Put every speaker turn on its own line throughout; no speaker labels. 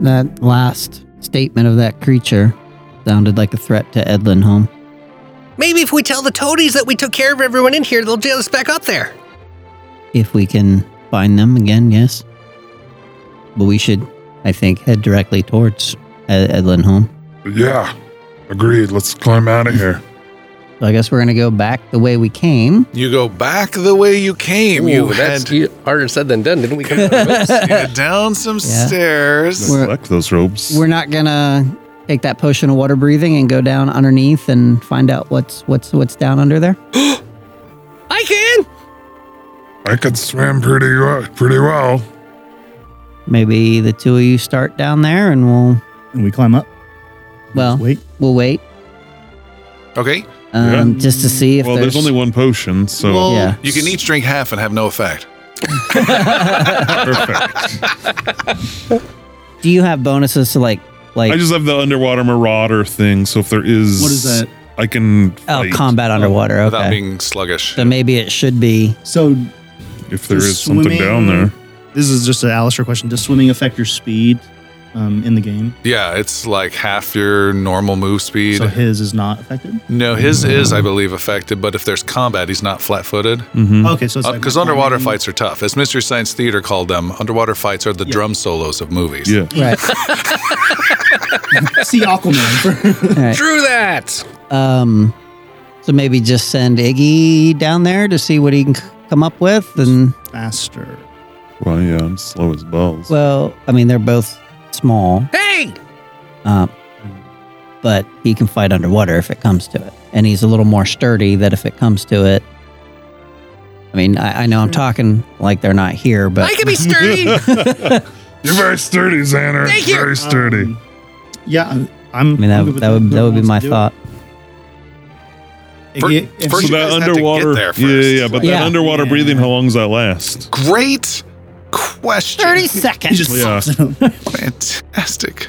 that last statement of that creature sounded like a threat to Edlinholm.
Maybe if we tell the toadies that we took care of everyone in here, they'll jail us back up there.
If we can find them again, yes. But we should, I think, head directly towards E-, Ed- Edlinholm.
Yeah, agreed. Let's climb out of here.
So I guess we're going to go back the way we came.
You go back the way you came. you
Ooh,
had
that's
to
e- harder said than done, didn't we? Come out of it?
get down some
Yeah.
stairs.
We're-
Collect those robes.
We're not going to take that potion of water breathing and go down underneath and find out what's what's what's down under there.
I can!
I could swim pretty well. Pretty well.
Maybe the two of you start down there and we'll
And we climb up.
well,
Just wait.
we'll wait
Okay.
um, just to see if
well, there's,
there's,
only one potion, so
Well,
Yeah.
you can each drink half and have no effect.
perfect.
Do you have bonuses to like like
I just have the underwater marauder thing, so if there is,
What is that?
I can
oh
fight
combat underwater?
Without
Okay,
being sluggish.
so maybe it should be
So
if there
does
is something down
swimming-
there.
This is just an Alistair question. Does swimming affect your speed um, in the game?
Yeah, it's like half your normal move speed.
So his is not affected.
no, his
Mm-hmm.
is, I believe, affected, but if there's combat, he's not flat footed.
Mm-hmm.
Mm-hmm.
Okay, so it's like
Because Uh, underwater fights are tough. As Mystery Science Theater called them, underwater fights are the drum solos of movies.
Yeah,
right.
See Aquaman.
Drew that.
Um, so maybe just send Iggy down there to see what he can c- come up with. And
Faster.
well, yeah, I'm slow as balls.
well, I mean, they're both small,
Hey!
uh, but he can fight underwater if it comes to it. And he's a little more sturdy that if it comes to it. I mean, I, I know I'm talking like they're not here, but
I can be sturdy!
You're very sturdy, Xander.
Thank you.
Very sturdy.
Um, yeah, I'm. I'm
I mean that
good
would,
with
that would
Whoever
that would be
wants
my
to do it.
thought.
Fir-
Iggy, if
first
you-
you guys have to get there
yeah, yeah,
first.
yeah, but
Yeah.
that underwater breathing, how long does that last?
Great question.
he
seconds.
just
Yeah.
pops it up.
Fantastic.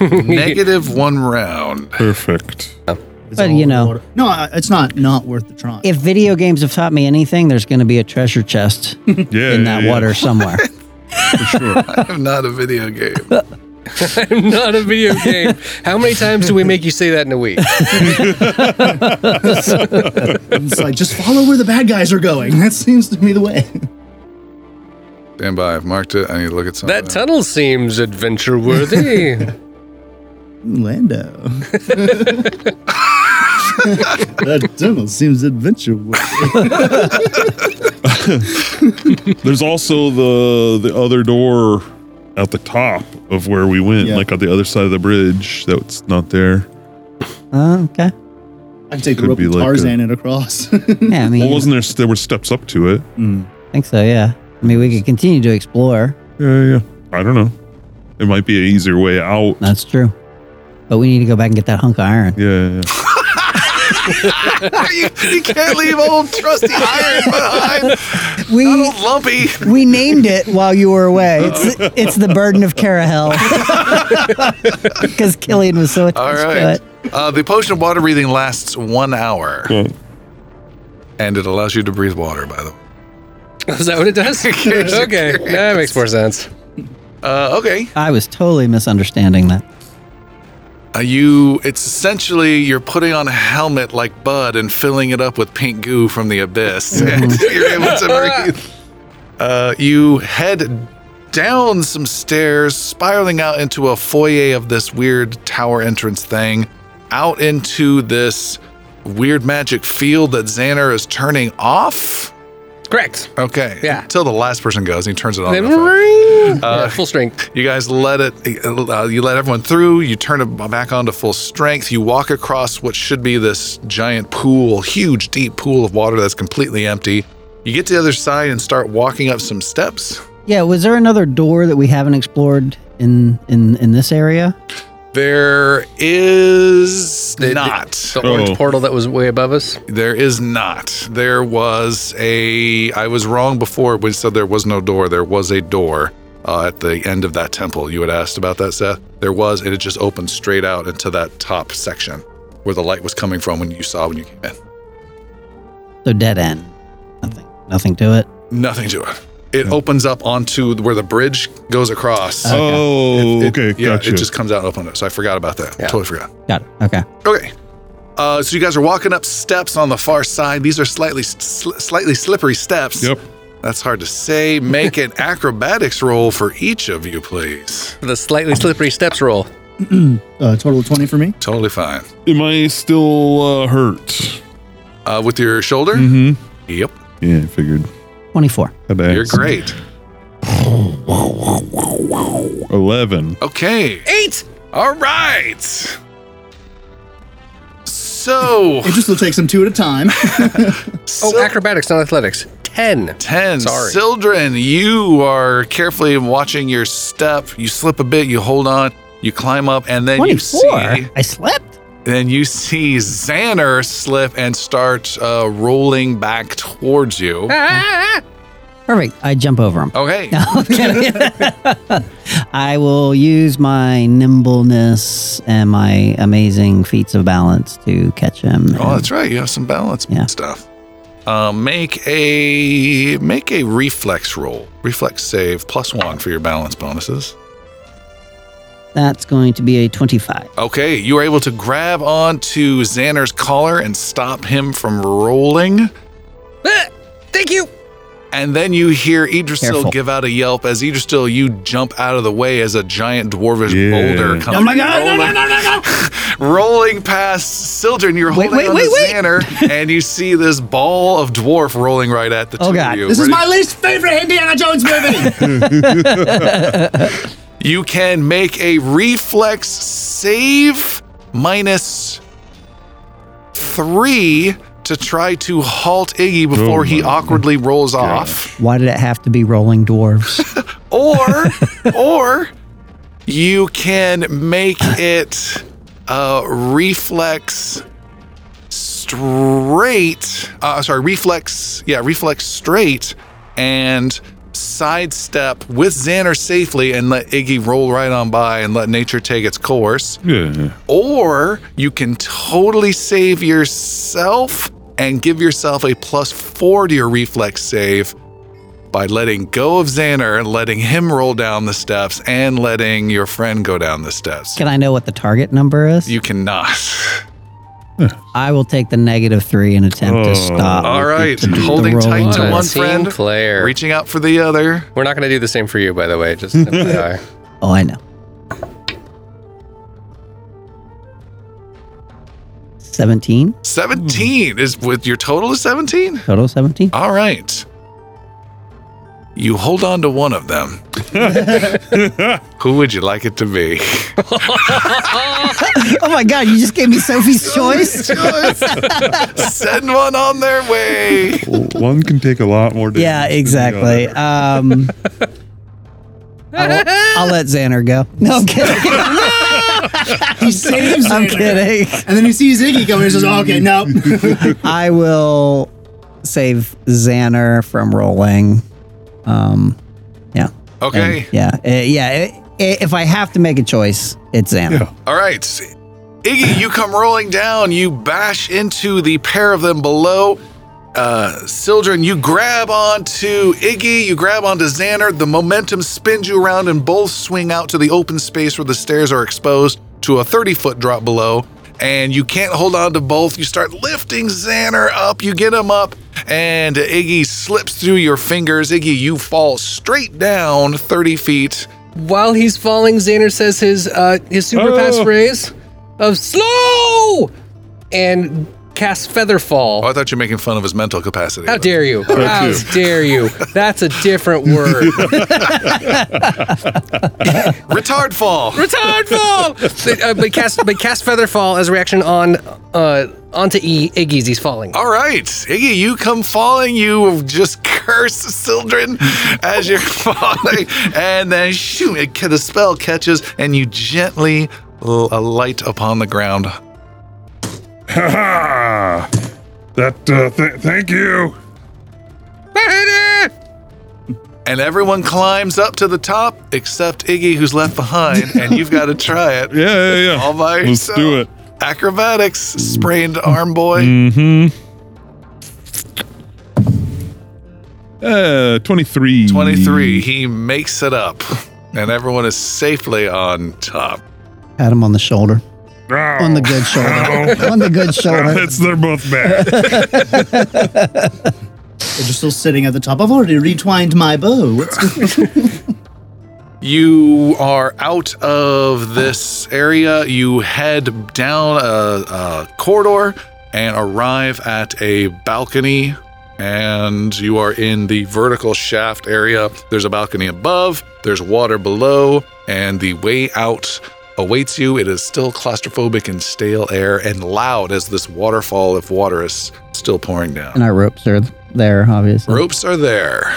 Negative one round.
Perfect.
It's
But,
all
you know.
underwater. no, I- it's not not worth the try.
If video games have taught me anything, there's going to be a treasure chest
Yeah,
in that
yeah,
water somewhere.
for sure.
I am not a video game.
I'm not a video game. How many times do we make you say that in a week?
it's like just follow where the bad guys are going. That seems to be the way.
Stand by. I've marked it. I need to look at something.
That tunnel seems adventure worthy.
Lando. that tunnel seems adventure
There's also the the other door at the top of where we went,
Yeah.
like on the other side of the bridge. That's not there.
Oh, okay.
I can take the
Could
rope
be
and
like
Tarzan it across.
Yeah, I mean,
Well, wasn't there? There were steps up to it.
I think so, yeah. I mean, we could continue to explore.
Yeah, yeah. I don't know. It might be an easier way out.
That's true. But we need to go back and get that hunk of iron.
Yeah, yeah.
you, you can't leave old trusty iron behind. Not
We
old lumpy.
we named it while you were away. It's it's the burden of Carahel. Because Killian was so
All
attached
right. Uh, the potion of water breathing lasts one hour,
yeah.
and it allows you to breathe water. By the way.
Is that what it does?
case you're
okay, that makes more sense.
Uh, okay.
I was totally misunderstanding that.
Uh, you. It's essentially you're putting on a helmet like Bud and filling it up with pink goo from the abyss, and you're able to breathe. Uh, you head down some stairs, spiraling out into a foyer of this weird tower entrance thing, out into this weird magic field that Xander is turning off.
Correct.
Okay.
Yeah.
Until the last person goes, and he turns it on.
Then
and off.
ring. Yeah, full strength.
You guys let it, uh, you let everyone through. You turn it back on to full strength. You walk across what should be this giant pool, huge, deep pool of water that's completely empty. You get to the other side and start walking up some steps.
Yeah, was there another door that we haven't explored in in in this area?
There is
The- the-
not.
The
Oh.
orange portal that was way above us.
There is not. There was a. I was wrong before when you said there was no door. There was a door uh, at the end of that temple. You had asked about that, Seth. There was, and it just opened straight out into that top section where the light was coming from when you saw when you came in.
So dead end. Nothing. Nothing to it.
Nothing to it. it opens up onto where the bridge goes across.
Oh,
It-
okay,
yeah,
gotcha.
it just comes out and opens it. So I forgot about that. Totally forgot.
Got it. Okay.
Okay. Uh, so you guys are walking up steps on the far side. These are slightly sl- slightly slippery steps.
Yep.
That's hard to say. Make an acrobatics roll for each of you, please.
The slightly slippery steps roll.
Uh, total of 20 for me.
Totally fine.
Am I still uh, hurt?
Uh, with your shoulder?
Mm-hmm.
Yep.
Yeah, I figured.
24.
Had to
You're
ask.
great.
Eleven.
Okay.
Eight.
All right. So,
It just will take some two at a time.
Oh,
Sil-
acrobatics, not athletics. Ten.
10.
Sorry.
Sildren, you are carefully watching your step. You slip a bit, you hold on, you climb up, and then
24?
you see.
I slept?
Then you see Xaner slip and start uh, rolling back towards you.
Ah.
Perfect. I jump over him.
Okay.
I will use my nimbleness and my amazing feats of balance to catch him.
Oh, that's right. You have some balance
Yeah.
stuff. Uh, make a make a reflex roll, reflex save plus one for your balance bonuses.
That's going to be a 25.
Okay, you are able to grab onto Xaner's collar and stop him from rolling.
Uh,
Ah, thank you.
And then you hear Idrisil
Careful.
give out a yelp as Idrisil, you jump out of the way as a giant dwarvish
Yeah.
boulder comes.
Oh my God, no,
Rolling,
no,
rolling past Sildren, you're holding
wait,
on
wait,
to
wait.
Xander, and you see this ball of dwarf rolling right at the
Oh
two
God,
of you.
This is
Ready-
my least favorite Indiana Jones movie.
You can make a reflex save minus three to try to halt Iggy before
Oh
he
my
awkwardly rolls off.
Why did it have to be rolling dwarves?
or or you can make it uh, reflex straight uh, sorry reflex yeah reflex straight and sidestep with xander safely and let iggy roll right on by and let nature take its course
Yeah.
or you can totally save yourself and give yourself a plus four to your reflex save by letting go of Xander and letting him roll down the steps and letting your friend go down the steps.
Can I know what the target number is?
You cannot.
I will take the negative three and attempt
Oh.
to stop.
All right,
The
holding
rolling
tight to
dice.
one
Team
friend,
player.
reaching out for the other.
We're not going to do the same for you, by the way. Just FYI.
Oh, I know. 17?
17 is with your total is 17?
Total 17?
All right. You hold on to one of them. Who would you like it to be?
Oh my god, you just gave me Sophie's choice?
Send one on their way.
Well, one can take a lot more. damage
Yeah,
than the
exactly.
other.
Um, I'll, I'll let Xander go. No, I'm kidding.
he saves
I'm
Xander.
kidding.
And then he sees Iggy coming and says, oh, okay, no.
I will save Xander from rolling. Um, yeah.
Okay.
And yeah. uh, yeah. i- i- if I have to make a choice, it's Xander.
Yeah.
All right. Iggy, you come rolling down. You bash into the pair of them below. Uh, Sildren, you grab onto Iggy, you grab onto Xander. The momentum spins you around and both swing out to the open space where the stairs are exposed to a 30 foot drop below. And you can't hold on to both. You start lifting Xander up. You get him up, and Iggy slips through your fingers. Iggy, you fall straight down 30 feet.
While he's falling, Xander says his uh, his super
Oh.
pass phrase of slow and casts feather fall.
Oh, I thought you were making fun of his mental capacity.
How dare you? How
you.
dare you? That's a different word.
Retard fall.
Retard fall. but, uh, but cast but cast feather fall as a reaction on uh, onto e, Iggy's. He's falling.
All right, Iggy, you come falling. You just curse Sildren as you're falling, and then shoot, it, the spell catches, and you gently l- alight upon the ground.
Ha ha! That. Uh, th- thank you.
And everyone climbs up to the top except Iggy, who's left behind, and you've got to try it
Yeah, yeah, yeah.
all by
Let's
yourself.
do it. Mm.
Acrobatics, sprained arm boy.
Mm-hmm. Uh, 23.
23. He makes it up, and everyone is safely on top.
Pat him on the shoulder.
Ow.
On the good shoulder. on the good shoulder.
That's they're both bad.
They're just still sitting at the top. I've already retwined my bow. What's-
You are out of this area. You head down a, a corridor and arrive at a balcony, and you are in the vertical shaft area. There's a balcony above, there's water below, and the way out awaits you. It is still claustrophobic and stale air and loud as this waterfall of water is still pouring down.
And our ropes are there, obviously.
Ropes are there.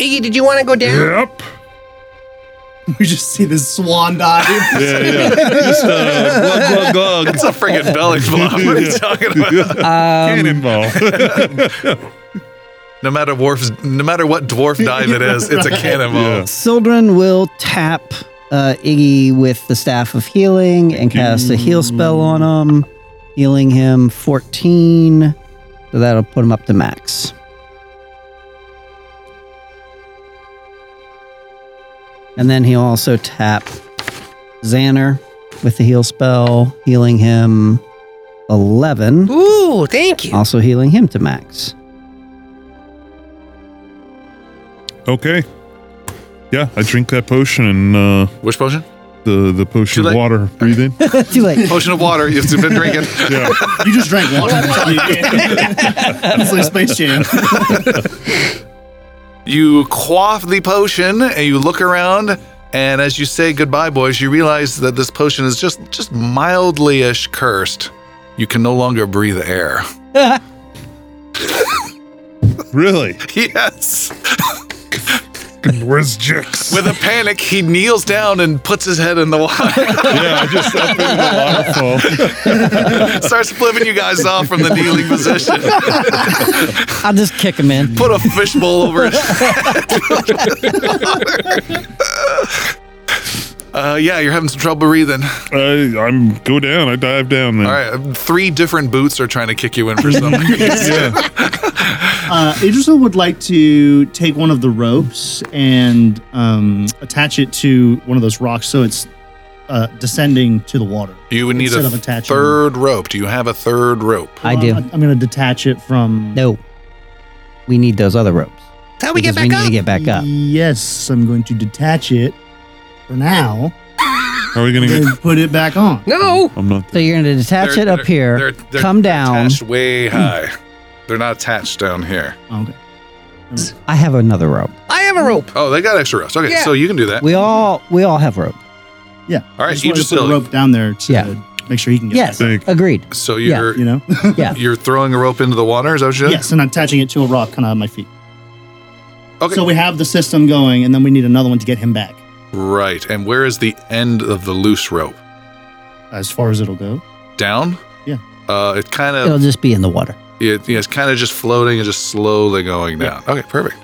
Iggy, did you want to go down?
yep.
we just see this swan dive.
Yeah, yeah. Just uh, glug, glug, glug.
It's a Um, friggin' belly flop. What are you talking about?
Cannonball.
No matter dwarfs, no matter what dwarf dive it is, it's a cannonball.
Sildren will tap uh, Iggy with the Staff of Healing and cast a heal spell on him, healing him 14. So that'll put him up to max. And then he'll also tap Xaner with the heal spell, healing him 11,
Ooh, thank you.
also healing him to max.
okay. Yeah, I drink that potion and uh,
Which potion?
the the potion
Should
of
I-
water. Breathe in.
Too late.
Potion of water. You've been drinking.
Yeah.
you just drank one. it's like Space Jam.
You quaff the potion and you look around, and as you say goodbye, boys, you realize that this potion is just just mildly-ish cursed. You can no longer breathe air.
Really?
Yes.
Where's Jix?
With a panic, he kneels down and puts his head in the water,
yeah, I just up in the waterfall.
starts flipping you guys off from the kneeling position.
I'll just kick him in.
Put a fishbowl over his head. uh, yeah, you're having some trouble breathing.
I, I'm go down. I dive down. Then.
All right, um, three different boots are trying to kick you in for something.
Yeah.
Uh, Idrisil would like to take one of the ropes and um, attach it to one of those rocks so it's uh, descending to the water.
you would need
Instead
a
of attaching.
third rope. Do you have a third rope?
I do.
I'm, going to detach it from.
No. We need those other ropes.
That's how we get
because we
back
need to get
up.
back up.
Yes, I'm going to detach it for now
Are we gonna?
and
Get,
put it back on.
No.
I'm not.
So you're going to detach
They're-
it up
they're-
here,
they're- they're
come down.
Attached way high. They're not attached down here.
Oh, Okay.
I have another rope.
I have a rope.
Oh, they got extra ropes. Okay,
Yeah.
so you can do that.
We all we all have rope.
Yeah.
All right,
just
you
wanted
just
to put a
still-
rope down there to
Yeah.
make sure he can get.
Yes,
Thank-
agreed.
So
Yeah.
you're
You know.
Yeah.
you're throwing a rope into the water. Is that what you did?
Yes, and I'm attaching it to a rock, kind of at my feet.
Okay.
So we have the system going, and then we need another one to get him back.
right. And where is the end of the loose rope?
As far as it'll go.
Down.
Yeah.
Uh, it kind of
It'll just be in the water
It, yeah, it's kind of just floating and just slowly going down. Okay, perfect.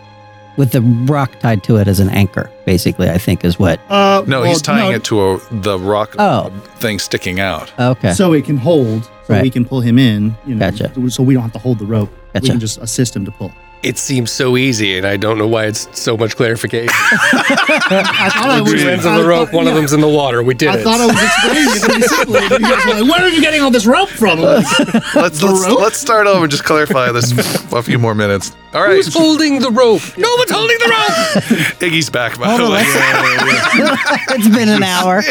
with the rock tied to it as an anchor. Basically, I think is what.
Uh,
No,
well,
he's tying
no,
it to a, the rock
Oh.
thing sticking out.
Okay,
so it can hold, so
Right.
we can pull him in. You know,
Gotcha.
So we don't have to hold the rope. We
Gotcha.
can just assist him to pull.
It seems so easy, and I don't know why it's so much clarification.
I thought I
Two ends of the rope, one of them's in the water. We did
I
it.
thought I was explaining it pretty simply. and You guys were like, "Where are you getting all this rope from?" I'm like,
Let's let's,
rope?
let's start over. and Just clarify this a few more minutes. All right,
Who's holding the rope? No one's holding the rope.
Iggy's back. By the way, Oh,
it's been an hour.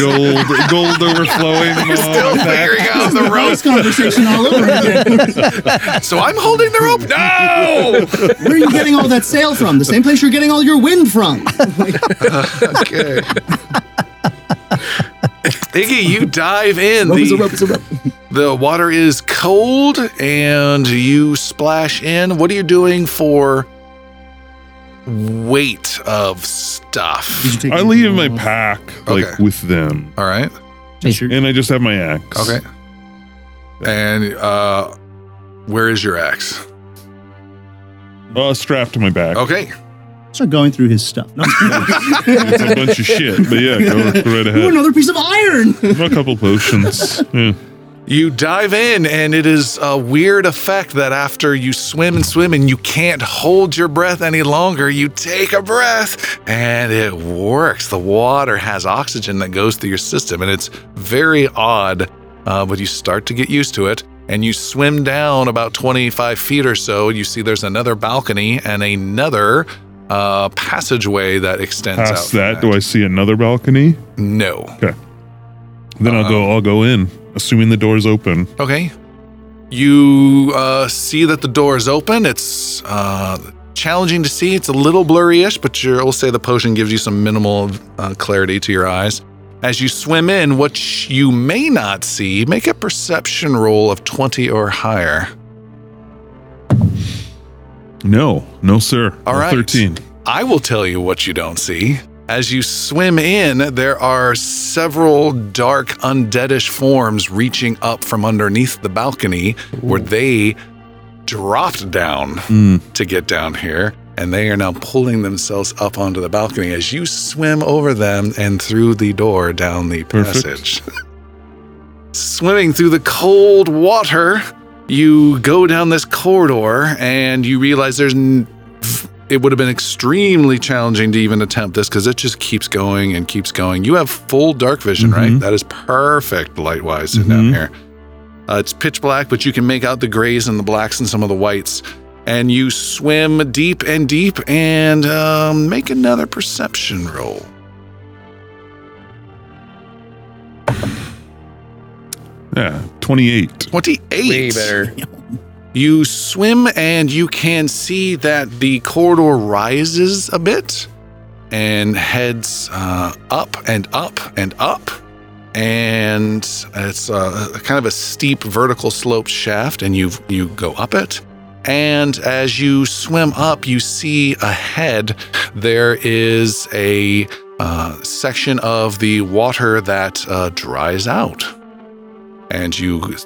Gold, gold overflowing.
still
uh, back.
figuring out the
this
rope.
conversation all over again.
So I'm holding the rope. No.
Where are you getting all that sail from? The same place you're getting all your wind from.
Okay. Iggy, you dive in.
Rope
the,
is a rope is a rope.
the water is cold, and you splash in. What are you doing for weight of stuff?
I leave my pack like
Okay.
with them,
All right.
and I just have my axe.
Okay. And uh where is your axe?
Uh, strapped to my back.
Okay.
Start going through his stuff. No,
It's a bunch of shit, but yeah, go right
Ooh,
ahead.
another piece of iron.
A couple potions. Yeah.
You dive in, and it is a weird effect that after you swim and swim and you can't hold your breath any longer, you take a breath and it works. The water has oxygen that goes through your system, and it's very odd, uh, but you start to get used to it. And you swim down about 25 feet or so, and you see there's another balcony and another uh, passageway that extends out.
Past
from
that, do I see another balcony?
No.
Then I'll go. I'll go in, assuming the door's open.
Okay. You uh, see that the door is open. It's uh, challenging to see. It's a little blurry-ish, but you're, we'll say the potion gives you some minimal uh, clarity to your eyes. As you swim in, what you may not see, make a perception roll of 20 or higher.
No, no, sir.
All
A
right.
Thirteen.
I will tell you what you don't see. As you swim in, there are several dark, undeadish forms reaching up from underneath the balcony where they dropped down
Mm.
to get down here. And they are now pulling themselves up onto the balcony as you swim over them and through the door down the
Perfect.
passage. Swimming through the cold water, you go down this corridor and you realize there's. N- it would have been extremely challenging to even attempt this because it just keeps going and keeps going. You have full dark vision, right?
Mhm.
That is perfect light wise down
Mhm.
here. Uh, it's pitch black, but you can make out the grays and the blacks and some of the whites. And you swim deep and deep and um, make another perception roll.
Yeah, twenty-eight.
28.
Way better.
You swim and you can see that the corridor rises a bit and heads uh, up and up and up. And it's uh, a kind of a steep vertical slope shaft, and you you go up it. And as you swim up, you see ahead there is a uh, section of the water that uh, dries out, and you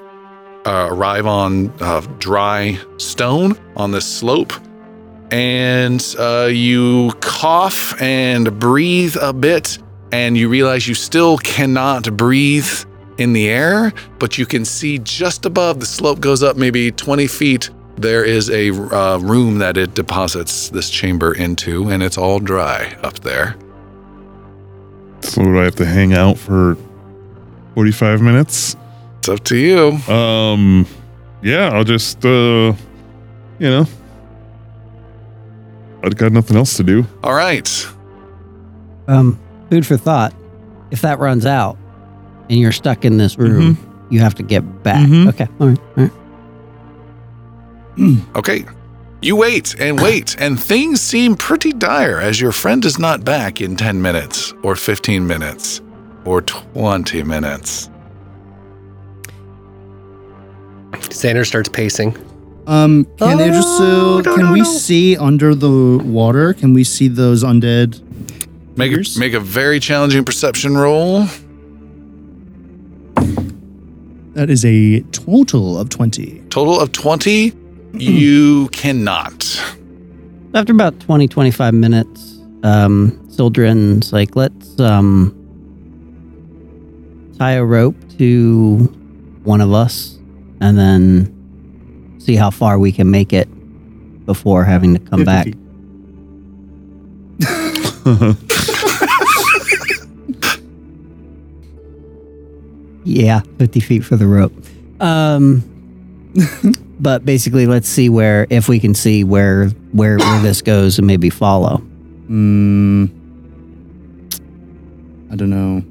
uh, arrive on uh, dry stone on this slope. And uh, you cough and breathe a bit, and you realize you still cannot breathe in the air, but you can see just above the slope goes up maybe 20 feet. There is a uh, room that it deposits this chamber into, and it's all dry up there.
So do I have to hang out for forty-five minutes?
It's up to you.
Um, yeah, I'll just, uh, you know, I've got nothing else to do.
All right.
Um, food for thought. If that runs out and you're stuck in this room, you have to get back.
Mhm.
Okay. All right. All right.
Okay. You wait and wait, and things seem pretty dire as your friend is not back in 10 minutes, or 15 minutes, or 20 minutes.
Xander starts pacing.
Um, can
Oh,
they just so
no,
can
no,
we
no.
see under the water? Can we see those undead?
Make a,
Figures.
make a very challenging perception roll.
That is a total of twenty.
Total of 20. You cannot.
After about 20, 25 minutes, um, Sildren's like, let's um, tie a rope to one of us and then see how far we can make it before having to come back.
Fifty feet.
Yeah, 50 feet for the rope. Um, but basically, let's see where, if we can see where, where, where this goes and maybe follow.
Hmm. I don't know.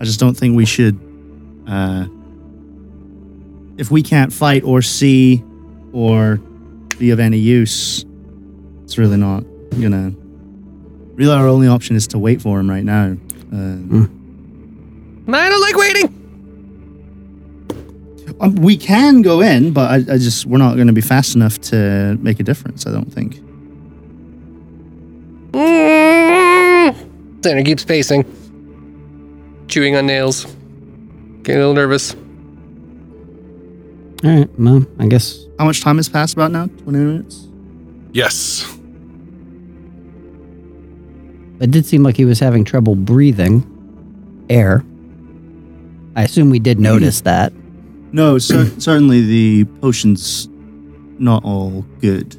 I just don't think we should. Uh, if we can't fight or see or be of any use, it's really not gonna. Really, our only option is to wait for him right now. Uh,
I don't like waiting.
um, we can go in, but I, I just we're not going to be fast enough to make a difference. I don't think.
Xander keeps pacing, chewing on nails, getting a little nervous.
All right, well, I guess
How much time has passed? About now, twenty minutes.
Yes.
it did seem like he was having trouble breathing air. I assume we did notice that.
No, cer- certainly the potions not all good.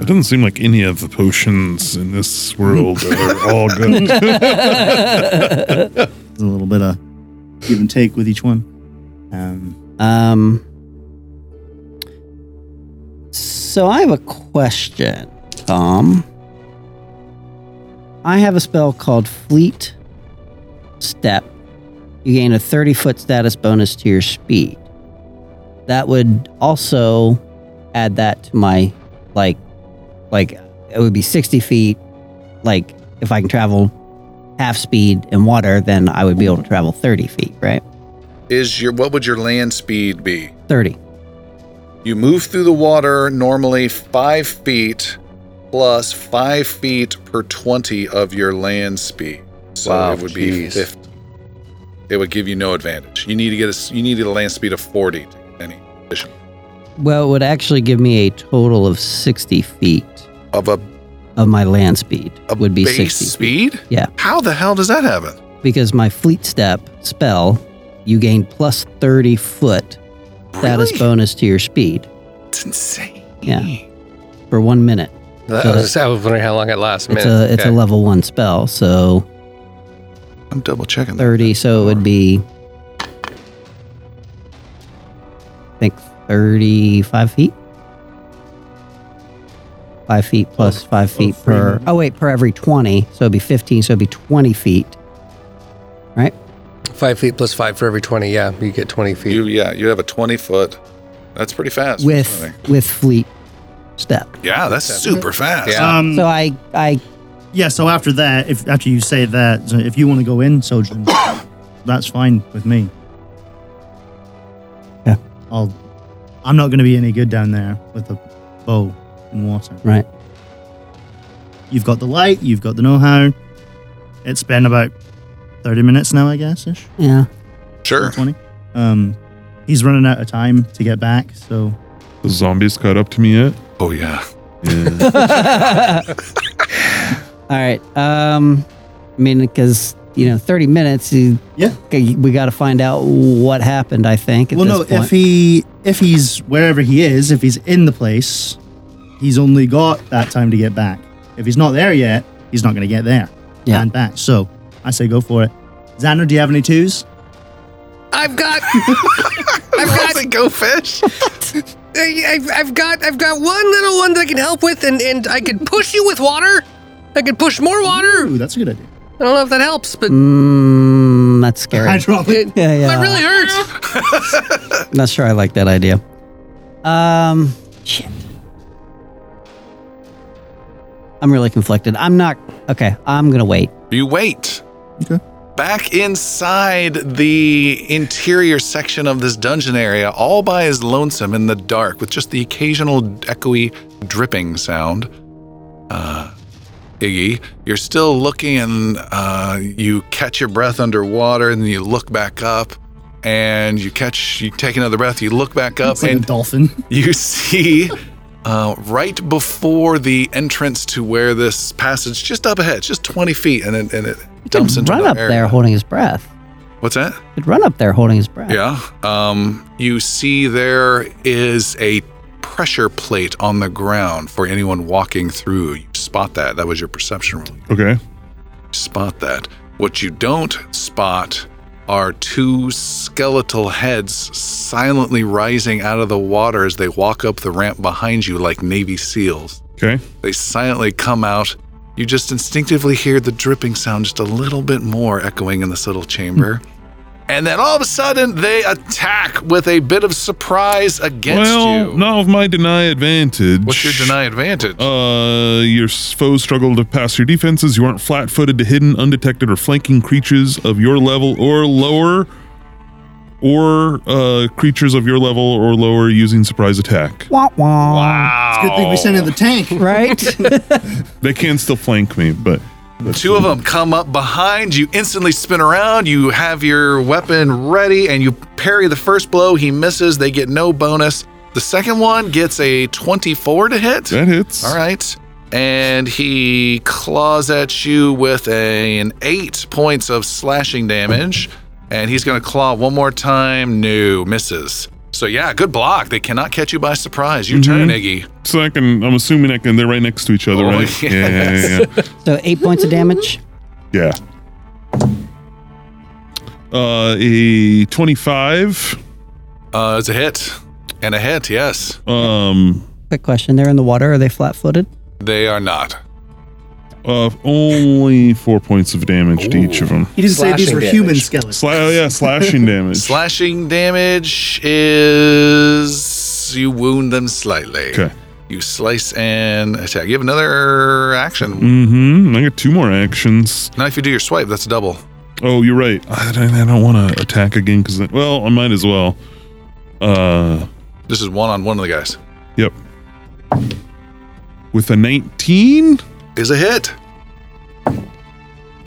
It doesn't seem like any of the potions in this world are all good.
There's a little bit of give and take with each one. Um,
Um, so I have a question, Tom. I have a spell called Fleet Step. You gain a 30 foot status bonus to your speed. That would also add that to my, like, like it would be 60 feet. Like, if I can travel half speed in water, then I would be able to travel 30 feet, right?
Is your what would your land speed be?
30.
You move through the water normally five feet plus five feet per 20 of your land speed. So
Wow,
it would be
jeez.
50. It would give you no advantage. You need to get a, s- you need a land speed of 40 to get any addition
Well, it would actually give me a total of 60 feet
of a,
of my land speed.
a
would be
base
60 feet.
speed.
Yeah.
How the hell does that happen?
Because my fleet step spell, you gain plus 30 foot status
Really?
bonus to your speed
It's insane.
Yeah. for one minute.
That- I, was just, I was wondering how long it lasts.
It's
Man.
a it's
okay.
a level one spell, so
I'm double checking. that.
30, so it would be I think 35 feet. Five feet plus five feet
three
per.
minutes.
Oh wait, per every twenty, so it'd be fifteen, so it'd be twenty feet, right?
Five feet plus five for every 20. Yeah, you get 20 feet.
You yeah, you have a 20 foot. That's pretty fast. for
with
something.
with fleet step.
Yeah, that's super fast.
Yeah.
um,
So I I
yeah. So after that, if after you say that, so if you want to go in, Sojourn, that's fine with me.
Yeah.
I'll. I'm not going to be any good down there with a bow in water.
right.
You've got the light. You've got the know-how. It's been about thirty minutes now, I guess, ish.
Yeah.
Sure.
20. Um, he's running out of time to get back, so
the zombies caught up to me yet?
Oh yeah.
Yeah.
All right. Um I mean cuz you know 30 minutes you,
Yeah.
'kay, we got to find out what happened I think at
well,
this
no,
point.
if he if he's wherever he is, if he's in the place, he's only got that time to get back. If he's not there yet, he's not going to get there
Yeah.
and back. So I say go for it. Xander, do you have any twos?
I've got,
I've got to go fish.
I- I've, I've got, I've got one little one that I can help with, and, and I could push you with water. I could push more water.
Ooh, that's a good idea.
I don't know if that helps, but
mm, that's scary.
I drop it.
it,
yeah,
that
yeah.
really hurts.
Not sure I like that idea. Um, shit. I'm really conflicted. I'm not okay. I'm gonna wait.
You wait.
Okay.
Back inside the interior section of this dungeon area, all by his lonesome in the dark, with just the occasional echoey dripping sound. Uh, Iggy, you're still looking and uh, you catch your breath underwater and then you look back up and you catch, you take another breath, you look back up
It's like
and
a dolphin.
you see uh, right before the entrance to where this passage just up ahead, just 20 feet, and it, and it dumps into
Run
another
up
area.
there holding his breath.
What's that?
Could run up there holding his breath.
Yeah. Um, you see there is a pressure plate on the ground for anyone walking through. You spot that. That was your perception roll.
okay.
spot that. What you don't spot are two skeletal heads silently rising out of the water as they walk up the ramp behind you like Navy SEALs.
Okay.
They silently come out. You just instinctively hear the dripping sound just a little bit more echoing in this little chamber. And then all of a sudden, they attack with a bit of surprise against
well,
you.
now of my deny advantage.
What's your deny advantage?
Uh, your s- foes struggle to pass your defenses. You aren't flat footed to hidden, undetected, or flanking creatures of your level or lower, or uh, creatures of your level or lower using surprise attack.
Wah, wah.
wow.
Good thing we sent in the tank.
Oh. Right?
They can still flank me, but
Two of them come up behind you, instantly spin around. You have your weapon ready and you parry the first blow. He misses, they get no bonus. The second one gets a 24 to hit.
that hits.
All right. And he claws at you with a- an eight points of slashing damage. and he's going to claw one more time. No, misses. So yeah, good block. They cannot catch you by surprise. Your turn, Iggy.
So I can, I'm assuming I can, they're right next to each other,
Oh,
right?
yes.
Yeah, yeah, yeah.
So eight points of damage.
yeah. Uh, a 25.
Uh, it's a hit and a hit. Yes,
Um,
Quick question: They're in the water. Are they flat-footed?
they are not.
uh, only four points of damage to each of them.
He didn't say these
Slashing
were
damage.
human skeletons.
Sla- oh, yeah, slashing damage.
Slashing damage is you wound them slightly.
Okay.
You slice and attack. You have another action.
Mm-hmm. I got two more actions.
Now, if you do your swipe, that's double.
Oh, you're right. I don't, I don't want to attack again because well, I might as well. Uh,
This is one on one of the guys.
yep. With a 19
Is a hit.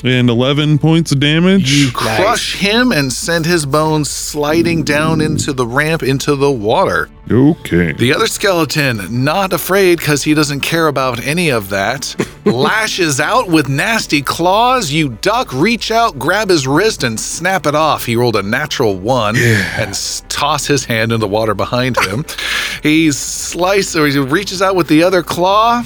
and 11 points of damage.
You crush him and send his bones sliding down into the ramp into the water.
Okay.
The other skeleton, not afraid because he doesn't care about any of that, lashes out with nasty claws. You duck, reach out, grab his wrist, and snap it off. He rolled a natural one and s- toss his hand in the water behind him. he slices or he reaches out with the other claw.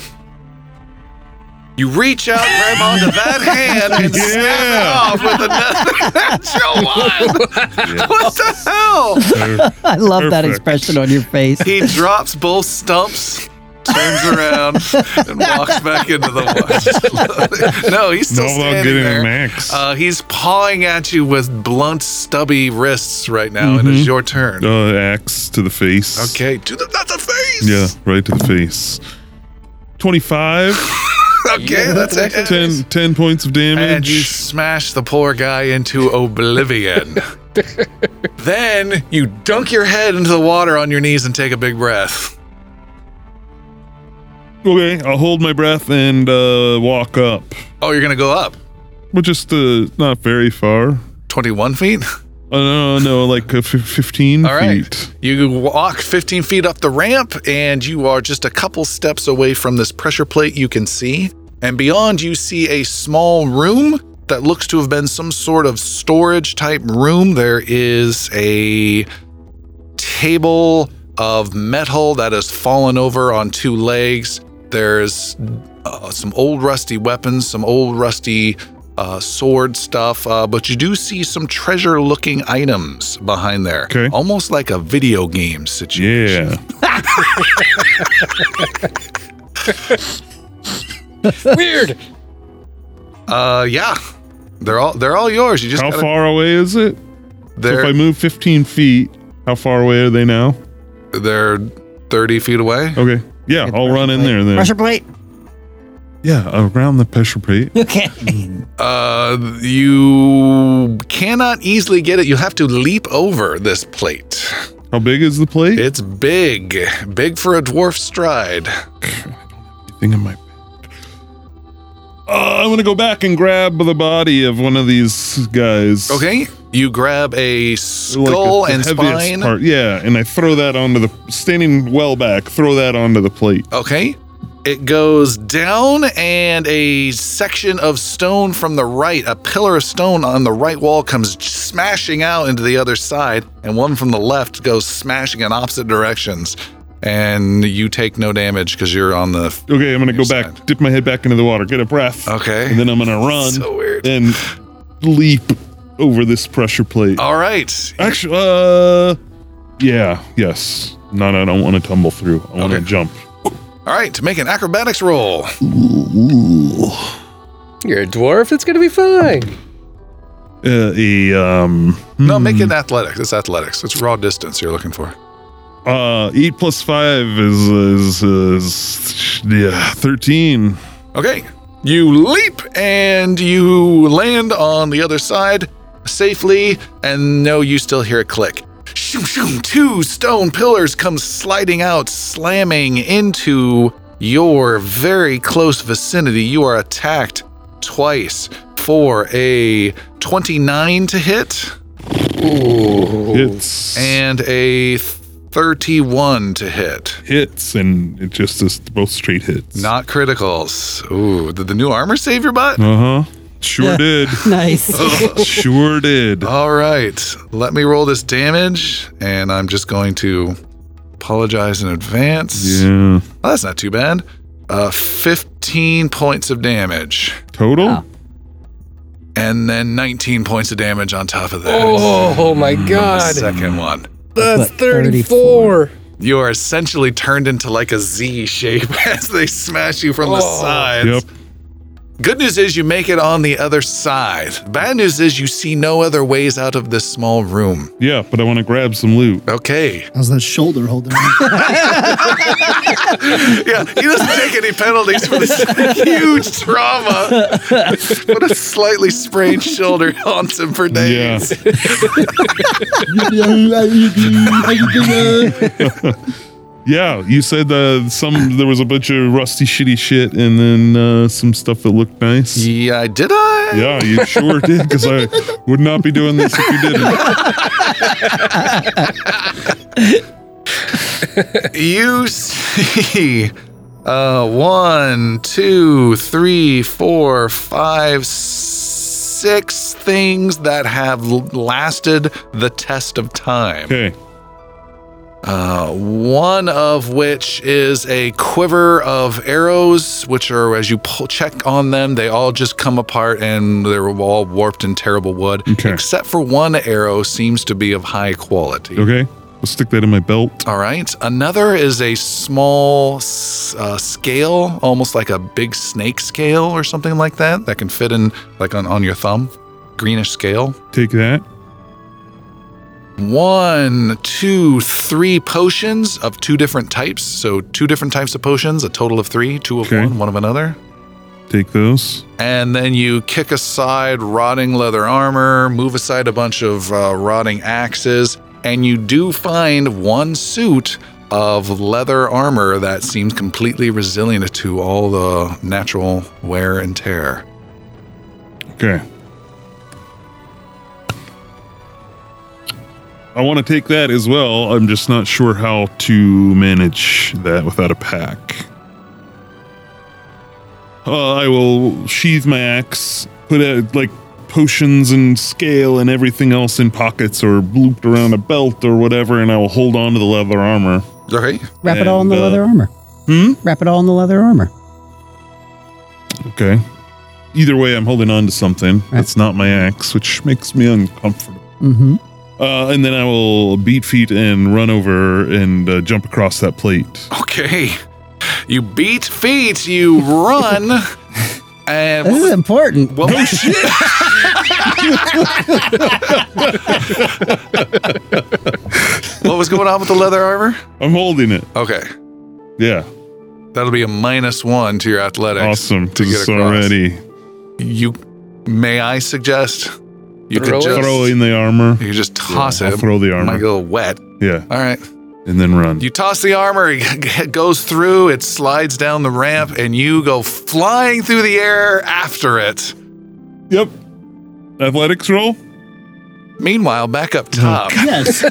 You reach out, grab onto that hand, and snap it
Yeah.
off with another natural one. What the hell?
I love that
Perfect.
expression on your face.
He drops both stumps, turns around, and walks back into the water. no, he's still
No, I'll
standing
get in
there.
max.
Uh, he's pawing at you with blunt, stubby wrists right now, and it's your turn.
Uh, axe to the face.
Okay, to the not the face.
Yeah, right to the face. 25,
Okay, that's it.
10, 10 points of
And you
damage.
smash the poor guy into oblivion. then you dunk your head into the water on your knees and take a big breath.
Okay, I'll hold my breath and uh, walk up.
Oh, you're gonna go up
But just uh, not very far.
21 feet.
Uh, no, no, like uh, f- 15
All right.
feet.
You walk 15 feet up the ramp, and you are just a couple steps away from this pressure plate you can see. And beyond, you see a small room that looks to have been some sort of storage type room. There is a table of metal that has fallen over on two legs. There's uh, some old rusty weapons, some old rusty uh, sword stuff, uh, but you do see some treasure looking items behind there.
Okay.
Almost like a video game situation.
Yeah.
Weird.
Uh, yeah. They're all they're all yours. You just
How
gotta,
far away is it? So
they're
if I move 15 feet, how far away are they now?
they're 30 feet away.
Okay. Yeah, I'll run in there then.
Pressure plate.
Yeah, around the pressure plate.
Okay.
Uh, you cannot easily get it. You have to leap over this plate.
How big is the plate?
It's big, big for a dwarf stride.
Thing in my back. Uh, I'm gonna go back and grab the body of one of these guys.
Okay, you grab a
Like
skull
the- the
and
heaviest
spine.
Part. Yeah, and I throw that onto the standing well back. Throw that onto the plate.
Okay. It goes down, and a section of stone from the right, a pillar of stone on the right wall, comes smashing out into the other side, and one from the left goes smashing in opposite directions. And you take no damage because you're on the.
Okay, I'm gonna go
Your
back,
side.
dip my head back into the water, get a breath,
Okay.
and then I'm gonna run
So weird.
and leap over this pressure plate.
All right.
Actually, uh, yeah, yes. No, no, I don't want to tumble through. I want to
Okay.
jump.
All right. To make an acrobatics roll.
You're a dwarf. It's gonna be fine.
Uh, a um,
No, make it athletics. It's athletics. It's raw distance you're looking for.
Uh, eight plus five is is, is yeah thirteen.
Okay. You leap and you land on the other side safely, and no, you still hear a click. Shoom, shoom, two stone pillars come sliding out, slamming into your very close vicinity. You are attacked twice for a 29 to hit
Hits
and a 31 to hit.
hits and it just is both straight hits.
Not criticals. Ooh, did the new armor save your butt?
uh huh. Sure
Yeah.
did.
Nice.
Sure did.
All right. Let me roll this damage, and I'm just going to apologize in advance.
Yeah.
Well, that's not too bad. Uh, 15 points of damage,
Total?
Wow.
and then 19 points of damage on top of that.
Oh my
The
god.
second one.
That's
What,
34.
You are essentially turned into like a Z shape as they smash you from the
Oh.
sides.
Yep.
Good news is you make it on the other side. Bad news is you see no other ways out of this small room.
Yeah, but I want to grab some loot.
Okay.
How's that shoulder holding? on?
Yeah, he doesn't take any penalties for this huge trauma. What a slightly sprained shoulder haunts him for
Yeah.
days.
Yeah, you said uh, some there was a bunch of rusty shitty shit and then uh, some stuff that looked nice. Yeah,
Yeah, did I?
you sure did because I would not be doing this if you didn't.
You see, uh, one, two, three, four, five, six things that have l- lasted the test of time.
Okay.
Uh, one of which is a quiver of arrows, which are as you pull, check on them, they all just come apart and they're all warped and terrible wood.
Okay.
Except for one arrow seems to be of high quality.
Okay. I'll stick that in my belt.
All right. Another is a small s- uh, scale, almost like a big snake scale or something like that, that can fit in like on, on your thumb. Greenish scale.
Take that.
One, two, three potions of two different types. So, two different types of potions, a total of three, two of
Okay.
one, one of another.
Take those.
And then you kick aside rotting leather armor, move aside a bunch of uh, rotting axes, and you do find one suit of leather armor that seems completely resilient to all the natural wear and tear.
Okay. I want to take that as well. I'm just not sure how to manage that without a pack. Uh, I will sheathe my axe, put out like potions and scale and everything else in pockets or looped around a belt or whatever, and I will hold on to the leather armor.
Okay.
Wrap it all in the
And, uh,
leather armor.
Hmm?
Wrap it all in the leather armor.
Okay. Either way, I'm holding on to something. It's not my axe, which makes me uncomfortable.
Mm-hmm.
Uh, and then I will beat feet and run over and uh, jump across that plate.
Okay. You beat feet, you run, and
This is important.
Well, shit. what was going on with the leather armor?
I'm holding it.
Okay.
Yeah,
That'll be a minus one to your athletics.
awesome.
To
Because
get
it's
across.
already
You may I suggest you
Throw
could
it?
just
throw in the armor.
you could just toss
Yeah, I'll
it.
throw the armor.
Might get a little wet.
Yeah,
All right.
and then run.
You toss the armor, it goes through, it slides down the ramp, and you go flying through the air after it.
yep. Athletics roll.
Meanwhile, back up top.
yes.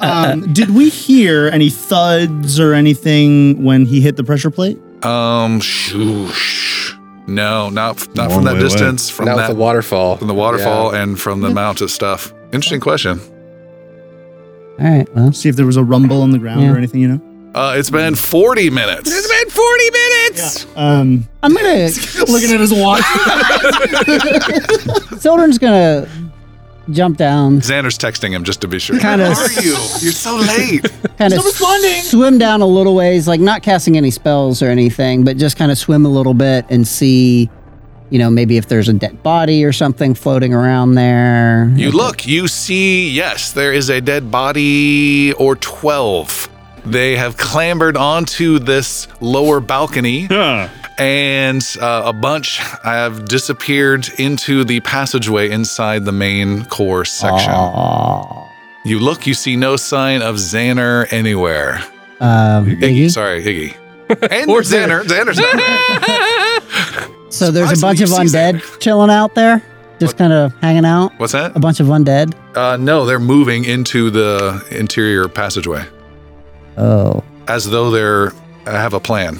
Um, did we hear any thuds or anything when he hit the pressure plate?
Um, shoosh. No, not not
Long
from that
way away.
distance. From
Now
that,
it's a waterfall.
from the waterfall and from the amount of stuff. Interesting question.
all right. Well,
See if there was a rumble on the ground
Yeah.
or anything, you know?
Uh, it's been 40 minutes.
It's been 40 minutes.
Um,
I'm gonna.
Looking at his watch.
Zildren's gonna jump down,
Xander's texting him just to be sure.
Kinda
Where are you? You're so late.
kind of swim down a little ways, like not casting any spells or anything, but just kind of swim a little bit and see, you know, maybe if there's a dead body or something floating around there.
You look, you see, yes, there is a dead body or 12. They have clambered onto this lower balcony.
Yeah.
and uh, a bunch have disappeared into the passageway inside the main core section.
Aw.
You look, you see no sign of Xaner anywhere.
Um,
Iggy,
Iggy?
sorry, Iggy. And or Xaner. Xaner's not.
So there's a bunch of
Surprisingly, you see
undead chilling out there, just kind of hanging out.
What's
A
that?
bunch of undead.
Uh, no, they're moving into the interior passageway
Oh,
as though they're uh, have a plan.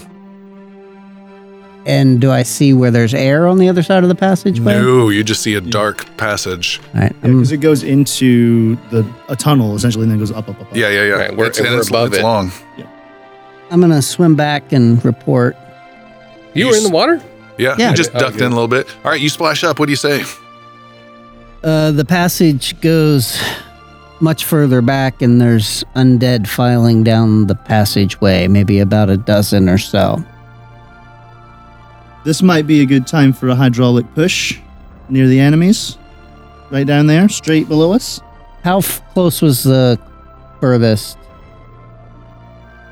And do I see where there's air on the other side of the passageway?
No, you just see a dark passage.
All right, I'm-
Because it goes into the a tunnel essentially, and then goes up, up, up. up.
Yeah, yeah, yeah.
Right, we're-
and
we're above
it's
it.
long.
I'm gonna swim back and report.
You were in the water?
Yeah,
Yeah.
you just ducked in a little bit. All right, you splash up. What do you say?
Uh, the passage goes much further back, and there's undead filing down the passageway, maybe about a dozen or so.
This might be a good time for a hydraulic push near the enemies, right down there, straight below us.
How f- close was the furthest?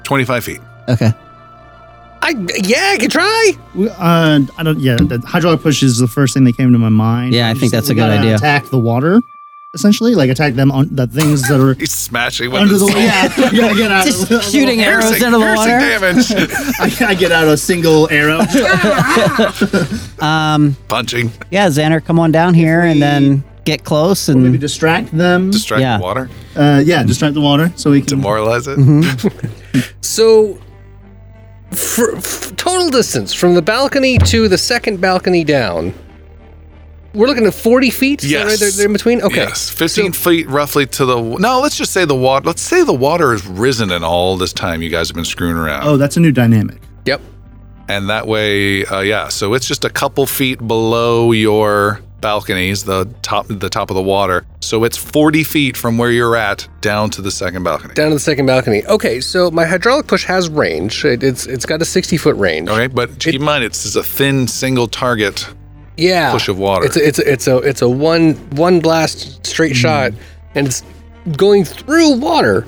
25 feet.
Okay.
I yeah, I could try.
We, uh, I don't. Yeah, the hydraulic push is the first thing that came to my mind.
Yeah, I
Just
think
that
that's a
we
good
gotta
idea.
Attack the water, essentially, like attack them on the things that are
He's smashing with
under
his
the yeah. you gotta get out. of the-
arrows
Piercing- piercing damage.
I gotta get out a single arrow.
Um,
Punching.
yeah, Xander, come on down here and then get close
Maybe
and
distract them.
Distract
Yeah.
the water.
Uh, yeah, distract the water so we can.
Demoralize it.
So, for, f- total distance from the balcony to the second balcony down, we're looking at 40 feet? Is that
Yes.
Right there, there in between? Okay.
Yes, 15 feet roughly to the. No, let's just say the water. Let's say the water has risen in all this time you guys have been screwing around.
Oh, that's a new dynamic.
Yep.
And that way, uh, yeah. So it's just a couple feet below your balconies, the top, the top of the water. So it's 40 feet from where you're at down to the second balcony.
Down to the second balcony. Okay, so my hydraulic push has range. It, it's It's got a 60 foot range.
Okay, but keep in mind it's just a thin single target
Yeah.
push of water. Mm.
It's a, it's a, it's a it's a one one blast straight shot, and it's going through water.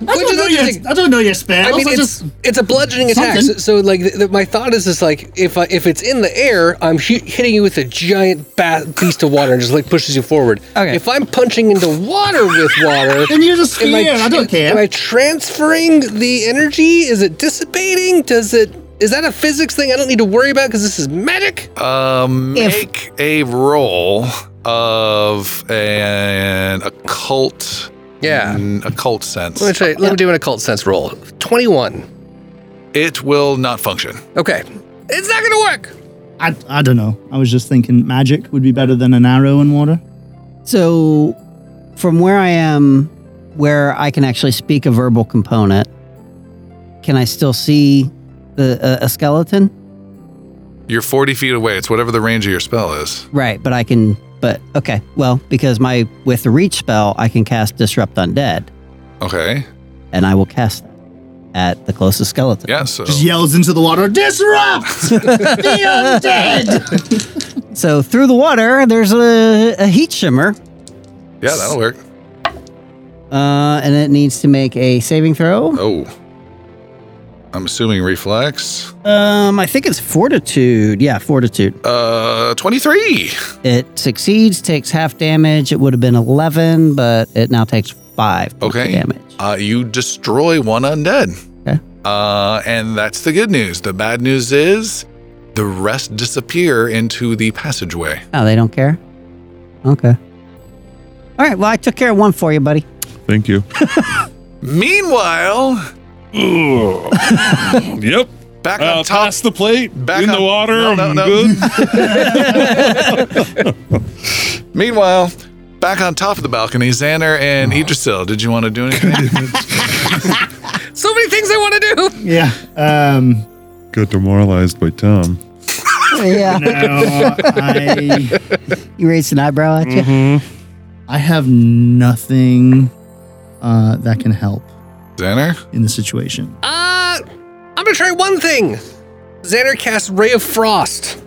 Which is interesting.
I don't know your spell.
I mean, it's, it's a bludgeoning attack. So,
something.
so, like, th- th- my thought is, is like, if I, if it's in the air, I'm hu- hitting you with a giant ba- beast of water and just like pushes you forward.
Okay.
If I'm punching into water with water,
Then you're just
am I,
scared. I, don't
tr- Am
care.
I transferring the energy? Is it dissipating? Does it? Is that a physics thing I don't need to worry about because this is magic?
Um, make a roll of an occult,
Yeah.
an occult sense.
Let me try. Let me do an occult sense roll. Twenty-one.
It will not function.
Okay. It's not gonna work.
I, I don't know. I was just thinking magic would be better than an arrow in water.
so from where I am, where I can actually speak a verbal component, can I still see the uh, a skeleton?
You're 40 feet away. It's whatever the range of your spell is.
Right, but I can. But okay, well, because my with the reach spell, I can cast disrupt undead,
Okay.
and I will cast that at the closest skeleton.
Yeah. So
Just yells into the water, disrupt the undead.
So through the water, there's a, a heat shimmer,
yeah, that'll work.
uh, and it needs to make a saving throw.
Oh, I'm assuming reflex.
Um, I think it's fortitude. Yeah, fortitude.
Uh, 23.
It succeeds, takes half damage. It would have been eleven, but it now takes five points of
Okay.
damage.
Uh, you destroy one undead.
Okay.
Uh, and that's the good news. The bad news is the rest disappear into the passageway.
Oh, they don't care. Okay. All right. Well, I took care of one for you, buddy.
Thank you.
Meanwhile,
yep.
back
Uh,
on top.
pass the plate
Back
in
on-
the water.
No, no,
I'm
no.
good.
Meanwhile, back on top of the balcony, Xander
Ah.
and Idrisil. Did you want to do anything?
So many things I want to do.
yeah. Um.
Got demoralized by Tom.
yeah.
No, I
You raised an eyebrow at you.
I have nothing uh, that can help
Xander?
in the situation.
Uh, I'm gonna try one thing. Xander casts Ray of Frost.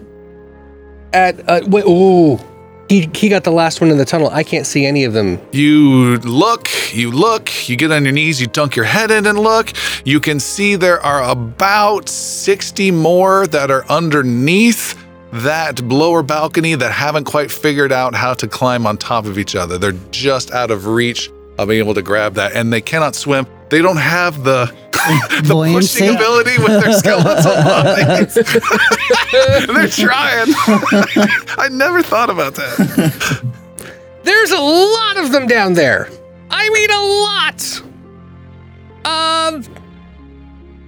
At uh, wait, ooh, he he got the last one in the tunnel. I can't see any of them.
You look, you look, you get on your knees, you dunk your head in and look. You can see there are about 60 more that are underneath that blower balcony that haven't quite figured out how to climb on top of each other. They're just out of reach of being able to grab that, and they cannot swim. They don't have the, the
Buoyancy?
pushing ability with their skeletal bodies. They're trying. I never thought about that.
There's a lot of them down there. I mean, a lot. Um,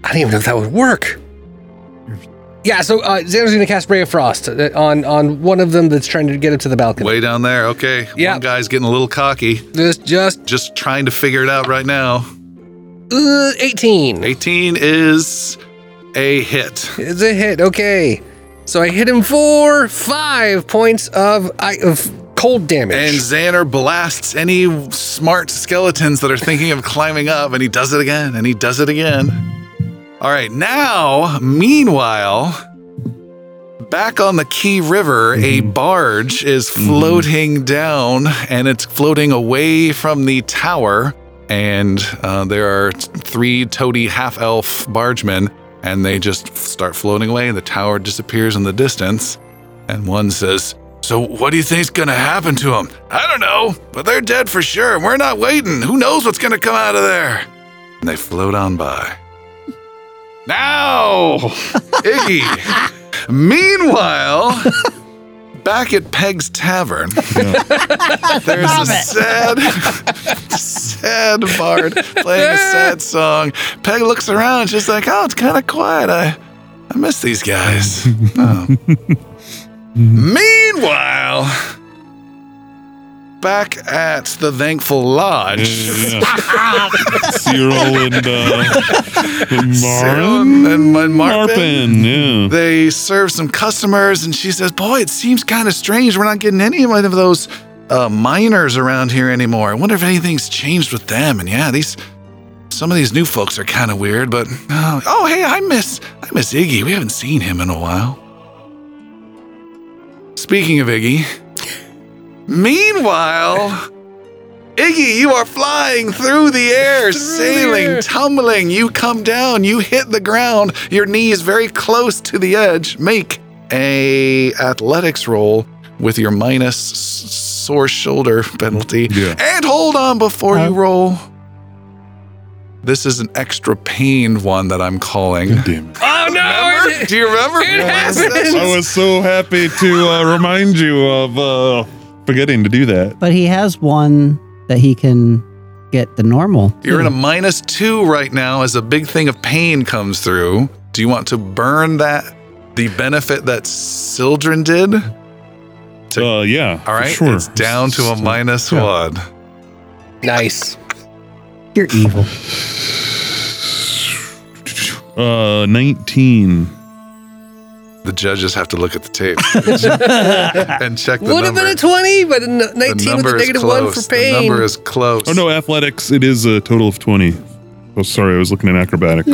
I didn't even know if that would work. Yeah, so uh, Xander's gonna cast Ray of Frost uh, on on one of them that's trying to get up to the balcony.
Way down there. Okay.
Yeah.
One guy's getting a little cocky.
This just
Just trying to figure it out right now.
uh, 18.
18 is a hit.
It's a hit. Okay, so I hit him for five points of I of cold damage.
And Xander blasts any smart skeletons that are thinking of climbing up, and he does it again, and he does it again. All right, now, meanwhile, back on the Key River, a barge is floating down, and it's floating away from the tower. And uh, there are t- three toady half elf bargemen, and they just start floating away, and the tower disappears in the distance. And one says, So what do you think's gonna happen to them? I don't know, but they're dead for sure, and we're not waiting. Who knows what's gonna come out of there? And they float on by. Now, Iggy. Meanwhile, back at Peg's Tavern, there's a sad, sad bard playing a sad song. Peg looks around. She's like, "Oh, it's kind of quiet. I, I miss these guys." Oh. Meanwhile, back at the Thankful Lodge,
Cyril and uh,
Cyril
Marvin.
and- and Mar- Marvin.
Marvin, yeah.
They serve some customers, and she says, "Boy, it seems kind of strange. We're not getting any of those uh, miners around here anymore. I wonder if anything's changed with them." And yeah, these some of these new folks are kind of weird. But uh, oh, hey, I miss I miss Iggy. We haven't seen him in a while. Speaking of Iggy, meanwhile. Iggy, you are flying through the air, sailing, tumbling. You come down, you hit the ground. Your knee is very close to the edge. Make a athletics roll with your minus s- sore shoulder penalty.
Yeah.
And hold on before you roll. This is an extra pain one that I'm calling.
Damn it.
oh no!
Remember?
it-
Do you remember?
It
Last
happened.
session?
I was so happy to uh, remind you of uh, forgetting to do that.
But he has one that he can get the normal.
You're
Hmm.
in a minus two right now as a big thing of pain comes through. Do you want to burn that, the benefit that Sildren did?
Uh, yeah.
All right,
Sure.
it's down to a minus
yeah.
one.
Nice.
You're evil.
Uh, 19.
The judges have to look at the tape and check the
Would have
number.
been a 20, but a n-
the
19 with
number
a
is
negative one
close.
for pain.
The number is close.
Oh, no, athletics. It is a total of 20. Oh, sorry. I was looking at acrobatics.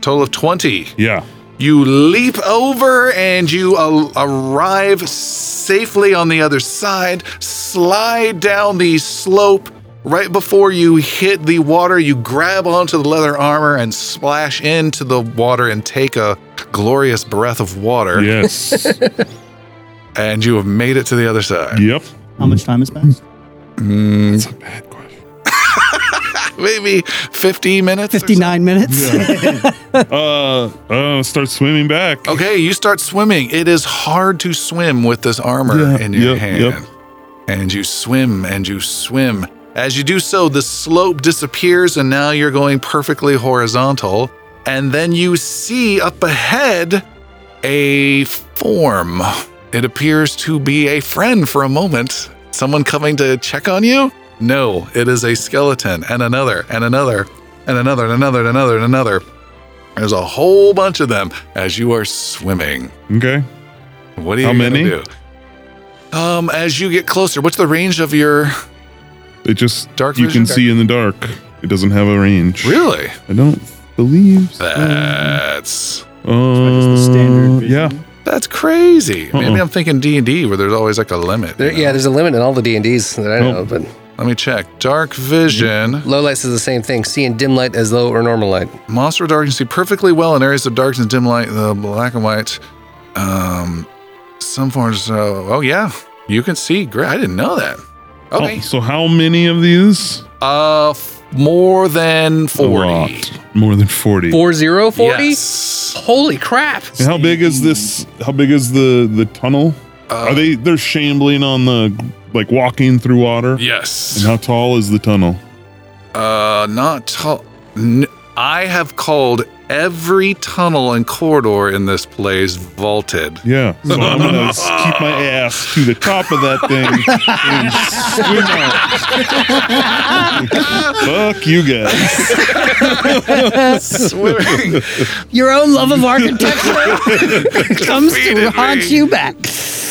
Total of 20.
Yeah.
You leap over and you a- arrive safely on the other side, slide down the slope. Right before you hit the water, you grab onto the leather armor and splash into the water and take a glorious breath of water.
Yes.
And you have made it to the other side.
yep.
How much time has passed?
Mm,
That's a bad question.
maybe 15 minutes? or so?
59 minutes.
Uh, uh, start swimming back.
Okay, you start swimming. It is hard to swim with this armor
Yeah,
in your
yep,
hand.
yep.
And you swim and you swim. As you do so, the slope disappears and now you're going perfectly horizontal. And then you see up ahead a form. It appears to be a friend for a moment. Someone coming to check on you? No, it is a skeleton and another and another and another and another and another and another. There's a whole bunch of them as you are swimming.
Okay.
What do you
How
gonna
many?
do? Um, as you get closer, what's the range of your
It just,
Dark
you
vision?
can see in the dark. It doesn't have a range.
really?
I don't believe so.
That's
Uh, yeah.
that's crazy. Maybe
Uh-uh.
I'm thinking D and D where there's always like a limit. you
There-
know?
yeah, there's a limit in all the D&Ds that I know,
Oh.
of, but
Let me check. Dark vision.
low light is the same thing, seeing dim light as low or normal light.
Monster dark can see perfectly well in areas of darkness, dim light, the black and white. Um, some forms. Uh, oh yeah, you can see. Great. I didn't know that.
Oh,
Okay.
so how many of these?
Uh, f- more than
A
forty.
lot. More than 40.
4040?
Yes.
Oh, Holy crap.
And How big is this? How big is the the tunnel? Are they they're shambling on the like walking through water?
Yes.
And how tall is the tunnel?
Uh, not tall. N- I have called Every tunnel and corridor in this place vaulted.
Yeah. So I'm gonna s- keep my ass to the top of that thing and swim out. Fuck you guys.
Swimming.
Your own love of architecture comes to
Defeated
haunt
me.
you back.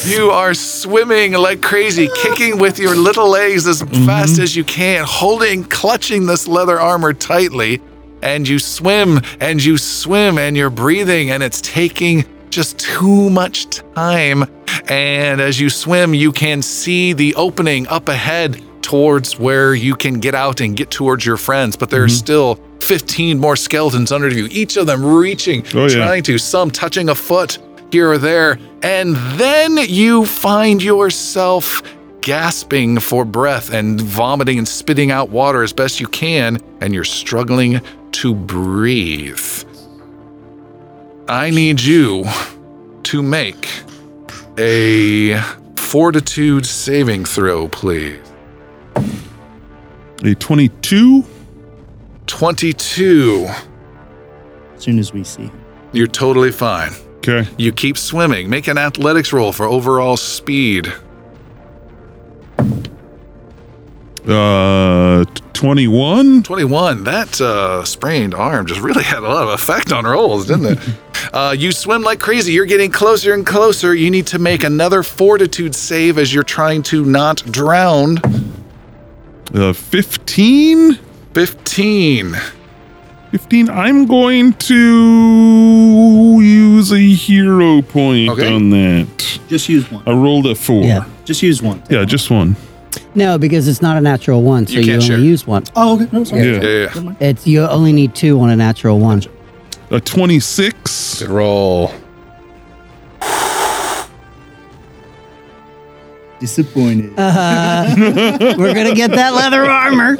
You are swimming like crazy, kicking with your little legs as
Mm-hmm.
fast as you can, holding, clutching this leather armor tightly. And you swim and you swim and you're breathing, and it's taking just too much time. And as you swim, you can see the opening up ahead towards where you can get out and get towards your friends. But there's
Mm-hmm.
still 15 more skeletons under you, each of them reaching,
Oh, yeah.
trying to, some touching a foot here or there. And then you find yourself gasping for breath and vomiting and spitting out water as best you can, and you're struggling to breathe. I need you to make a fortitude saving throw, please.
A 22.
22.
As soon as we see him.
You're totally fine.
Okay.
You keep swimming. Make an athletics roll for overall speed.
Uh, 21.
21. That uh, sprained arm just really had a lot of effect on rolls, didn't it? uh, you swim like crazy. You're getting closer and closer. You need to make another fortitude save as you're trying to not drown.
Uh, 15.
15.
15. I'm going to use a hero point
Okay.
on that.
Just use
Oh.
one.
I rolled a four.
Yeah.
Just use one.
Yeah, just one.
No, because it's not a natural one, so
You
you,
can't
only
share.
use one.
Oh, okay. No, sorry.
Yeah.
Yeah.
Never mind.
It's you only need two on a natural one.
A 26.
Roll.
Disappointed.
We're gonna get that leather armor.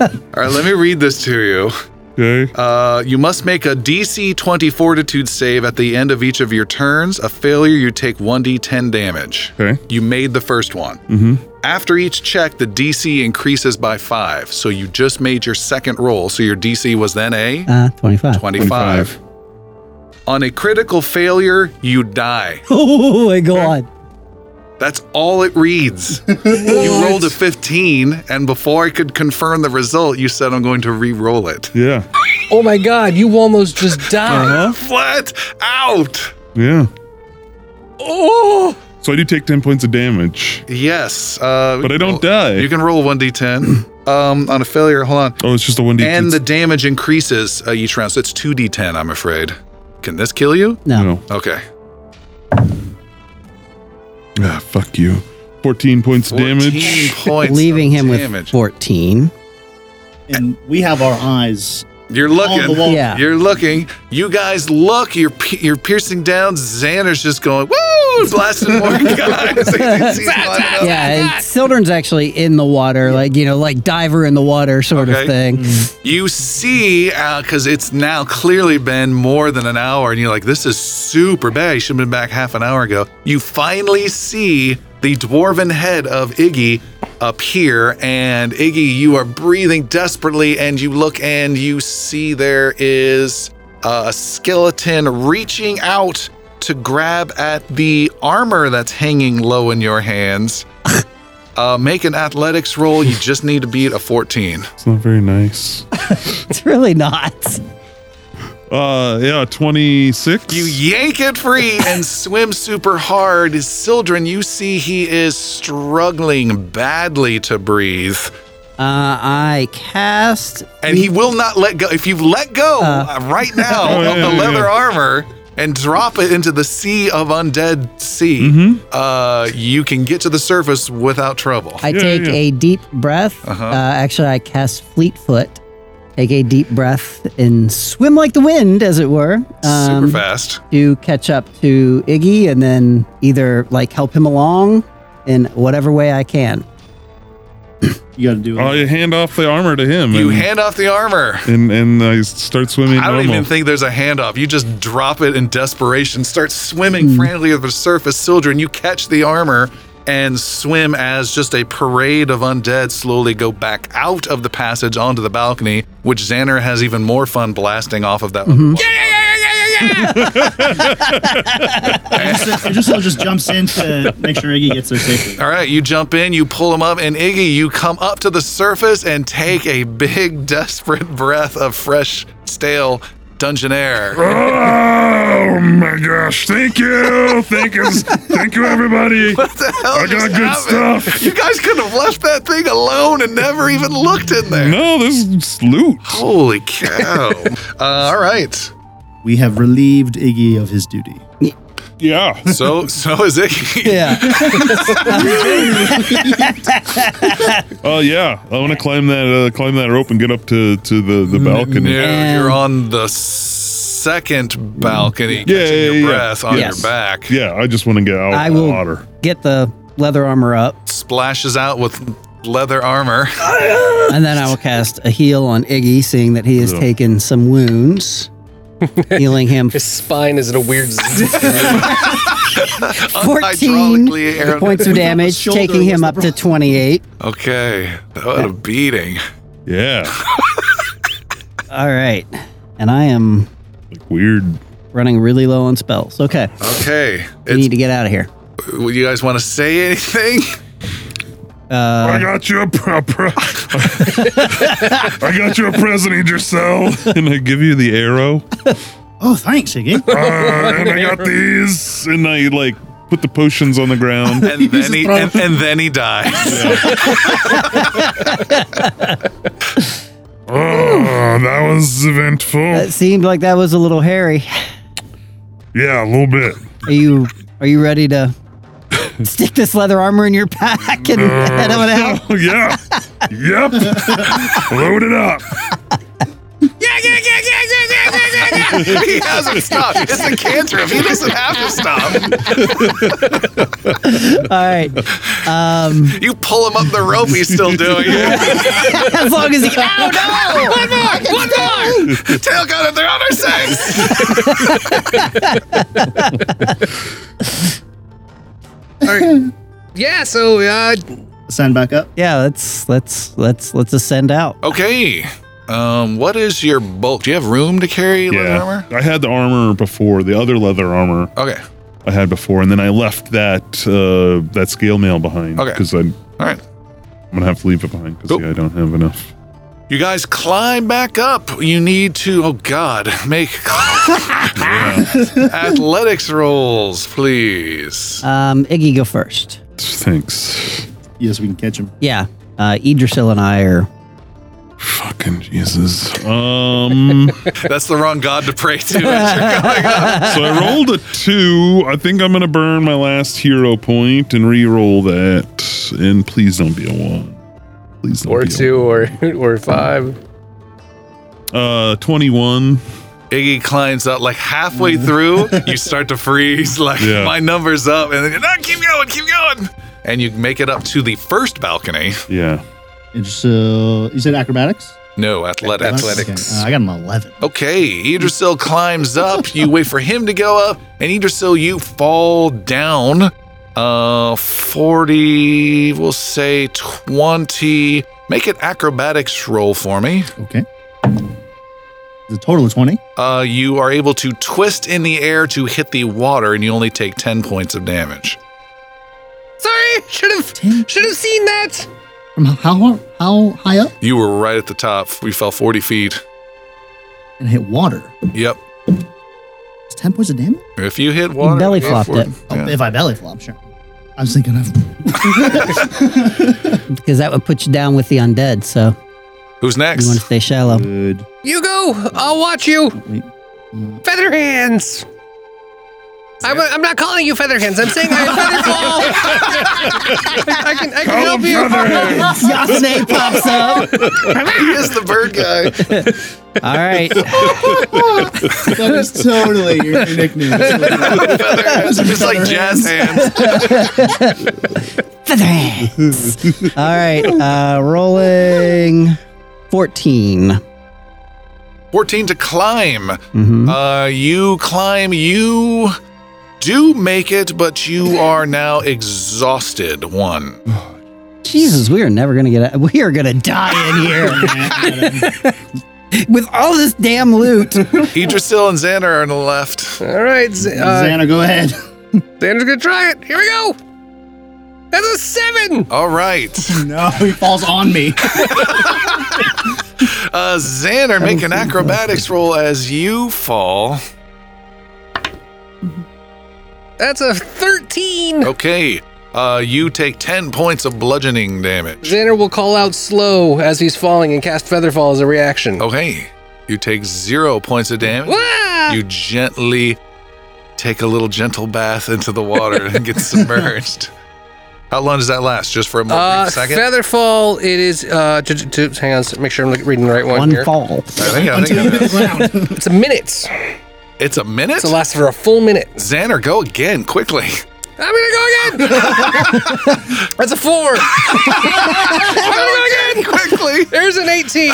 All right, let me read this to you.
Okay.
Uh, you must make a DC 20 fortitude save at the end of each of your turns. A failure, you take 1d10 damage.
Okay.
You made the first one.
Mm-hmm.
After each check, the DC increases by five. So you just made your second roll. So your DC was then a
Uh, Twenty-five.
25. On a critical failure, you die.
Oh my god!
That's all it reads. you rolled a 15, and before I could confirm the result, you said, I'm going to re roll it.
Yeah.
Oh my god, you almost just
Uh-huh.
died.
Uh-huh.
Flat out.
Yeah.
Oh,
So I do take 10 points of damage,
Yes. Uh,
but I don't
roll-
die.
You can roll 1d10 um, on a failure. Hold on.
oh, it's just a 1d10.
And the damage increases uh, each round. So it's 2d10, I'm afraid. Can this kill you?
No.
no.
Okay.
Ah, fuck you. 14 points of
14
damage.
Points
Leaving
of
him with
damage.
fourteen.
and we have our eyes.
You're
On the
looking.
wall.
Yeah.
You're looking. You guys look. You're pe- you're piercing down. Xander's just going, woo! Blasting more guys. He's lining up.
Yeah, and Sildren's actually in the water, like you know, like diver in the water sort
Okay. Mm.
of thing.
You see, because it's now clearly been more than an hour, and you're like, this is super bad. You should have been back half an hour ago. You finally see the dwarven head of Iggy appear, and Iggy, you are breathing desperately, and you look and you see there is a skeleton reaching out to grab at the armor that's hanging low in your hands. Uh, make an athletics roll. You just need to beat a 14.
It's not very nice.
It's really not.
Uh, yeah, 26.
You yank it free and swim super hard. Sildren, you see he is struggling badly to breathe.
Uh, I cast.
And he will not let go. If you've let go uh, right now
Oh, yeah,
of the
yeah,
leather
yeah.
armor and drop it into the sea of undead sea,
Mm-hmm.
uh, you can get to the surface without trouble.
I
Yeah,
take
yeah.
a deep breath. uh actually, I cast Fleetfoot. Take a deep breath and swim like the wind, as it were,
super
um,
fast.
to catch up to Iggy, and then either like help him along in whatever way I can.
You got to do it.
Oh, you hand off the armor to him.
You
and,
hand off the armor.
and, and I start swimming
I don't
normal.
even think there's a handoff. You just drop it in desperation, start swimming frantically over the surface, Sildren. You catch the armor and swim as just a parade of undead slowly go back out of the passage onto the balcony, which Xander has even more fun blasting off of that.
Idrisil just jumps in to make sure Iggy gets there safely.
All right, you jump in, you pull him up, and Iggy, you come up to the surface and take a big, desperate breath of fresh, stale dungeon air.
Oh my gosh! Thank you, thank you, thank you, everybody. I got good stuff.
You guys could have left that thing alone and never even looked in there.
No, this is loot.
Holy cow. uh, all right.
We have relieved Iggy of his duty.
Yeah.
So, so is Iggy.
Yeah.
Oh yeah. I want to climb that uh, climb that rope and get up to to the the balcony.
Yeah,
And-
you're on the second balcony,
Yeah,
catching
yeah, yeah.
your breath on
Yes.
your back.
Yeah, I just want to get out
I
of the
will-
water.
Get the leather armor up,
Splashes out with leather armor.
and then I will cast a heal on Iggy, seeing that he has
Yeah.
taken some wounds, healing him
His spine is in a weird. z-
14
Hydraulically air-
points of damage,
shoulder
taking
was
him
the
up to 28.
Okay, what a beating.
Yeah.
All right. And I am
Like weird.
running really low on spells. Okay.
Okay,
We
it's,
need to get out of here.
you guys want to say anything?
I got you a pre- pre- I got you a present, Idrisel. And I give you the arrow.
Oh, thanks, Iggy.
Uh, and I got these. And I like put the potions on the ground.
And then he and, and then he dies.
Oh, that was eventful.
That seemed like that was a little hairy.
Yeah, a little bit.
Are you are you ready to stick this leather armor in your pack and head on out?
Oh, yeah. yep. Load it up.
he hasn't stopped. It's a cantrip. He doesn't have to stop.
All right.
You pull him up the rope. He's still doing it.
As long as Oh, he can.
Oh, No, one more, one more. Tail gun at the other six.
yeah. So uh,
Send back up.
Yeah, let's let's let's let's ascend out.
Okay. Um, what is your bulk? Do you have room to carry leather
Yeah.
armor?
I had the armor before, the other leather armor
Okay.
I had before, and then I left that uh, that scale mail behind
Okay.
because I'm,
All right.
I'm gonna have to leave it behind because
Cool.
yeah, I don't have enough.
You guys climb back up. You need to, oh God, make athletics rolls, please.
Um, Iggy, go first.
Thanks.
Yes, we can catch him.
Yeah. Uh, Idrisil and I are.
Fucking Jesus. Um.
That's the wrong God to pray to. as you're going up.
so I rolled a two. I think I'm gonna burn my last hero point and re-roll that. And please don't be a one. Please don't
or
be a
two or or five.
Uh, 21.
Iggy climbs up like halfway through. You start to freeze, like
Yeah.
my number's up, and then you're not. Keep going, keep going, and you make it up to the first balcony.
Yeah.
Idrisil, you said acrobatics?
No athletics.
Athletics.
Okay, uh, I got an 11.
Okay, Idrisil climbs up. You wait for him to go up, and Idrisil, you fall down. Uh, forty. We'll say twenty. Make an acrobatics roll for me.
Okay. The total of 20.
Uh, you are able to twist in the air to hit the water, and you only take ten points of damage.
Sorry, should have should have seen that.
From how how high up?
You were right at the top. We fell forty feet.
And hit water.
Yep.
It's 10 points of damage?
If you hit water,
belly
go
flopped
for
it.
Oh,
Yeah.
If I belly flop, sure. I was thinking of.
Because that would put you down with the undead, so
Who's
you want to
next?
stay shallow.
Good.
You go. I'll watch you.
Wait.
Feather hands. I'm, I'm not calling you feather hands. I'm saying I have feather fall. I can, I can help you.
Yasne pops up.
he is the bird guy.
All right.
That is totally your your nickname.
Just like jazz hands.
Feather hands. All right. Uh, rolling 14.
14 to climb.
Mhm.
Uh, you climb, you do make it, but you are now exhausted. One.
Jesus, we are never gonna get. Out. We are gonna die in here with all this damn loot.
Idrisil and Xander are on the left.
All right, Z- uh,
Xana, go ahead.
Xander's gonna try it. Here we go. That's a seven.
All right.
no, he falls on me.
Uh, Xander, make an acrobatics roll as you fall.
That's a thirteen.
Okay. Uh, you take 10 points of bludgeoning damage.
Xander will call out slow as he's falling and cast Featherfall as a
Oh.
reaction.
Okay. You take zero points of damage.
Ah!
You gently take a little gentle bath into the water and get submerged. How long does that last? Just for a moment,
Uh,
second?
Featherfall. It is. Uh, j- j- j- hang on. Make sure I'm look- reading the right one,
One
here.
fall.
I think, I think it is.
It's a minute.
it's a minute?
It lasts for a full minute.
Xander, go again quickly.
I'm gonna go again. That's a four.
Go again quickly.
There's an eighteen.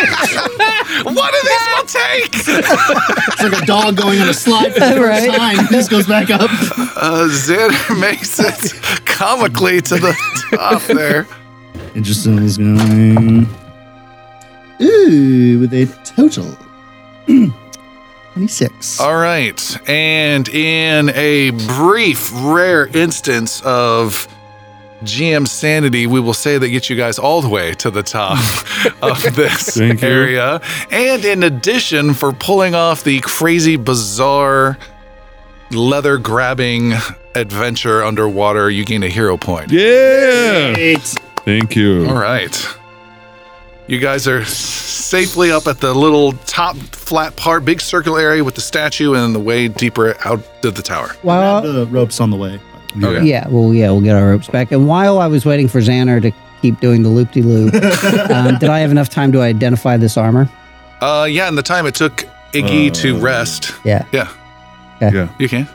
One of these will take.
It's like a dog going on a slide for the first
Right.
time. This goes back up.
Uh, Xander makes it comically to the top there.
Interesting. is going.
Ooh, with a total 26.
All right. And in a brief, rare instance of GM sanity, we will say that gets you guys all the way to the top of this
Thank you.
area. And in addition, for pulling off the crazy, bizarre, leather grabbing adventure underwater, you gain a hero point.
Yeah.
Eight.
Thank you.
All right. You guys are safely up at the little top flat part, big circle area with the statue, and the way deeper out of the tower.
While
The rope's on the way.
Okay.
yeah, well, yeah, we'll get our ropes back. And while I was waiting for Xander to keep doing the loop de loop, um, did I have enough time to identify this armor?
Uh, yeah, and the time it took Iggy to rest.
Yeah.
Yeah.
Okay.
Yeah.
You can.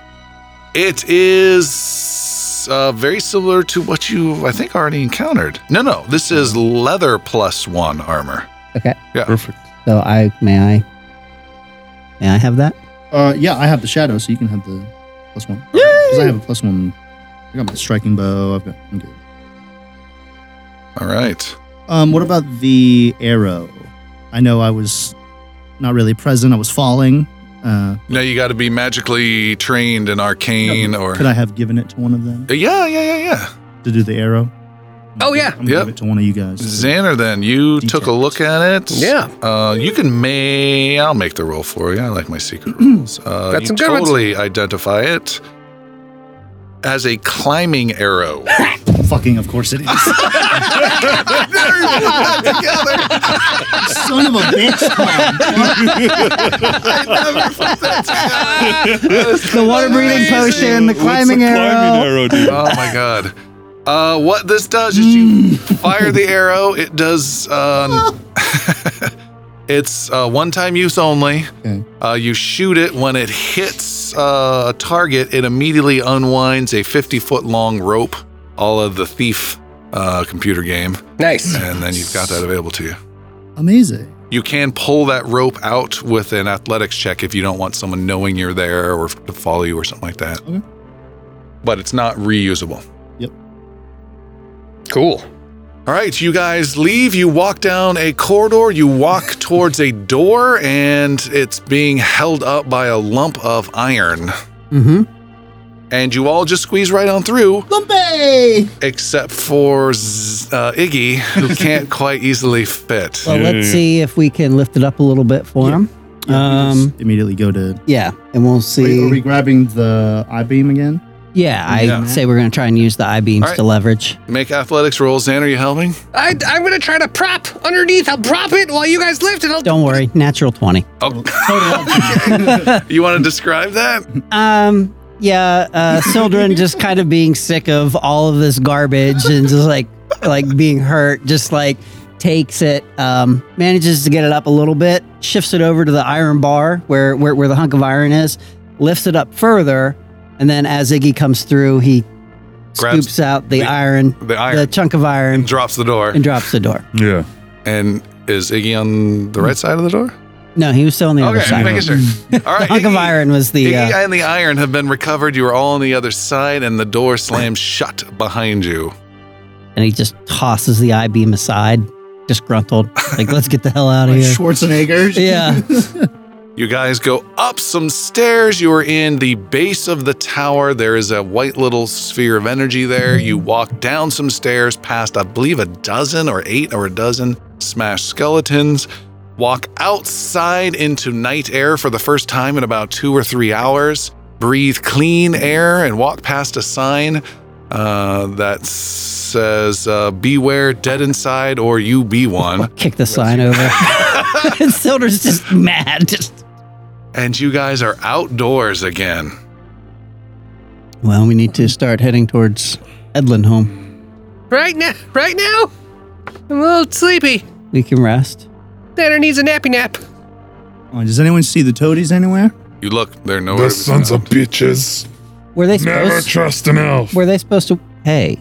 It is uh, very similar to what you, I think, already encountered. No, no, this is leather plus one armor.
Perfect.
So I may I may I have that?
Uh, yeah, I have the shadow, so you can have the plus one. Because I have a plus one. I got my striking bow. I've got. I'm good.
All right.
Um, what about the arrow? I know I was not really present. I was falling. Uh,
Now you got to be magically trained in arcane or.
could I have given it to one of them
yeah, yeah, yeah, yeah.
to do the arrow?
Oh, yeah.
I'm gonna
Yep.
give it to one of you guys.
Xander, then you took a look at it.
Yeah.
Uh, you can may I'll make the roll for you. I like my secret rules. Uh,
Got
you
some good ones.
totally identify it as a climbing arrow.
Fucking, of course it is. Son of a bitch!
The water breathing potion, the climbing
What's the climbing
arrow.
arrow, dude?
oh my god. Uh, what this does is you fire the arrow. It does. Um, it's uh, one-time use only.
Okay.
Uh, you shoot it when it hits uh, a target. It immediately unwinds a 50-foot-long rope, all of the thief uh, computer game,
nice.
and then you've got that available to you.
Amazing.
You can pull that rope out with an athletics check if you don't want someone knowing you're there or to follow you or something like that.
Okay.
But it's not reusable.
Cool.
All right, you guys leave. You walk down a corridor. You walk towards a door, and it's being held up by a lump of iron.
Mm-hmm.
And you all just squeeze right on through,
Lumpy!
except for Z- uh, Iggy, who can't quite easily fit.
Well,
Yeah,
let's
yeah.
see if we can lift it up a little bit for him.
Yeah, we
Um,
just immediately go to.
yeah, and we'll see.
Wait, are we grabbing the I beam again?
yeah, I
Yeah.
say we're gonna try and use the I beams
All right.
to leverage.
Make athletics rolls. Xan, are you helping?
I, I'm gonna try to prop underneath. I'll prop it while you guys lift, and I'll.
Don't worry, natural twenty.
Oh. you want to describe that?
Um, yeah, uh, Sildren just kind of being sick of all of this garbage and just like like being hurt, just like takes it, um, manages to get it up a little bit, shifts it over to the iron bar where where, where the hunk of iron is, lifts it up further, and then as Iggy comes through, he
Grabs
scoops out the,
the-
iron,
The iron
the chunk of iron,
drops the door.
and drops the door.
Yeah.
And is Iggy on the right side of the door?
No, he was still on the other
Okay,
side.
making sure. All right.
Hunk of
Iggy-
Iron was the.
Iggy
Uh,
and the iron have been recovered. You are all on the other side, and the door slams shut behind you.
and he just tosses the I beam aside, disgruntled. Like, let's get the hell out of
Like
here.
Schwarzenegger.
Yeah.
You guys go up some stairs. You are in the base of the tower. There is a white little sphere of energy there. You walk down some stairs past, I believe, a dozen or eight or a dozen smashed skeletons. Walk outside into night air for the first time in about two or three hours. Breathe clean air and walk past a sign uh, that says, uh, Beware dead inside or you be one.
Kick the sign over. and Silder's just mad. Just,
and you guys are outdoors again.
well, we need to start heading towards Edlin home.
Right now, right now, I'm a little sleepy.
We can rest.
Xander needs a nappy nap.
Oh, does anyone see the toadies anywhere?
You look, they're nowhere.
The
to be
sons
found.
of bitches.
Were they
Never
supposed?
trust an elf.
were they supposed to? Hey.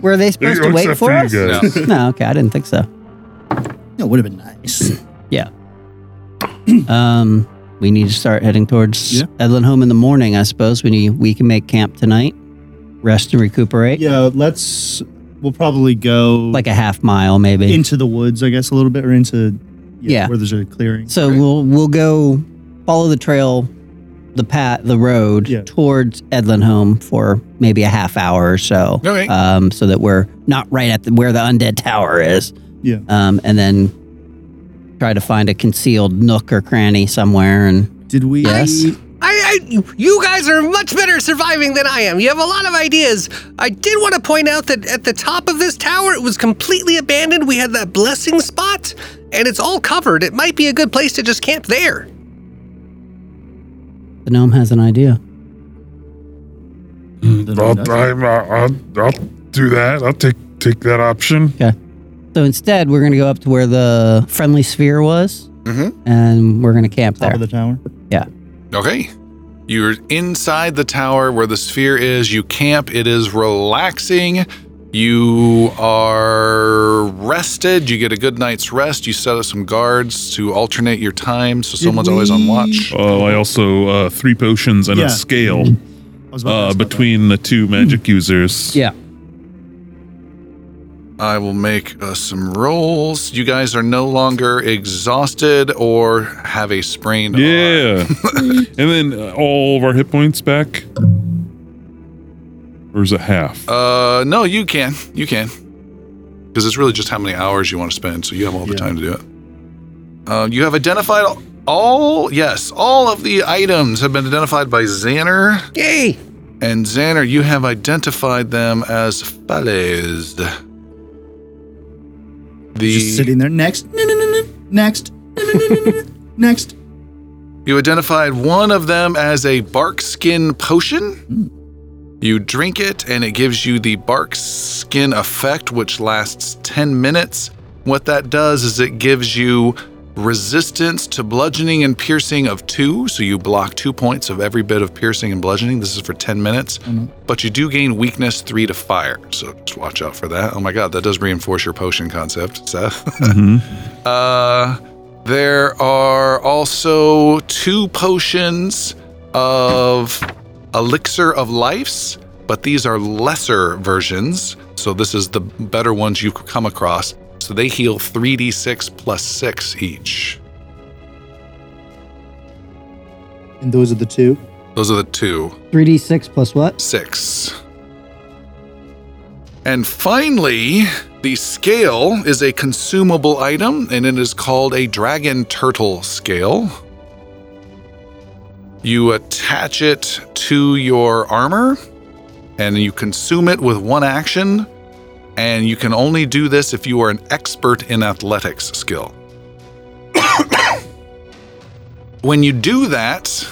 were they supposed to wait
Except
for us?
you guys.
No, okay, I didn't think so.
That would have been nice.
Um, we need to start heading towards
Yeah.
Edlin home in the morning, I suppose. We need, we can make camp tonight, rest and recuperate,
yeah, let's. We'll probably go
like a half mile maybe.
into the woods, I guess, a little bit, or into
Yeah.
where there's a clearing.
so we'll we'll go follow the trail, the path, the road
Yeah.
towards Edlin home for maybe a half hour or so.
Okay.
Um, so that we're not right at the, where the undead tower is.
Yeah.
Um, and then try to find a concealed nook or cranny somewhere and
Did we?
Yes.
I, I, you guys are much better at surviving than I am. You have a lot of ideas. I did want to point out that at the top of this tower, it was completely abandoned. We had that blessing spot, and it's all covered. It might be a good place to just camp there.
the gnome has an idea.
Then we
I'll,
don't.
I, I, I'll, I'll do that. I'll take take that option.
So instead, we're going to go up to where the friendly sphere was,
Mhm.
Mm-hmm. and we're going to camp
Top
there.
of the tower.
Okay. You're inside the tower where the sphere is. You camp. It is relaxing. You are rested. You get a good night's rest. You set up some guards to alternate your time so someone's always on
we-
watch.
Oh, I also uh, three potions and
Yeah.
a scale
Mm-hmm.
I was about to
uh,
ask about that.
between the two magic users.
yeah,
I will make uh, some rolls. You guys are no longer exhausted or have a sprained arm.
Yeah. and then uh, all of our hit points back. Or is it half?
Uh, no, you can. You can. Because it's really just how many hours you want to spend. So you have all the
Yeah.
time to do it. Uh, you have identified all, all, yes, all of the items have been identified by Xanner.
Yay!
And Xanner, you have identified them as Falez.
Just
The,
sitting there. Next. No, no, no, no. Next. No, no, no, no, no, no. Next.
you identified one of them as a bark skin potion. You drink it and it gives you the bark skin effect, which lasts 10 minutes. What that does is it gives you resistance to bludgeoning and piercing of two. So you block two points of every bit of piercing and bludgeoning. This is for 10 minutes, but you do gain weakness three to fire. So just watch out for that. Oh my God, that does reinforce your potion concept, Seth. uh, there are also two potions of Elixir of Lives, but these are lesser versions. So this is the better ones you've come across. So they heal 3d6 plus 6 each.
And those are the two.
Those are the two.
three d six plus what?
6. And finally, the scale is a consumable item and it is called a dragon turtle scale. You attach it to your armor and you consume it with one action. And you can only do this if you are an expert in athletics skill. when you do that,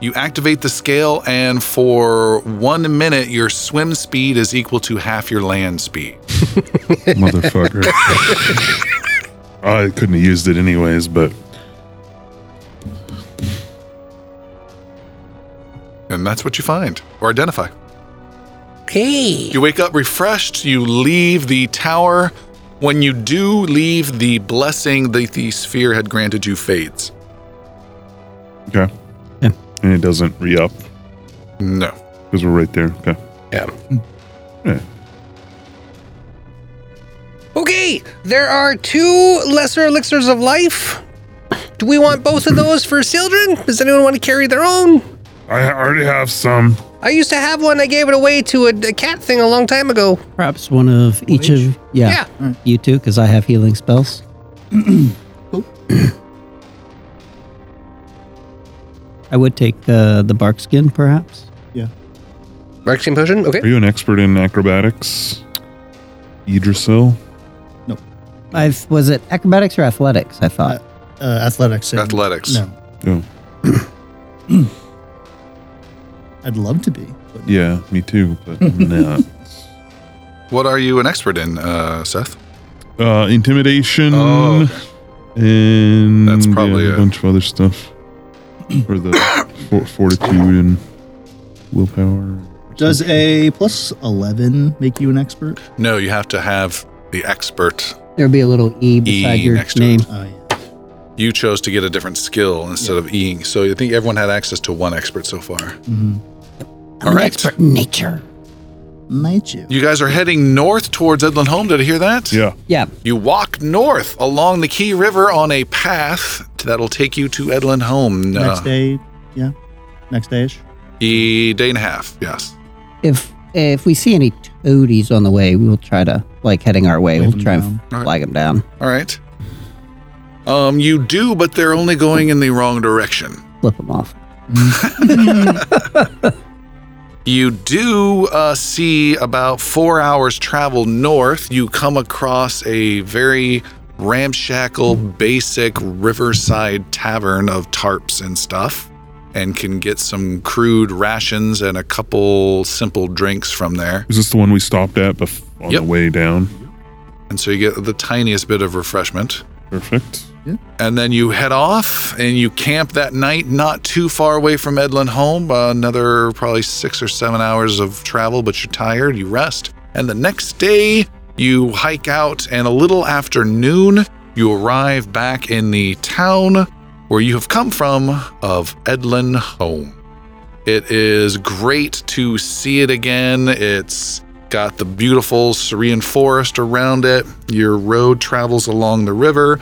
you activate the scale, and for one minute, your swim speed is equal to half your land speed.
Motherfucker. I couldn't have used it anyways, but
And that's what you find or identify.
Okay.
You wake up refreshed, you leave the tower. When you do leave, the blessing that the sphere had granted you fades.
Okay.
Yeah.
And it doesn't re up
No.
because we're right there. Okay.
Yeah.
Yeah.
Okay, there are two lesser elixirs of life. Do we want both of those for children? Does anyone want to carry their own?
I already have some.
I used to have one. I gave it away to a, a cat thing a long time ago.
Perhaps one of each of yeah, you two because I have healing spells. I would take uh, the bark skin, perhaps.
Marketing potion. Okay.
Are you an expert in acrobatics, Idrisil?
I was it acrobatics or athletics? I thought.
Uh, athletics. and-
Athletics.
No,
Oh,
I'd love to be. But
yeah, me too, but I'm not.
What are you an expert in, uh, Seth?
Uh, intimidation.
Oh, okay.
And
That's probably
yeah,
it.
a bunch of other stuff, or the for- fortitude and willpower.
does a plus eleven make you an expert?
No, you have to have the expert.
There'd be a little e beside your
next to
name.
it.
Oh yeah.
You chose to get a different skill instead of eing. So I think everyone had access to one expert so far.
Mm-hmm.
All
an
right.
expert in nature.
Might you?
You guys are heading north towards Edlin Home. Did I hear that?
Yeah.
Yeah,
You walk north along the Key River on a path to- that'll take you to Edlin Home.
Next day. Yeah. Next dayish.
E day and a half. Yes.
if if we see any toadies on the way, we will try to like heading our way.
Wave
We'll
them
try and
down.
flag them down,
All right. Um, you do, but they're only going in the wrong direction.
flip them off.
You do uh, see about four hours travel north. You come across a very ramshackle, basic riverside tavern of tarps and stuff, and can get some crude rations and a couple simple drinks from there.
Is this the one we stopped at bef- on
Yep.
the way down?
And so you get the tiniest bit of refreshment.
Perfect.
And then you head off and you camp that night, not too far away from Edlin home, uh, another probably six or seven hours of travel, but you're tired, you rest. And the next day, you hike out, and a little after noon, you arrive back in the town where you have come from of Edlin home. It is great to see it again. It's got the beautiful Syrian forest around it. Your road travels along the river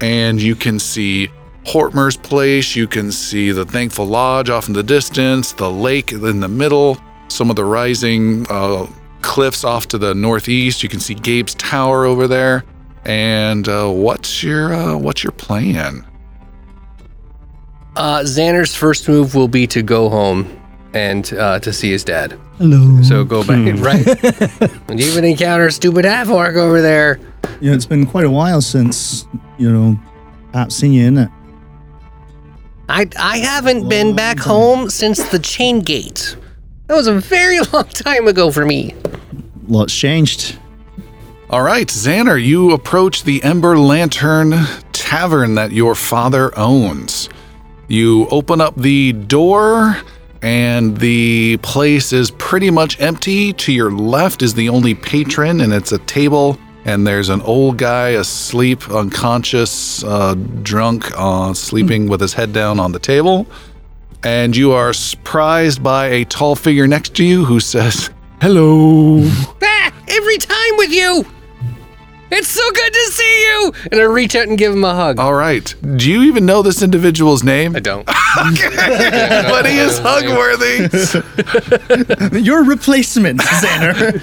and you can see Hortmer's place. You can see the Thankful Lodge off in the distance, the lake in the middle, some of the rising uh, cliffs off to the northeast. You can see Gabe's Tower over there. And uh, what's your uh, what's your plan?
Uh, Xander's first move will be to go home and uh, to see his dad.
Hello.
So go back, right? and even encounter stupid half orc over there.
You know, it's been quite a while since you know, Pat's seen you in it.
I I haven't been back home since the chain gate. That was a very long time ago for me.
Lots changed.
All right, Xander, you approach the Ember Lantern Tavern that your father owns. You open up the door, and the place is pretty much empty. To your left is the only patron, and it's a table, and there's an old guy asleep, unconscious, uh, drunk, uh, sleeping with his head down on the table. And you are surprised by a tall figure next to you who says, Hello.
Ah, every time with you.
It's so good to see you! And I reach out and give him a hug.
All right. Do you even know this individual's name?
I don't.
but he is hug worthy.
Your replacement, Xander.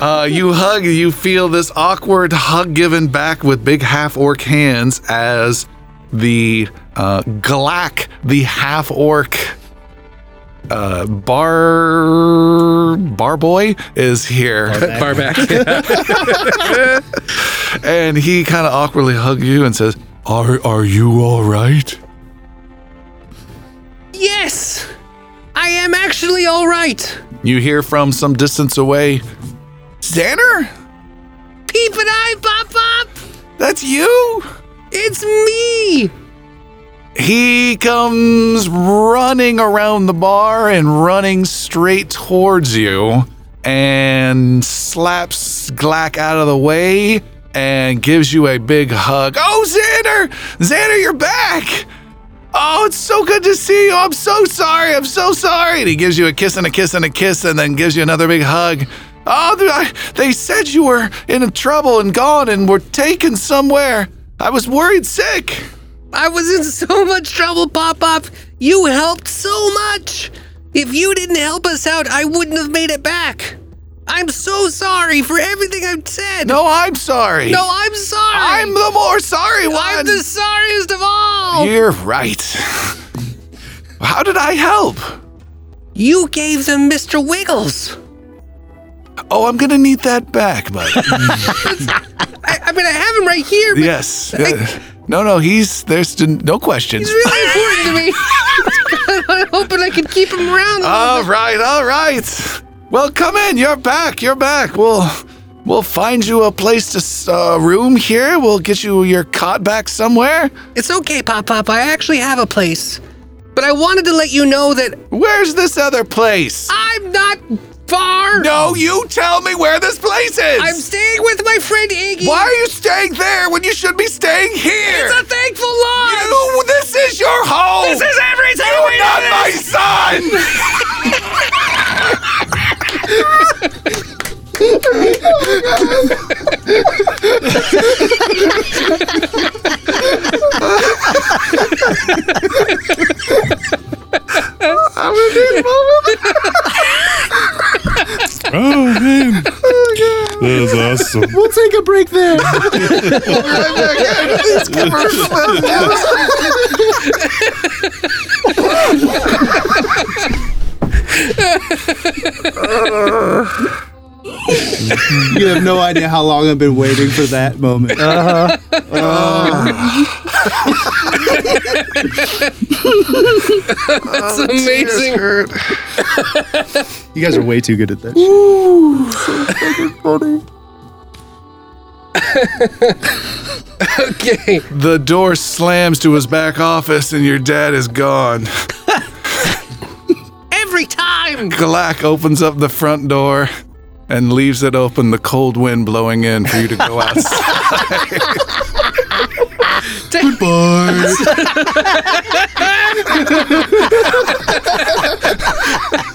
Uh, you hug, you feel this awkward hug given back with big half orc hands as the uh, Galak, the half orc uh, bar bar boy, is here.
Far back.
and he kind of awkwardly hugs you and says, are, are you all right?
Yes, I am actually all right.
You hear from some distance away, Xander?
Peep and I pop pop.
That's you?
It's me.
He comes running around the bar and running straight towards you and slaps Glack out of the way and gives you a big hug. Oh, Xander! Xander, you're back! Oh, it's so good to see you. I'm so sorry. I'm so sorry. And he gives you a kiss and a kiss and a kiss and then gives you another big hug. Oh, th- I- they said you were in trouble and gone and were taken somewhere. I was worried sick.
I was in so much trouble, Pop Pop. You helped so much. If you didn't help us out, I wouldn't have made it back. I'm so sorry for everything I've said.
No, I'm sorry.
No, I'm sorry.
I'm the more sorry one.
I'm the sorriest of all.
You're right. How did I help?
You gave them Mr. Wiggles.
Oh, I'm gonna need that back, Mike.
I, I mean, I have him right here, but
yes. Uh, No, no, he's there's no questions.
it's really important to me. I'm hoping I can keep him around. a
All right, all right. Well, come in. You're back. You're back. We'll we'll find you a place to s- uh, room here. We'll get you your cot back somewhere.
It's okay, Pop Pop. I actually have a place. But I wanted to let you know that
Where's this other place?
I'm not far.
No, you tell me where this place is.
I'm staying with my friend Iggy.
Why are you staying there when you should be staying here?
It's a thankful lodge.
you, this is your home.
This is every time
You're
we
not
do
my
this.
son.
Oh man, that was awesome.
We'll take a break there. you have no idea how long I've been waiting for that moment.
That's amazing.
You guys are way too good at this. Ooh,
Okay.
The door slams to his back office, and your dad is gone.
Every time.
Galak opens up the front door and leaves it open, the cold wind blowing in for you to go outside.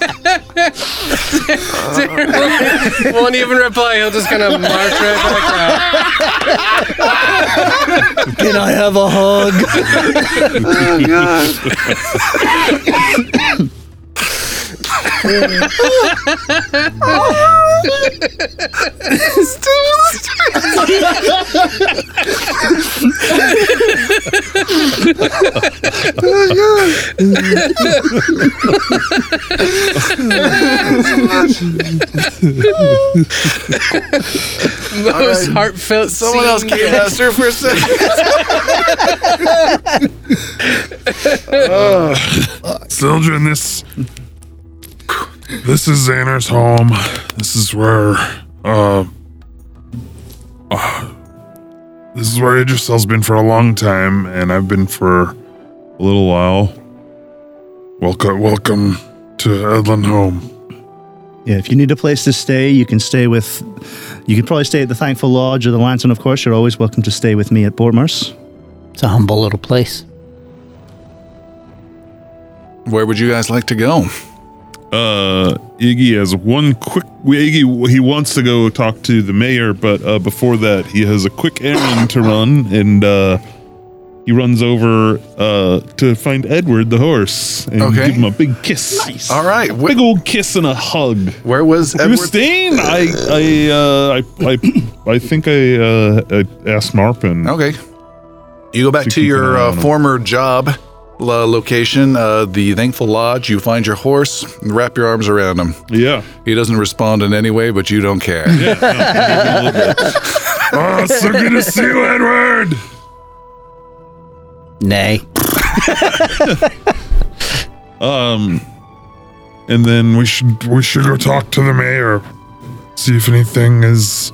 Won't even reply. He'll just kind of march right back out.
Can I have a hug?
Most heartfelt.
Someone else
scene.
can Esther for a second.
Children, this this is Xander's home. This is where uh, uh this is where Idrisel's been for a long time, and I've been for a little while. Welcome, welcome to Edlin home.
Yeah, if you need a place to stay, you can stay with. You could probably stay at the Thankful Lodge or the Lantern, of course. You're always welcome to stay with me at Bortmers.
It's a humble little place.
Where would you guys like to go?
Uh, Iggy has one quick. Iggy he wants to go talk to the mayor, but uh, before that, he has a quick errand to run, and uh, he runs over uh, to find Edward the horse and
Okay.
give him a big kiss. Nice.
All right. Wh-
Big old kiss and a hug.
where was
Edward-
Edward?
I I uh, I, I I think I, uh, I asked Marpin.
Okay. You go back
To
to
keep an
your
eye
uh,
on him.
former job lo- location, uh, the Thankful Lodge. You find your horse and wrap your arms around him.
Yeah.
He doesn't respond in any way, but you don't care.
oh, it's so good to see you, Edward.
Nay.
Um, and then we should we should go talk to the mayor, see if anything has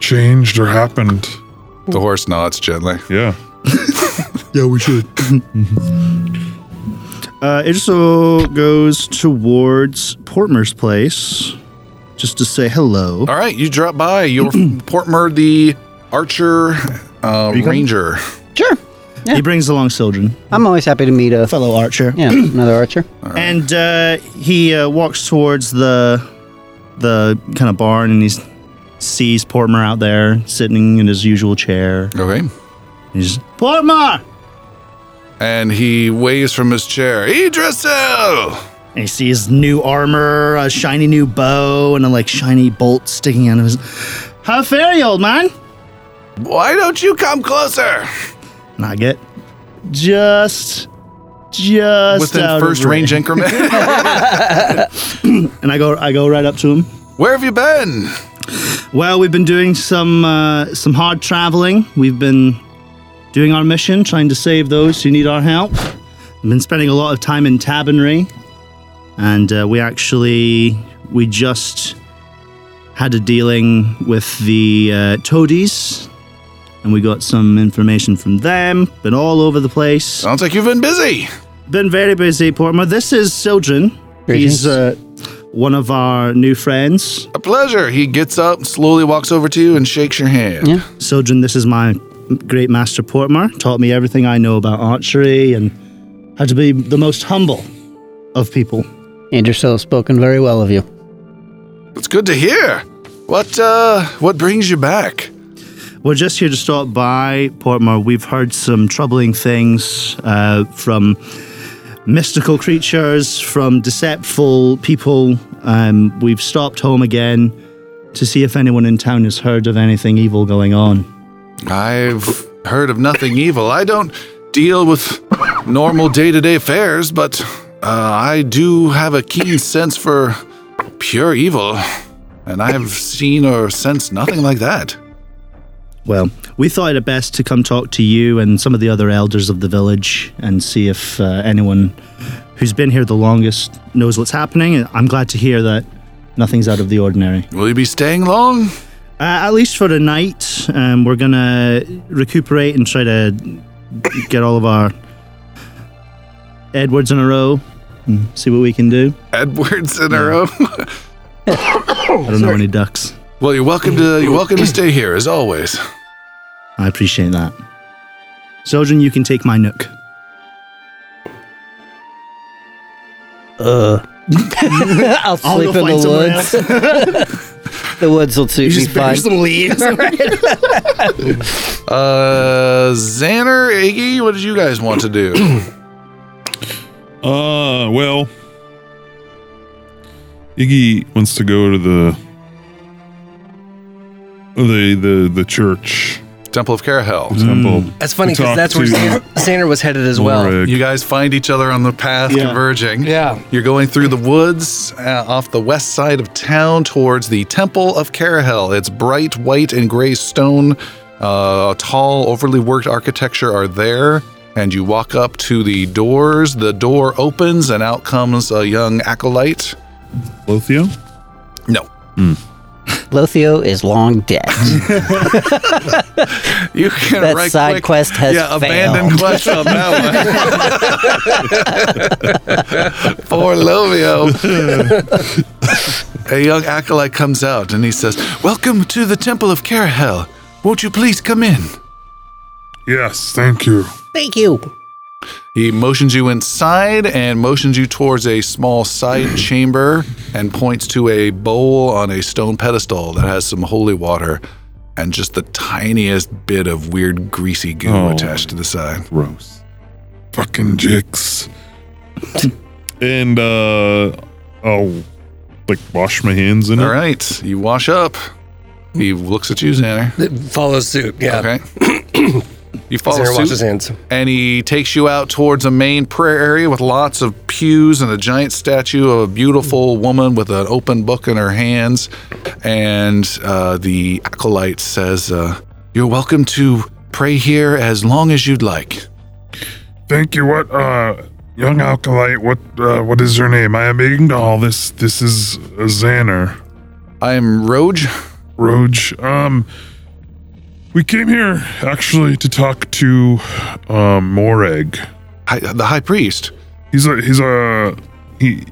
changed or happened.
The horse nods gently.
Yeah.
yeah, we should.
Uh, it also goes towards Portmer's place just to say hello.
All right, you drop by. You're Portmer the archer, uh,
you coming?
ranger.
Sure. Yeah.
He brings along Sildren,
I'm always happy to meet a
fellow archer.
yeah another archer.
And uh, he uh, walks towards the the kind of barn, and he sees Portmer out there sitting in his usual chair.
Okay.
He's Portmer,
And he waves from his chair. Idrisil!
and he sees new armor, a shiny new bow, and a like shiny bolt sticking out of his. How fare you, old man?
Why don't you come closer?
And I get just, just
Within
out
first
of ra-
range increment.
And I go, I go right up to him.
Where have you been?
Well, we've been doing some uh, some hard traveling. We've been doing our mission, trying to save those who need our help. We've been spending a lot of time in Tabernary, and uh, we actually we just had a dealing with the uh, Toadies, and we got some information from them. Been all over the place.
Sounds like you've been busy.
Been very busy, Portmore. This is Sildren. He's uh, one of our new friends.
A pleasure. He gets up, slowly walks over to you, and shakes your hand.
Yeah.
Sildren, this is my great master Portmar. Taught me everything I know about archery and how to be the most humble of people.
Andrew Sill has spoken very well of you.
It's good to hear. What uh what brings you back?
We're just here to stop by Portmar. We've heard some troubling things uh, from mystical creatures, from deceptful people. Um, we've stopped home again to see if anyone in town has heard of anything evil going on.
I've heard of nothing evil. I don't deal with normal day to day affairs, but uh, I do have a keen sense for pure evil, and I've seen or sensed nothing like that.
Well, we thought it best to come talk to you and some of the other elders of the village and see if uh, anyone who's been here the longest knows what's happening. And I'm glad to hear that nothing's out of the ordinary.
Will you be staying long?
Uh, at least for the night, um, we're going to recuperate and try to get all of our Edwards in a row and see what we can do.
Edwards in a row.
I don't know any ducks.
well, you're welcome to you're welcome to stay here as always.
I appreciate that. Sojourn, you can take my nook.
I'll sleep in the woods. The woods will suit me fine.
leaves.
Uh, Xander, Iggy, what did you guys want to do?
Uh, well, Iggy wants to go to the oh, the the the church
Temple of Carahel.
temple.
That's funny
To
because
talk
that's where
to
Xan- Xander was headed as well.
Ulrich.
You guys find each other on the path
Yeah.
converging.
Yeah.
You're going through the woods uh, off the west side of town towards the Temple of Carahel. It's bright white and gray stone, uh, tall, overly worked architecture are there. And you walk up to the doors. The door opens, and out comes a young acolyte.
Lothian?
No,
Lotho is long dead.
you can
That
right
side
click-
quest has
yeah, abandoned
failed.
quest on that one. Poor Lovio. A young acolyte comes out and he says, "Welcome to the Temple of Carahel. Won't you please come in?"
Yes, thank you.
Thank you.
He motions you inside and motions you towards a small side chamber and points to a bowl on a stone pedestal that has some holy water and just the tiniest bit of weird greasy goo
Oh.
attached to the side.
Gross. Fucking jicks. and uh I'll like wash my hands in
Hmm?
All
it.
right, you wash up. He looks at you, Xander.
It follows suit. Hmm? Yeah.
Okay. you follow
Xander washes
suit,
hands.
and he takes you out towards a main prayer area with lots of pews and a giant statue of a beautiful
Hmm.
woman with an open book in her hands. And uh, the acolyte says, uh, "You're welcome to pray here as long as you'd like."
Thank you. What uh young alkalite, what uh what is your name? I am Ignal. This this is a Xaner.
I'm Roge.
Roge. Um we came here actually to talk to um Moreg.
Hi, the high priest.
He's a he's a he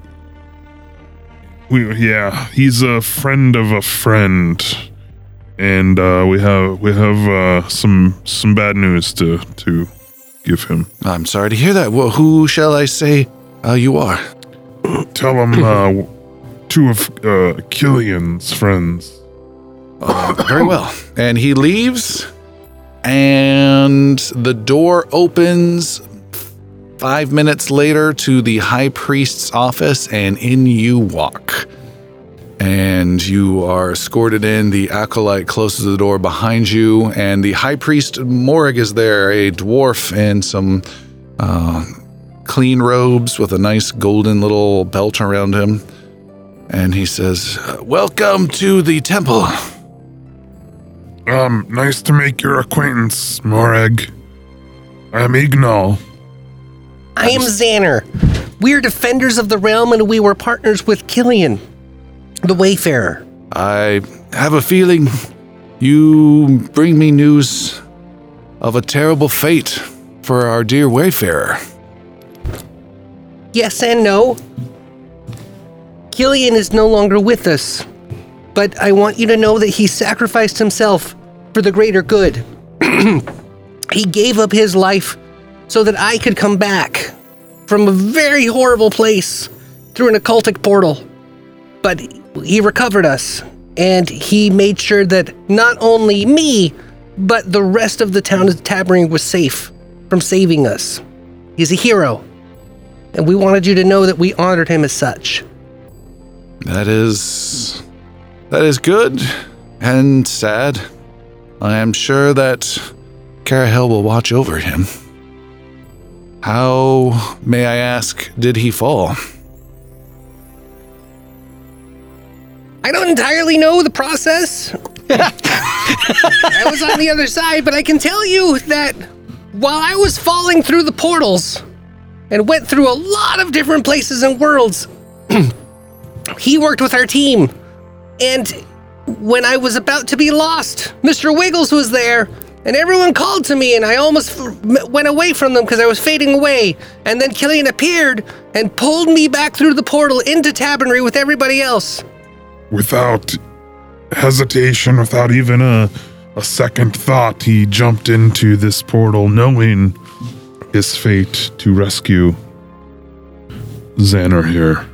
we yeah, he's a friend of a friend. and uh, we have we have uh, some some bad news to to give him.
I'm sorry to hear that. Well, who shall I say uh, you are?
Tell him uh, two of uh, Killian's friends.
Uh, very well. And he leaves, and the door opens five minutes later to the high priest's office, and in you walk. And you are escorted in. The acolyte closes the door behind you, and the high priest Morig is there, a dwarf in some uh, clean robes with a nice golden little belt around him. And he says, Welcome to the temple.
Um, nice to make your acquaintance, Morag. I'm Ignal.
I am Xaner. We're defenders of the realm and we were partners with Killian, the Wayfarer.
I have a feeling you bring me news of a terrible fate for our dear wayfarer.
Yes and no. Killian is no longer with us, but I want you to know that he sacrificed himself for the greater good. he gave up his life so that I could come back from a very horrible place through an occultic portal. But he recovered us, and he made sure that not only me, but the rest of the town of Tabering was safe from saving us. He's a hero and we wanted you to know that we honored him as such.
That is. That is good and sad. I am sure that Carahel will watch over him. How, may I ask, did he fall?
I don't entirely know the process. I was on the other side, but I can tell you that while I was falling through the portals and went through a lot of different places and worlds, he worked with our team. And when I was about to be lost, Mr. Wiggles was there, and everyone called to me, and I almost f- m- went away from them because I was fading away. And then Killian appeared and pulled me back through the portal into Tabernary with everybody else.
Without hesitation, without even a a second thought, he jumped into this portal, knowing his fate to rescue Xander here.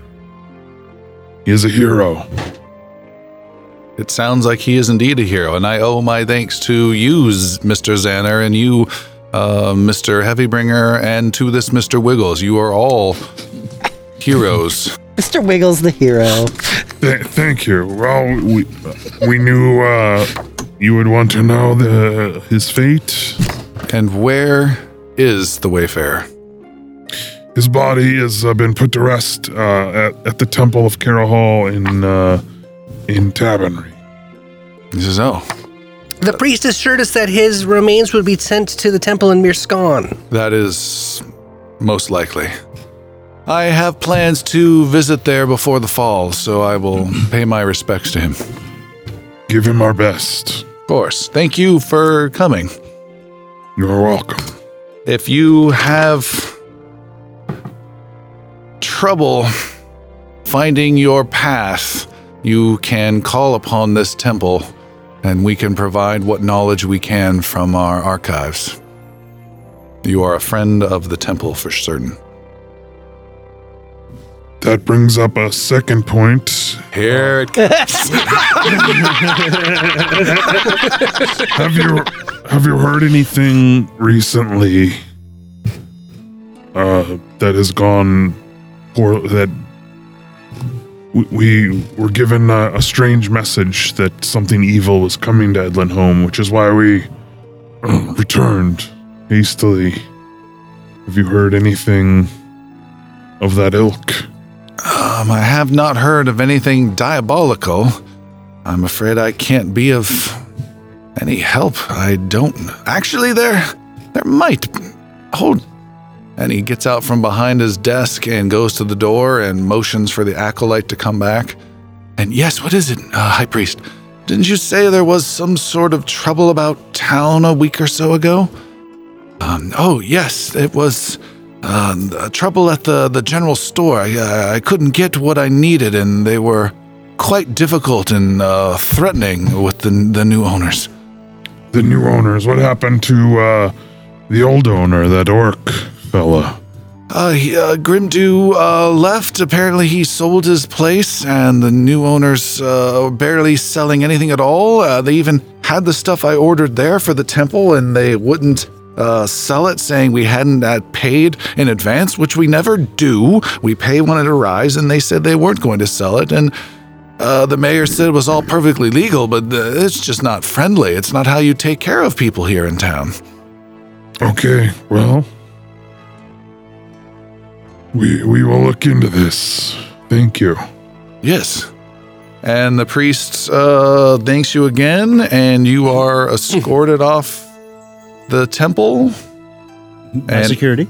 He is a hero.
It sounds like he is indeed a hero, and I owe my thanks to you, Z- Mr. Zanner, and you, uh, Mr. Heavybringer, and to this Mr. Wiggles. You are all heroes.
Mr. Wiggles the hero.
Th- thank you. Well, we we knew uh, you would want to know the his fate.
And where is the Wayfarer?
His body has uh, been put to rest uh, at, at the Temple of Carol Hall in uh, in Tabernary.
He says, Oh,
The priest assured us that his remains would be sent to the temple in Mirskan.
that is most likely. I have plans to visit there before the fall, so I will pay my respects to him. Of
Give him our best.
course. Thank you for coming.
You're welcome.
if you have trouble finding your path, you can call upon this temple and we can provide what knowledge we can from our archives. You are a friend of the temple for certain.
That brings up a second point.
Here it comes.
Have you have you heard anything recently uh, that has gone poor? That we, we were given a, a strange message that something evil was coming to Edlinholm, which is why we uh, returned hastily. Have you heard anything of that ilk?
Um, I have not heard of anything diabolical. I'm afraid I can't be of any help. I don't. Actually, there, there might. Hold. And he gets out from behind his desk and goes to the door and motions for the acolyte to come back. And yes, what is it, uh, High Priest? Didn't you say there was some sort of trouble about town a week or so ago? Um, oh yes, it was um, uh, trouble at the the general store. I, I I couldn't get what I needed, and they were quite difficult and uh, threatening with the, the new owners.
The new owners. What happened to uh, the old owner, that orc fella?
Uh, he, uh, Grimdu uh, left. Apparently, he sold his place, and the new owners uh, are barely selling anything at all. Uh, they even had the stuff I ordered there for the temple, and they wouldn't uh, sell it, saying we hadn't uh, paid in advance, which we never do. We pay when it arrives, and they said they weren't going to sell it. And uh, the mayor said it was all perfectly legal, but uh, it's just not friendly. It's not how you take care of people here in town.
Okay, well, we we will look into this. Thank you.
Yes. And the priest uh, thanks you again, and you are escorted off the temple.
By security.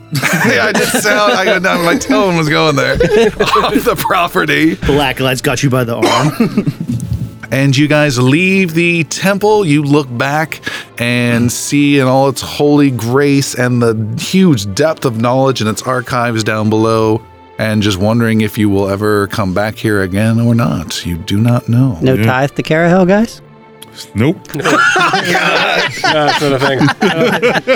yeah, I did sound. I got down. My tone was going there. off the property,
Black lights got you by the arm.
and you guys leave the temple. You look back and see, in all its holy grace and the huge depth of knowledge and its archives down below, and just wondering if you will ever come back here again or not. You do not know.
No tithe to Carahel, guys?
Nope.
that sort of thing.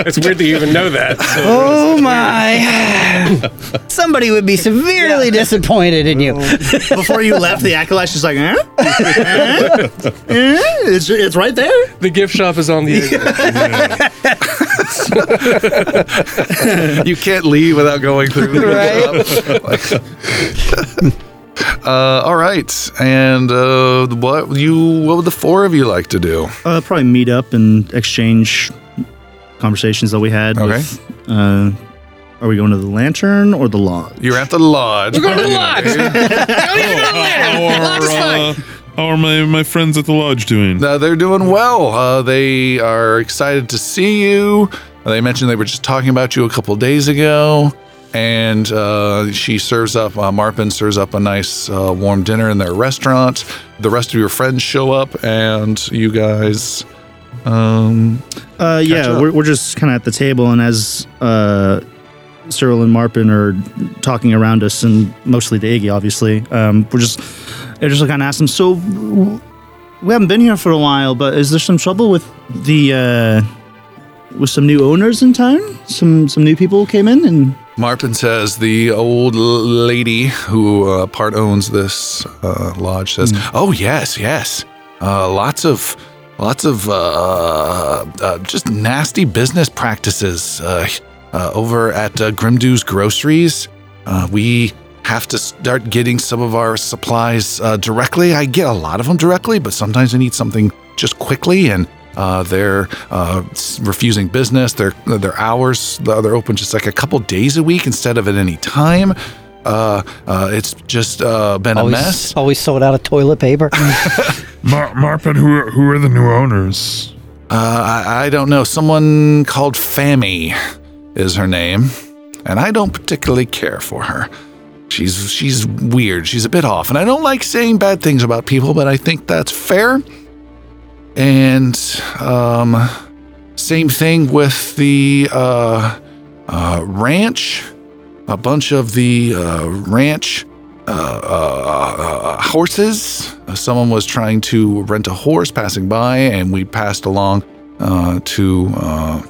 it's weird to even know that.
Oh my. Somebody would be severely disappointed in you.
Before you left, the acolyte's just like, eh? Eh? Eh? It's, it's right there.
The gift shop is on the.
you can't leave without going through. right. uh, all right, and uh, what you what would the four of you like to do?
Uh, probably meet up and exchange conversations that we had.
Okay.
With, uh, are we going to the lantern or the lodge?
You're at the lodge. We're
going to the lodge.
or uh, how are my, my friends at the lodge doing?
Uh, they're doing well. Uh, they are excited to see you. Uh, They mentioned they were just talking about you a couple days ago. And uh, she serves up, uh, Marpin serves up a nice uh, warm dinner in their restaurant. The rest of your friends show up, and you guys um,
Uh, yeah,
up.
we're, we're just kind of at the table, and as uh, Cyril and Marpin are talking around us, and mostly to Iggy, obviously, um, we're just they're just kind of asking. So w- we haven't been here for a while, but is there some trouble with the uh, with some new owners in town? Some some new people came in, and
Martin says the old l- lady who uh, part owns this uh, lodge says, "Oh yes, yes, uh, lots of." Lots of uh, uh, just nasty business practices uh, uh, over at uh, Grimdew's Groceries. Uh, we have to start getting some of our supplies uh, directly. I get a lot of them directly, but sometimes I need something just quickly, and uh, they're uh, s- refusing business. Their their hours they're open just like a couple days a week instead of at any time. Uh, uh, it's just uh, been a mess.
Always, always sold out of toilet paper.
Mar- Marpin, who are, who are the new owners?
Uh, I, I don't know. Someone called Fammy is her name, and I don't particularly care for her. She's she's weird. She's a bit off, and I don't like saying bad things about people, but I think that's fair. And um, same thing with the uh, uh, ranch. A bunch of the uh, ranch uh, uh, uh, horses. Uh, Someone was trying to rent a horse passing by, and we passed along uh, to uh,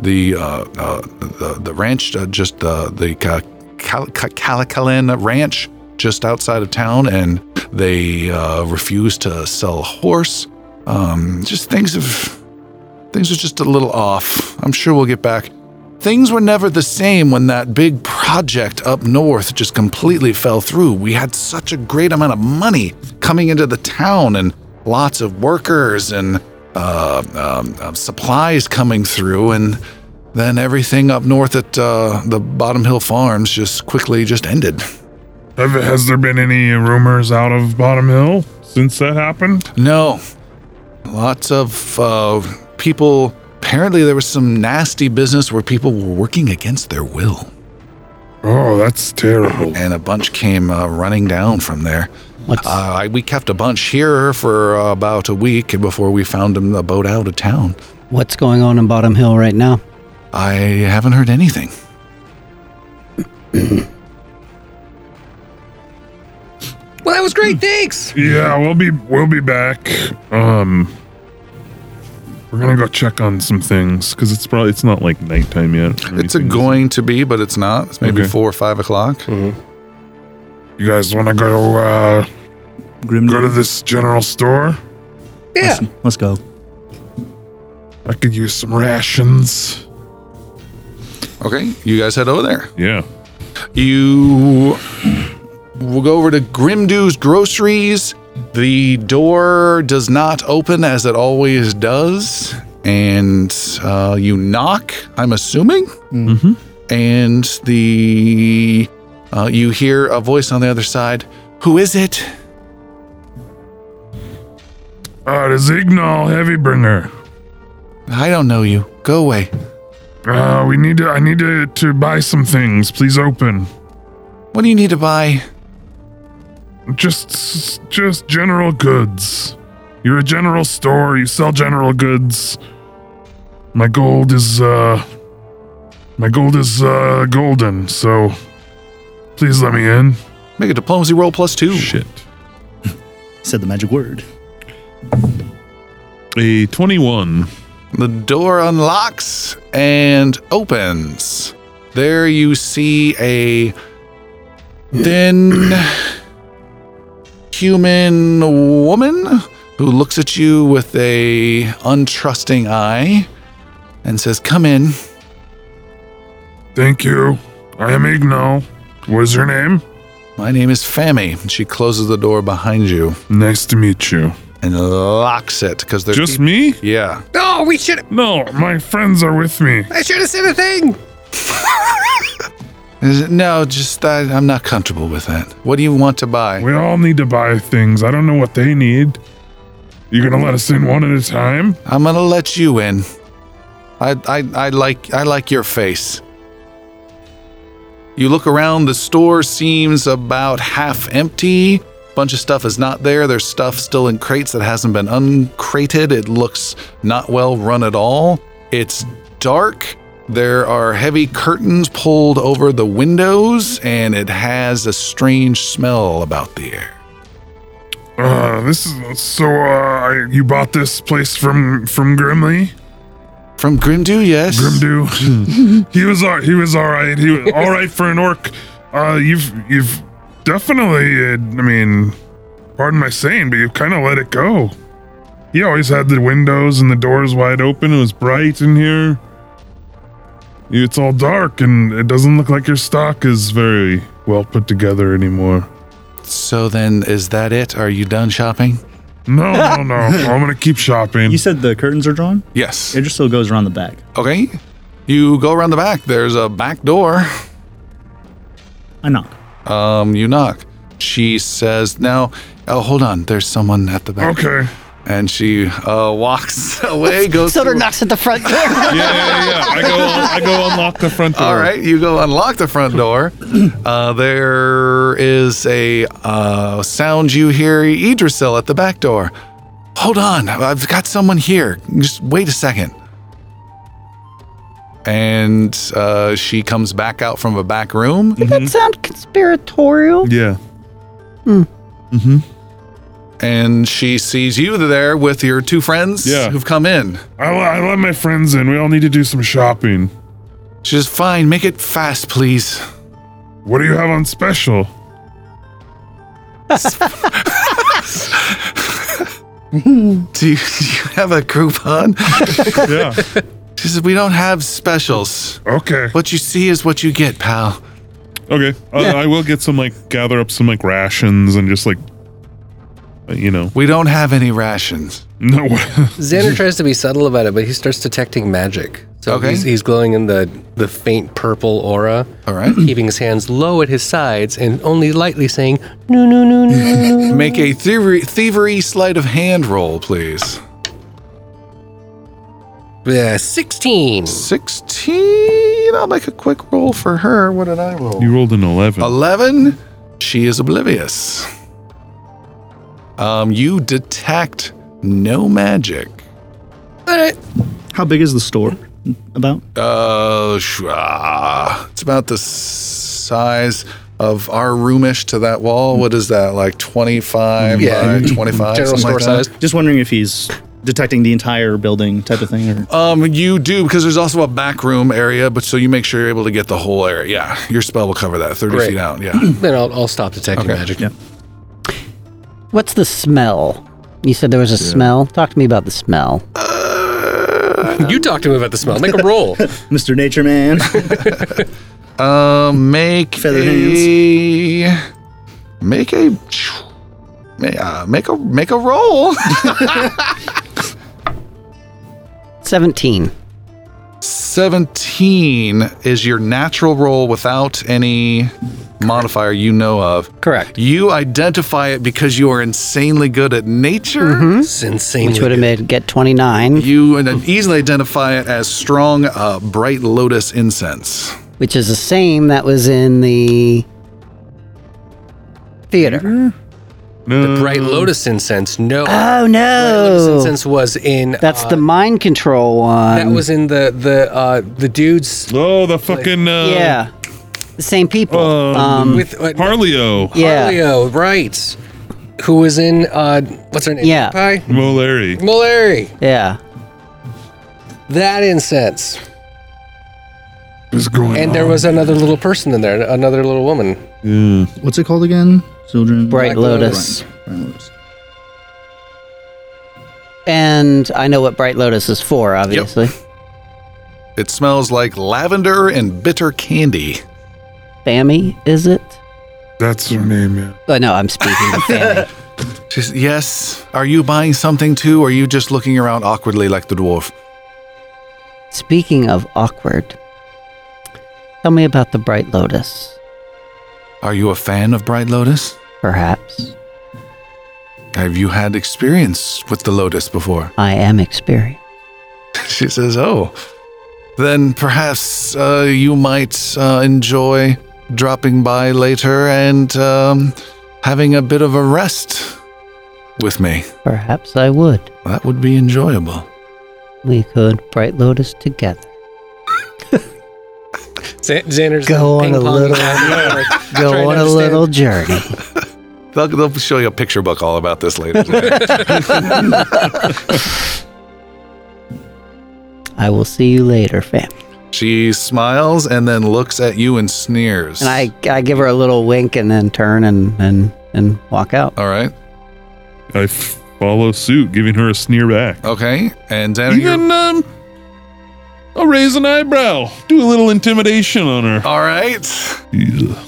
the, uh, uh, the the ranch, uh, just uh, the Ca- Cal- Ca- Calicalan Ranch, just outside of town, and they uh, refused to sell a horse. Um, just things have things are just a little off. I'm sure we'll get back. Things were never the same when that big project up north just completely fell through. We had such a great amount of money coming into the town and lots of workers and uh, um, uh, supplies coming through. And then everything up north at uh, the Bottom Hill Farms just quickly just ended.
Have, has there been any rumors out of Bottom Hill since that happened?
No. Lots of uh, people. Apparently, there was some nasty business where people were working against their will.
Oh, that's terrible.
and a bunch came uh, running down from there.
What's-
Uh, I, we kept a bunch here for uh, about a week before we found them a boat out of town.
What's going on in Bottom Hill right now?
I haven't heard anything.
Well, that was great. Thanks.
Yeah, we'll be we'll be back. Um, we're gonna go check on some things because it's probably it's not like nighttime yet. or
It's a
anything.
going to be, but it's not. It's maybe
Okay.
four or five o'clock.
You guys want to go uh,
Grim.
go to this general store?
Yeah.
Let's go.
I could use some rations.
Okay, you guys head over there.
Yeah.
You will go over to Grimdew's groceries. The door does not open as it always does, and uh, you knock. I'm assuming, and the uh, you hear a voice on the other side. Who is it?
Uh, the Zignal Heavybringer.
I don't know you. Go away.
Uh, we need to. I need to to buy some things. Please open.
What do you need to buy?
Just s- just general goods. You're a general store. You sell general goods. My gold is uh my gold is uh golden. So please let me in.
Make a diplomacy roll plus two.
Shit.
Said the magic word.
A 21.
The door unlocks and opens. There you see a thin human woman who looks at you with a untrusting eye and says, "Come in."
Thank you. I am Ignal. What is your name?
My name is Fami. She closes the door behind you
Nice to meet you.
and locks it because there's
Just me?
yeah.
No, we should.
No, my friends are with me.
I should have said a thing.
Is it- No, just I, I'm not comfortable with that. What do you want to buy?
We all need to buy things. I don't know what they need. You're gonna let us in one at a time?
I'm gonna let you in. I, I I like I like your face. You look around. The store seems about half empty. Bunch of stuff is not there. There's stuff still in crates that hasn't been uncrated. It looks not well run at all. It's dark. There are heavy curtains pulled over the windows, and it has a strange smell about the air.
Uh, this is so. Uh, I- you bought this place from from Grimley,
From Grimdu, yes.
Grimdu. he was all, he was all right. He was all right for an orc. Uh, you've you've definitely. Uh, I mean, pardon my saying, but you've kind of let it go. He always had the windows and the doors wide open. It was bright in here. It's all dark, and it doesn't look like your stock is very well put together anymore.
So then, is that it? Are you done shopping?
No, no, no. I'm gonna keep shopping.
You said the curtains are drawn.
Yes.
It just still goes around the back.
Okay. You go around the back. There's a back door.
I knock.
Um, you knock. She says, "Now, oh, hold on. There's someone at the back."
okay.
And she uh, walks away. Goes.
Soder
through-
knocks at the front door.
yeah, yeah, yeah. I go, I go unlock the front door.
All right, you go unlock the front door. Uh, there is a uh, sound you hear Idrisil at the back door. Hold on, I've got someone here. Just wait a second. And uh, she comes back out from a back room.
Mm-hmm.
that sound conspiratorial.
Yeah.
and she sees you there with your two friends
Yeah.
who've come in.
I, le- I let my friends in. We all need to do some shopping.
She says, Fine, make it fast, please.
What do you have on special?
Do you, do you have a coupon?
Yeah.
she says, We don't have specials.
Okay.
What you see is what you get, pal.
Okay. Uh, I will get some like gather up some like rations and just like uh, you know.
We don't have any rations.
No.
Xander tries to be subtle about it, but he starts detecting magic. So
Okay.
he's, he's glowing in the the faint purple aura,
All right.
keeping his hands low at his sides and only lightly saying, "No, no, no, no, no."
Make a thievery, thievery sleight of hand roll, please.
Yeah, 16.
16. I'll make a quick roll for her. What did I roll?
you rolled an eleven.
11 she is oblivious um you detect no magic
How big is the store? About
uh sh- ah, it's about the size of our roomish to that wall. What is that like? Twenty five
Yeah.
by twenty five.
General store size.
Just wondering if he's detecting the entire building type of thing. Or,
Um, you do because there's also a back room area, but so you make sure you're able to get the whole area. Yeah, your spell will cover that thirty
Great.
feet out. Yeah,
Then I'll, I'll stop detecting
Okay.
magic.
Yeah.
What's the smell? You said there was a smell. Talk to me about the smell.
You talk to him about the smell. Make a roll.
Mr. Nature Man.
um, make
Feather
a make a may- uh, make a make a roll.
17.
Seventeen is your natural roll without any modifier you know of.
Correct.
You identify it because you are insanely good at nature.
It's insane.
Which would have made get 29,
You and easily identify it as strong, uh, bright lotus incense.
which is the same that was in the theater.
No.
Bright lotus incense. No.
Oh
Lotus
no.
incense was in.
That's
uh,
the mind control one.
That was in the the uh, the dudes
Oh, the fucking uh,
Yeah. The same people.
Um,
Um,
with uh,
Parlio,
yeah.
Leo, right? Who was in uh, what's her name?
Yeah.
Pie.
Moleri.
Malari.
Yeah.
That incense.
What's going
And there was another little person in there, another little woman.
Yeah.
What's it called again? Children.
Bright Lotus.
Bright Lotus.
And I know what Bright Lotus is for, obviously.
It smells like lavender and bitter candy.
Fammy, is it?
That's her name, yeah.
Oh, no, I'm speaking of Fammy.
Just, yes. Are you buying something too, or are you just looking around awkwardly like the dwarf?
Speaking of awkward, tell me about the Bright Lotus,
Are you a fan of bright lotus?
perhaps.
Have you had experience with the lotus before?
I am experienced.
She says, "Oh, then perhaps uh, you might uh, enjoy dropping by later and um, having a bit of a rest with me.
Perhaps I would.
That would be enjoyable."
We could Bright Lotus together.
Z- Xander's
Go on
ping
a
ponging
little-
around, like,
Go
trying to
on a
understand.
little journey.
They'll, they'll show you a picture book all about this later.
I will see you later, fam.
she smiles and then looks at you and sneers.
And I, I give her a little wink and then turn and, and, and walk out.
All right.
I f- follow suit, giving her a sneer back.
Okay. And Xander, you're-
Even um, I'll raise an eyebrow, do a little intimidation on her.
all right.
Yeah.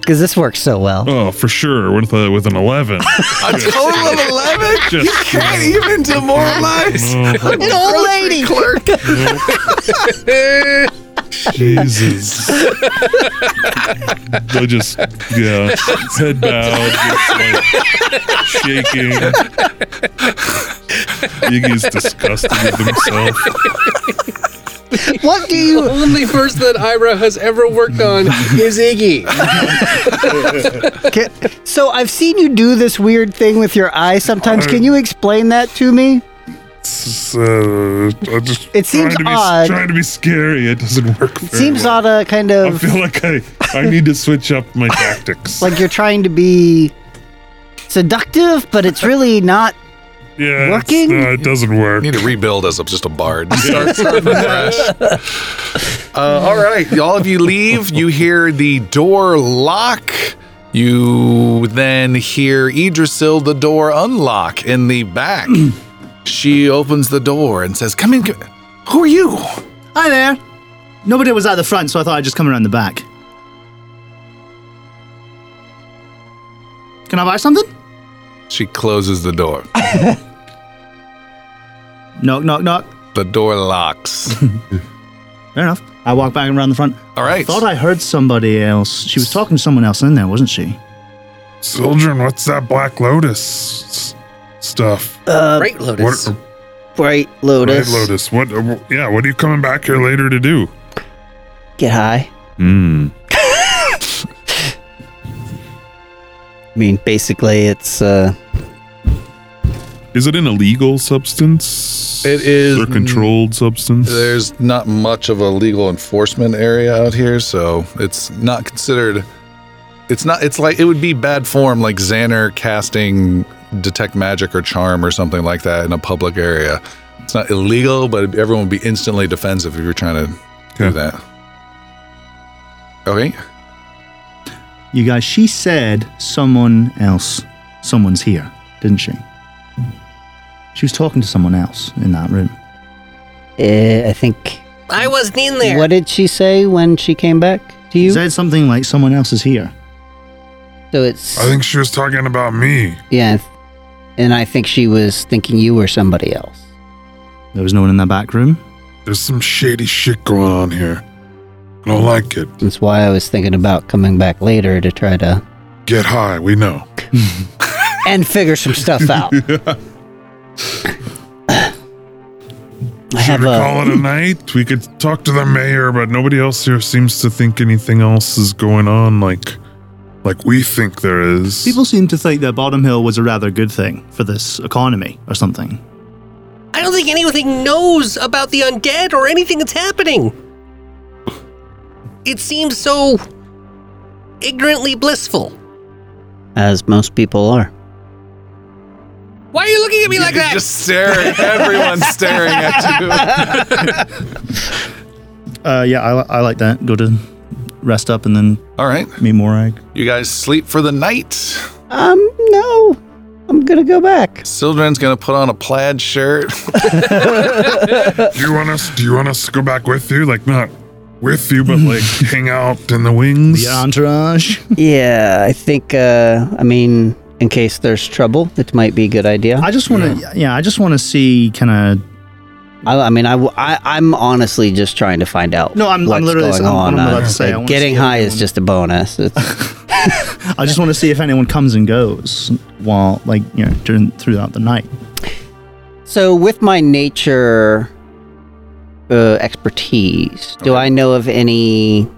Because this works so well.
Oh, for sure, with a, with an eleven.
A total of eleven.
Just-
you can't even demoralize
Oh,
An old lady!
clerk.
Jesus. I just yeah, head bowed, just like shaking. Iggy's disgusted with himself.
What do you.
Only person that Ira has ever worked on is Iggy.
Can, so I've seen you do this weird thing with your eye sometimes. Can you explain that to me?
Uh, I'm just
It seems
trying to be,
odd.
Trying to be scary, it doesn't work.
It seems ought to kind
I
of
feel like I, I need to switch up my tactics.
like you're trying to be seductive, but it's really not.
yeah, it's-
working?
uh, it doesn't work.
Need to rebuild as just a bard. Start, start from fresh. Uh, all right, all of you leave. You hear the door lock. You then hear Idrisil the door unlock in the back. she opens the door and says, "Come in. Come. Who are you?"
Hi there. Nobody was at the front, so I thought I'd just come around the back. Can I buy something?
She closes the door.
Knock, knock, knock.
The door locks.
Fair enough. I walk back around the front.
All right.
Thought I heard somebody else. She was talking to someone else in there, wasn't she?
Children, what's that Black Lotus s- stuff?
Uh,
Great Lotus.
What,
Bright
Red
Lotus.
Lotus. What? uh, Yeah. What are you coming back here later to do?
Get high.
Hmm.
I mean, basically, it's uh,
Is it an illegal substance?
It is-
Or controlled substance?
There's not much of a legal enforcement area out here, so it's not considered. It's not. It's like it would be bad form, like Xander casting detect magic or charm or something like that in a public area. It's not illegal, but everyone would be instantly defensive if you're trying to do
Okay.
that. Okay.
You guys, she said someone else. Someone's here, didn't she? She was talking to someone else in that room.
Uh, I think.
I wasn't in there.
What did she say when she came back to
She
you?
said something like someone else is here.
so it's
I think she was talking about me.
yeah, and I think she was thinking you were somebody else.
There was no one in that back room.
There's some shady shit going on here. I don't like it.
That's why I was thinking about coming back later to try to
Get high, we know.
and figure some stuff out. I have
Should we
a
call it a night? We could talk to the mayor, but nobody else here seems to think anything else is going on like like we think there is.
People seem to think that Bottom Hill was a rather good thing for this economy or something.
I don't think anything knows about the undead or anything that's happening. It seems so ignorantly blissful.
as most people are.
Why are you looking at me like
You're
that?
Just staring. Everyone's staring at you.
Uh, yeah, I, li- I like that. Go to rest up and then
All right.
meet Morag.
You guys sleep for the night.
Um, no, I'm gonna go back.
Sildren's gonna put on a plaid shirt.
Do you want us do you want us to go back with you? Like not with you, but like hang out in the wings?
The entourage.
Yeah, I think. Uh, I mean, in case there's trouble, it might be a good idea.
I just want to. Yeah, I just want to see kind of
I, I mean, I, w- I, am honestly just trying to find out.
No, I'm- I'm
what's
literally-
going
I'm-
on.
I'm about
Uh,
to say, I wanna
getting
see
high is
everyone.
just a bonus. It's,
I just want to see if anyone comes and goes while, like, you know, during throughout the night.
so, with my nature uh, expertise, do I know of any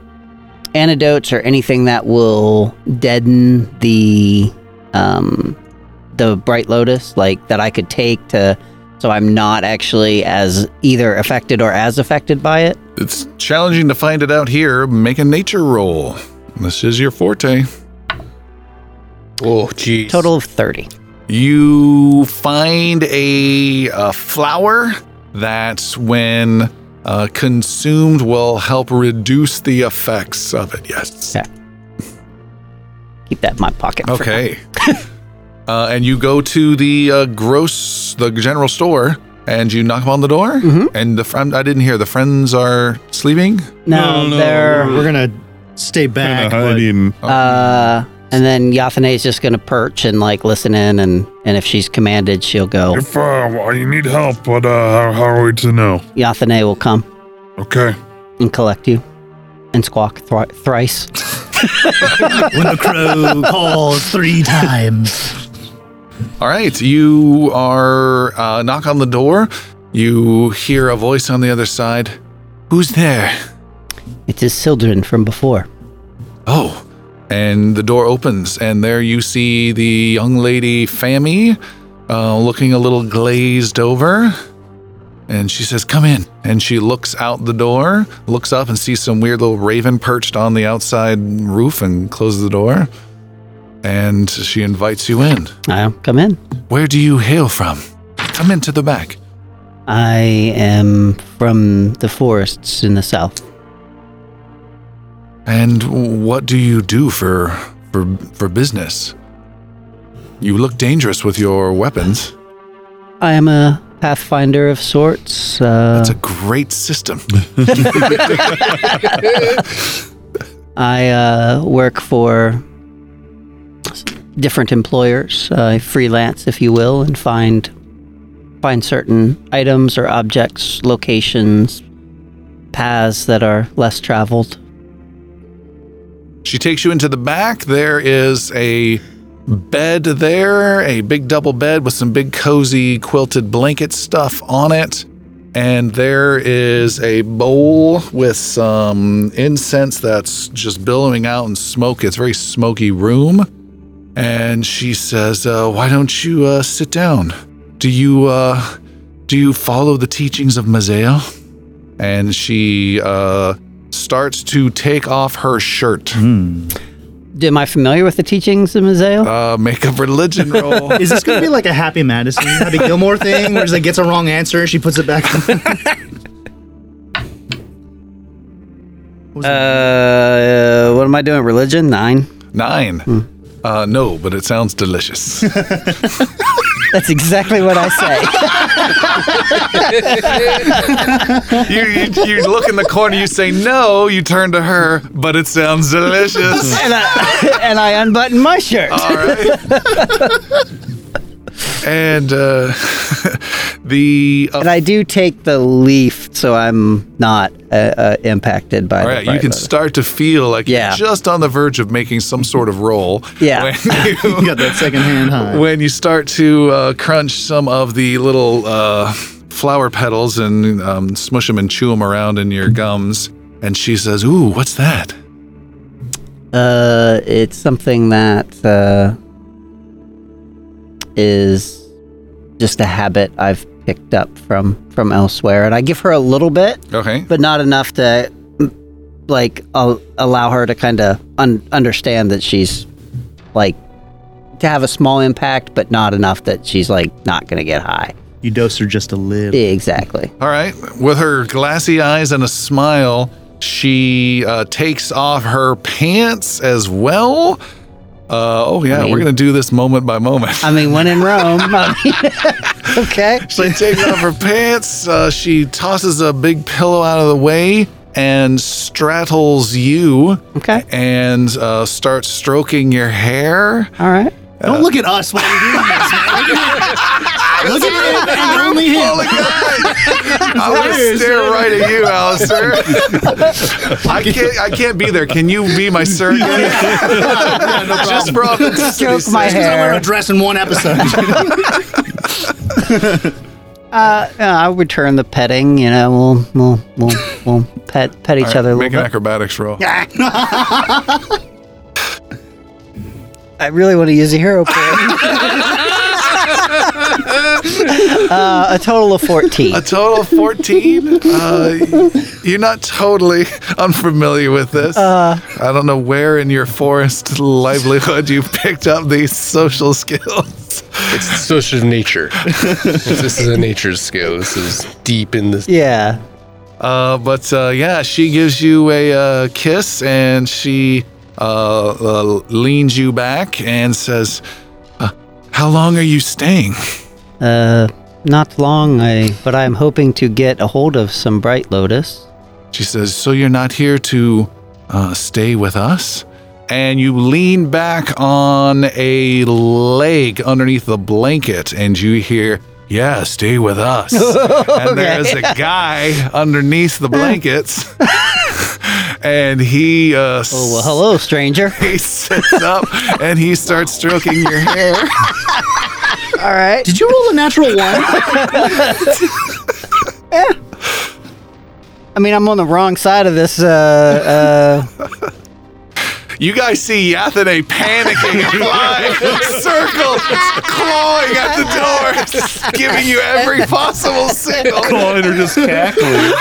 antidotes or anything that will deaden the um, the bright lotus, like that I could take to, so I'm not actually as either affected or as affected by it?
It's challenging to find it out here. Make a nature roll. This is your forte.
Oh, geez.
Total of thirty.
You find a, a flower that, when uh, consumed, will help reduce the effects of it. Yes.
Okay. Keep that in my pocket. for now.
Okay. uh, and you go to the uh, gross, the general store, and you knock on the door. And the friend, I didn't hear the friends are sleeping.
No,
No, no,
they're
We're gonna stay back.
Kinda
but-
hiding.
uh and then Yathane is just gonna perch and like listen in and and if she's commanded she'll go.
If uh, well, you need help, what uh, how, how are we to know?
Yathane will come
Okay.
and collect you and squawk thri thrice.
when the crow calls three times.
All right, you are uh, knock on the door. You hear a voice on the other side. Who's there?
It is Sildren from before.
Oh, and the door opens, and there you see the young lady Fami, uh, looking a little glazed over. And she says, "Come in." And she looks out the door, looks up, and sees some weird little raven perched on the outside roof, and closes the door. And she invites you in.
I come in.
Where do you hail from? Come into the back.
I am from the forests in the south.
And what do you do for for for business? You look dangerous with your weapons.
I am a pathfinder of sorts. Uh,
That's a great system.
I uh, work for s- different employers. I freelance, if you will, and find find certain items or objects, locations, paths that are less traveled.
She takes you into the back. There is a bed there, a big double bed with some big cozy quilted blanket stuff on it. And there is a bowl with some incense that's just billowing out in smoke. It's a very smoky room. And she says, uh, Why don't you uh, sit down? do you uh, do you follow the teachings of Mazeo? And she uh, starts to take off her shirt.
Am I familiar with the teachings of Mazeo?
Uh, make a religion roll.
Is this going to be like a Happy Madison, Happy Gilmore thing, where she like, gets a wrong answer and she puts it back on?
Uh, what am I doing? Religion nine.
Nine.
Hmm.
Uh, no, but it sounds delicious.
That's exactly what I say.
you, you, you look in the corner, you say no, you turn to her, but it sounds delicious.
and, I, and I unbutton my shirt.
All right. and uh, the uh,
and I do take the leaf, so I'm not uh, uh, impacted by.
all
the
right, you
by
can
the-
start to feel like
Yeah.
you're just on the verge of making some sort of roll.
Yeah.
When you,
You got that second hand high.
when you start to uh, crunch some of the little uh, flower petals and um, smush them and chew them around in your gums, and she says, "Ooh, what's that?"
Uh, it's something that uh, is just a habit I've picked up from from elsewhere, and I give her a little bit,
Okay.
but not enough to mm, like al- allow her to kind of un- understand that she's like to have a small impact, but not enough that she's like not gonna get high.
You dose her just a little.
Exactly.
All right. With her glassy eyes and a smile, she uh, takes off her pants as well. Uh, oh, yeah. we're
mean-
going to do this moment by moment.
I mean, when in Rome. I mean- okay.
she takes off her pants. Uh, she tosses a big pillow out of the way and straddles you
Okay.
and uh, starts stroking your hair.
All right.
Don't look at us while you're doing this. man. Look at him and only him.
Holy Oh God! I'm gonna stare right at you, Alistair. I can't. I can't be there. Can you be my surrogate? Just for authenticity.
Stroke my
sake.
Because I wear a
hair.
dress in one episode.
Uh, yeah, I'll return the petting. You know, we'll we'll we'll, we'll pet pet each
All right,
other a
Make
little
an
bit.
acrobatics roll.
I really want to use a hero point. uh, a total of fourteen.
A total of 14. Uh, you're not totally unfamiliar with this. I don't know where in your forest livelihood you picked up these social skills.
It's social nature. this is a nature skill. This is deep in this.
Yeah.
Uh, but uh, yeah, she gives you a uh, kiss and she uh, uh, leans you back and says, uh, How long are you staying?
Uh, not long. I but I'm hoping to get a hold of some bright lotus.
She says, So you're not here to uh, stay with us? And you lean back on a leg underneath the blanket and you hear, Yeah, stay with us. and there's a guy underneath the blankets. and he, uh,
Oh well, hello, stranger.
he sits up and he starts stroking your hair.
All right.
Did you roll a natural one?
I mean, I'm on the wrong side of this. Uh, uh,
You guys see Yathane panicking and flying circles, clawing at the doors, giving you every possible signal
Colin are just cackling.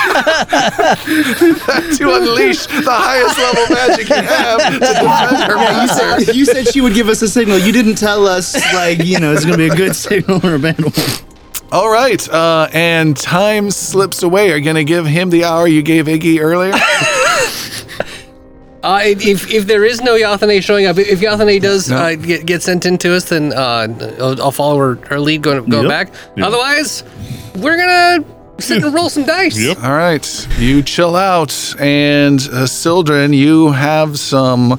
to unleash the highest level magic you have to defend her master.
you said she would give us a signal. You didn't tell us, like, you know, it's going to be a good signal or a bad one.
All right, uh, and time slips away. Are you gonna give him the hour you gave Iggy earlier?
Uh, if, if- if there is no Yathane showing up, if Yathane does
No.
uh, get, get sent into us, then uh, I'll, I'll follow her, her lead going, going
Yep.
back. Otherwise, we're going to sit and roll some dice.
Yep.
All right, you chill out, and uh, Sildren, you have some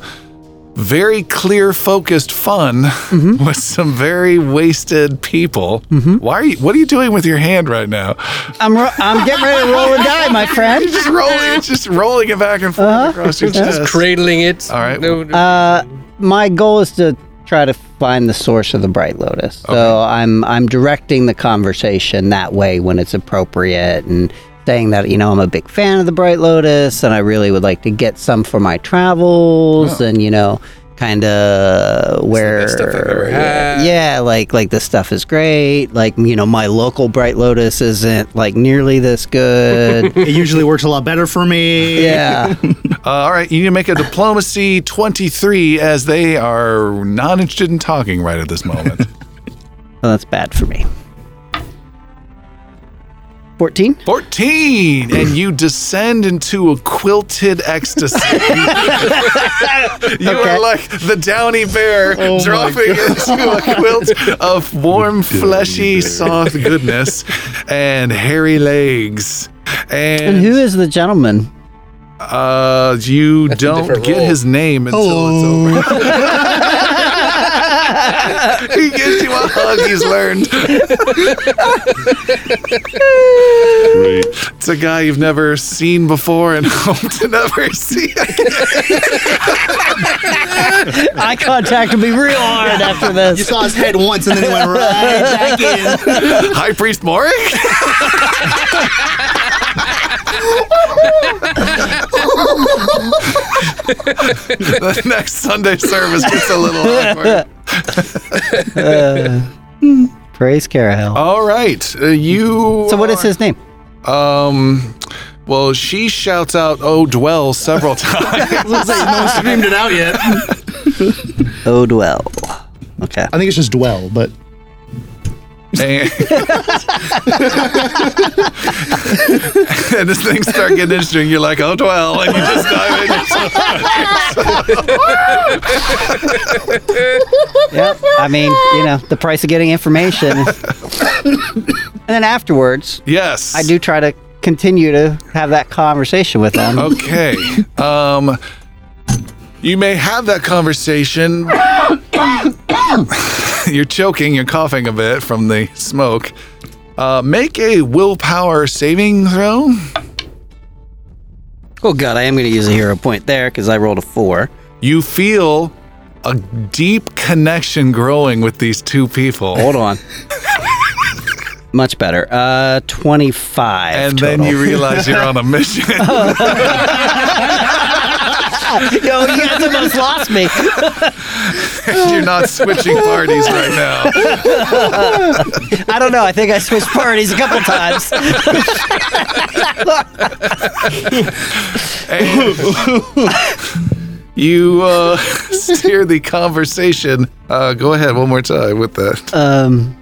very clear, focused fun with some very wasted people. Why are you? What are you doing with your hand right now?
I'm ro- I'm getting ready to roll a die, my friend.
Just rolling, it's just rolling it back and forth across your chest.
Cradling it.
All right.
No,
Uh, my goal is to try to find the source of the bright lotus. So I'm I'm directing the conversation that way when it's appropriate and saying that you know I'm a big
Oh.
fan of the bright lotus and I really would like to get some for my travels and you know kind of where
best stuff I've ever
had.
yeah like like this stuff is great like you know my local bright lotus isn't like nearly this good
It usually works a lot better for me.
yeah
Uh, all right, you need to make a diplomacy 23 as they are not interested in talking right at this moment.
well, that's bad for me 14
14 and you descend into a quilted ecstasy you are like the downy bear
Oh
dropping into a quilt of warm fleshy soft goodness and hairy legs
and
and
who is the gentleman
uh you
a
don't
different
get
role.
his name until it's over he gives you a hug he's learned
Great.
It's a guy you've never seen before and hope to never see again.
eye contact will be real hard after
You
this
saw his head once and then it went right back in.
High Priest Morik? the next Sunday service gets a little awkward.
praise carahel
All right, uh, you.
so what is
are-
his name
Um, well, she shouts out "Oh, dwell" several times.
Looks like no one screamed it out yet. I
odwell okay
I think it's just dwell, but
and and as things start getting interesting, you're like, "Oh, dwell," and you just dive in.
Yep. I mean, you know, the price of getting information. and then afterwards,
Yes.
I do try to continue to have that conversation with them.
Okay. um you may have that conversation. you're choking, you're coughing a bit from the smoke. Uh, make a willpower saving throw.
Oh god, I am going to use a hero point there because I rolled a four.
You feel a deep connection growing with these two people.
Hold on. Much better. Uh, twenty-five.
and then
total.
you realize you're on a mission.
Yo, you guys almost lost me.
you're not switching parties right now.
I don't know. I think I switched parties a couple times.
And you uh, steer the conversation. Uh, go ahead one more time with that.
Um,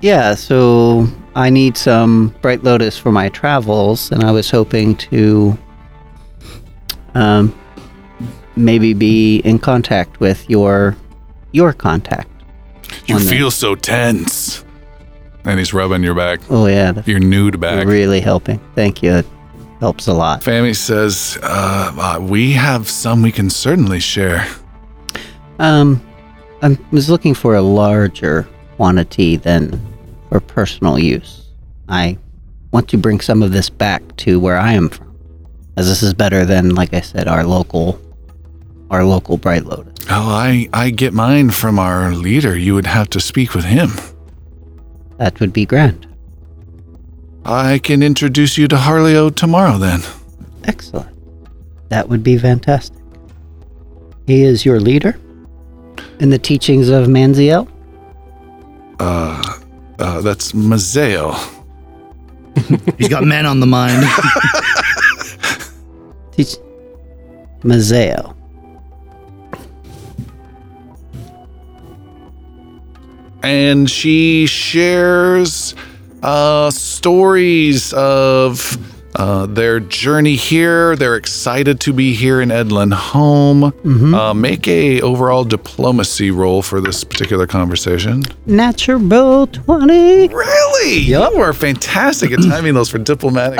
yeah, so I need some Bright Lotus for my travels, and I was hoping to um, maybe be in contact with your your contact.
You
on that.
feel so tense. And he's rubbing your back,
Oh yeah, that's
your nude back.
really helping. Thank you. It helps a lot.
Fami says, uh, uh, We have some we can certainly share.
Um, I was looking for a larger quantity than for personal use. I want to bring some of this back to where I am from, as this is better than, like I said, our local, our local Bright Lotus.
Oh, I, I get mine from our leader. You would have to speak with him.
That would be grand.
I can introduce you to Harlio tomorrow then.
Excellent. That would be fantastic. He is your leader in the teachings of Manziel.
Uh, that's Mazeo.
he's got men on the mind.
Teach Mazeo.
and she shares uh, stories of uh, their journey here. They're excited to be here in Edlin home. Uh, make a overall diplomacy roll for this particular conversation.
Natural 20.
Really? You were fantastic at timing those for diplomatic.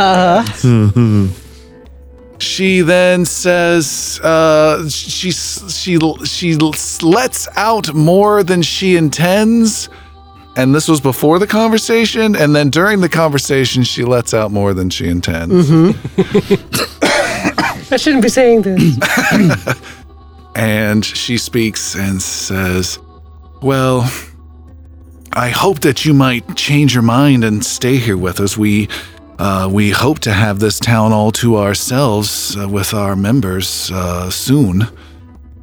she then says uh, she she she lets out more than she intends. And this was before the conversation, and then during the conversation, she lets out more than she intends.
I shouldn't be saying this.
And she speaks and says, Well, I hope that you might change your mind and stay here with us. We, uh, we hope to have this town all to ourselves uh, with our members uh, soon.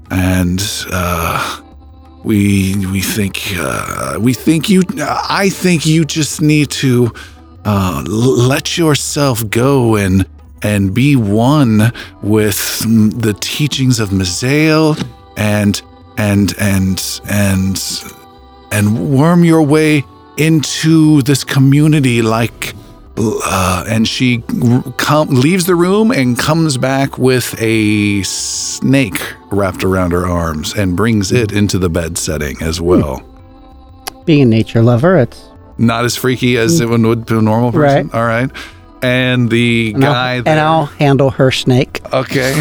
and uh, we we think uh, we think you. I think you just need to uh, l- let yourself go and and be one with the teachings of Misael and and and and and worm your way into this community like uh, and she com- leaves the room and comes back with a snake wrapped around her arms and brings it into the bed setting as well.
Being a nature lover, it's
Not as freaky as it would would to a normal person.
Right.
All right. And the
and,
guy
I'll,
there-
and I'll handle her snake.
Okay.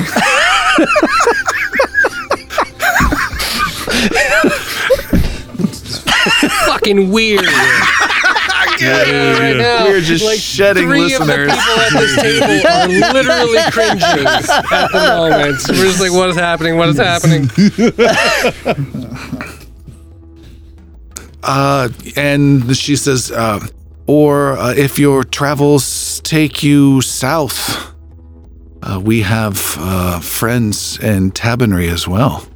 Fucking weird. right now,
We're just
like
shedding
Three of the
listeners.
people at this table are literally cringing at the moment. We're just like, what is happening? What is happening?
Uh, and she says, uh, or uh, if your travels take you south, uh, we have uh, friends in Tabernary as well.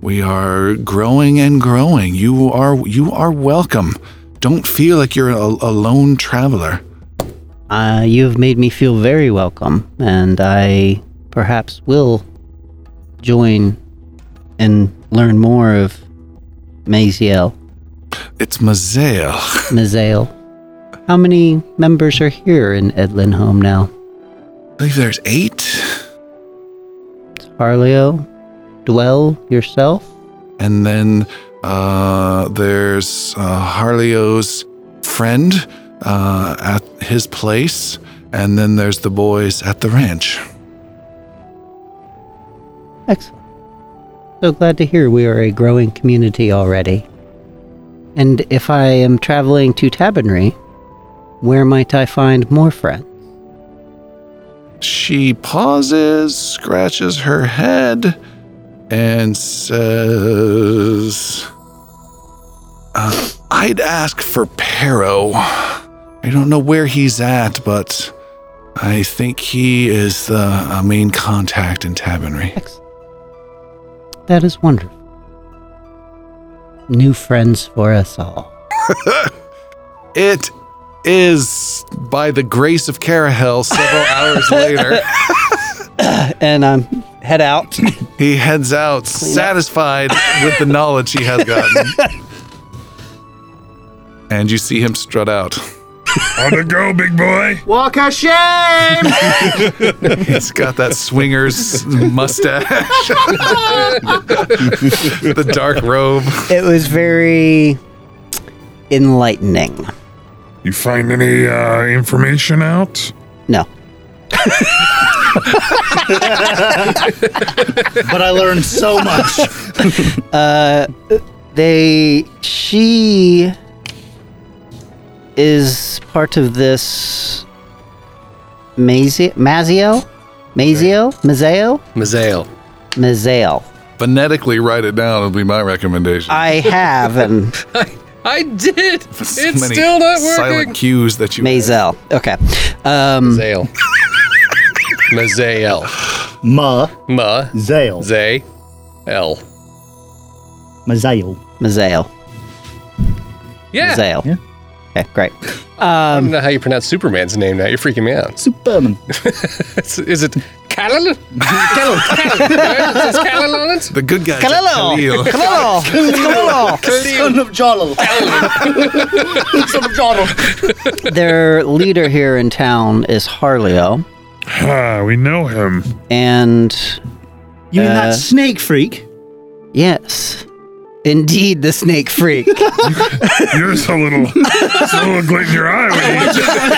We are growing and growing. You are you are welcome. Don't feel like you're a, a lone traveler.
Uh, you have made me feel very welcome, and I perhaps will join and learn more of Maziel,
It's Mazael.
Mazael. How many members are here in Edlin Home now?
I believe there's eight,
Harlio, Dwell, yourself?
and then uh, there's uh, Harlio's friend uh, at his place, and then there's the boys at the ranch.
Excellent. So glad to hear we are a growing community already. And if I am traveling to Tabernary, where might I find more friends?
She pauses, scratches her head, and says, uh, I'd ask for Pero. I don't know where he's at, but I think he is the uh, main contact in Tabernary.
Excellent. That is wonderful. New friends for us all.
It is, by the grace of Carahel, several hours later.
And um, head out.
He heads out satisfied with the knowledge he has gotten. and you see him strut out.
On the go, big boy.
Walk of shame!
He's got that swinger's mustache, the dark robe.
it was very enlightening.
You find any uh, information out?
No.
But I learned so much.
They. She. Is part of this. Mazi- Maziel? Maziel? Mazael?
Mazail.
Mazael.
Phonetically write it down would be my recommendation.
I have an
I did. It's
So many
still not working.
Silent cues that you.
Mazel. Okay. Um,
Mazail. Mazail.
Ma
Ma.
Zale.
Zay. L.
Mazale.
Mazael.
Yeah.
Mazael.
Yeah.
Okay, great.
I don't know how you pronounce Superman's name now. You're freaking me out.
Superman.
It's- is it Kalil? Kalil. Kalil. Is it Kalil on it?
The good guy.
Kalilo! Kalilo! It's Kalilo!
Son of Jalal. Son of Jalal.
Their leader here in town is Harlio,
Ah, we know him.
and
You mean
Uh,
that snake freak?
yes, indeed the snake freak.
You're just a little, just a little glint in your eye when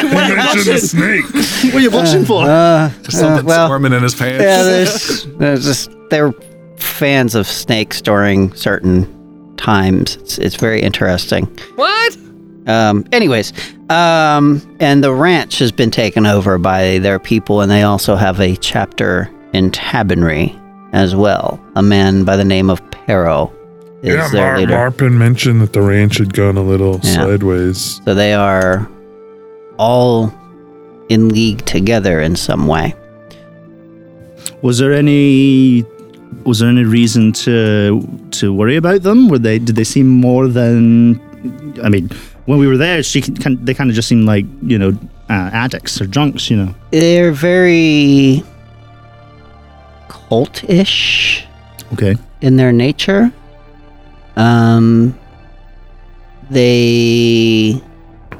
you, when you mention the snake.
What are you watching for?
Uh, uh,
Something
well,
squirming in his pants.
yeah, there's, there's just, they're fans of snakes during certain times. It's, it's very interesting.
What?
Um, anyways, um, and the ranch has been taken over by their people, and they also have a chapter in Tabernary as well. A man by the name of Pero is
yeah,
their
Mar-
leader.
Marpin mentioned that the ranch had gone a little
Yeah.
sideways.
So they are all in league together in some way.
Was there any Was there any reason to to worry about them? Were they did they seem more than? I mean, when we were there, she can, they kind of just seemed like you know uh, addicts or drunks, you know.
They're very cultish
Okay.
in their nature. Um, they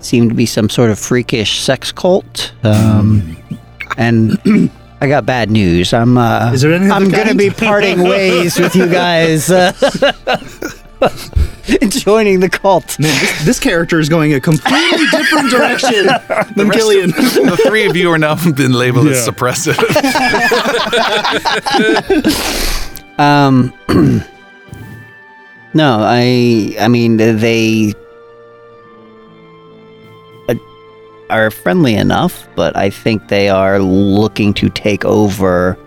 seem to be some sort of freakish sex cult. Um, and I got bad news. I'm uh,
Is there any
I'm
other
going to
kind?
be parting ways with you guys. Uh, joining the cult.
Man, this, this character is going a completely different direction than Gillian.
the three of you are now been labeled
Yeah.
as suppressive.
Um, no, I. I mean, they uh, are friendly enough, but I think they are looking to take over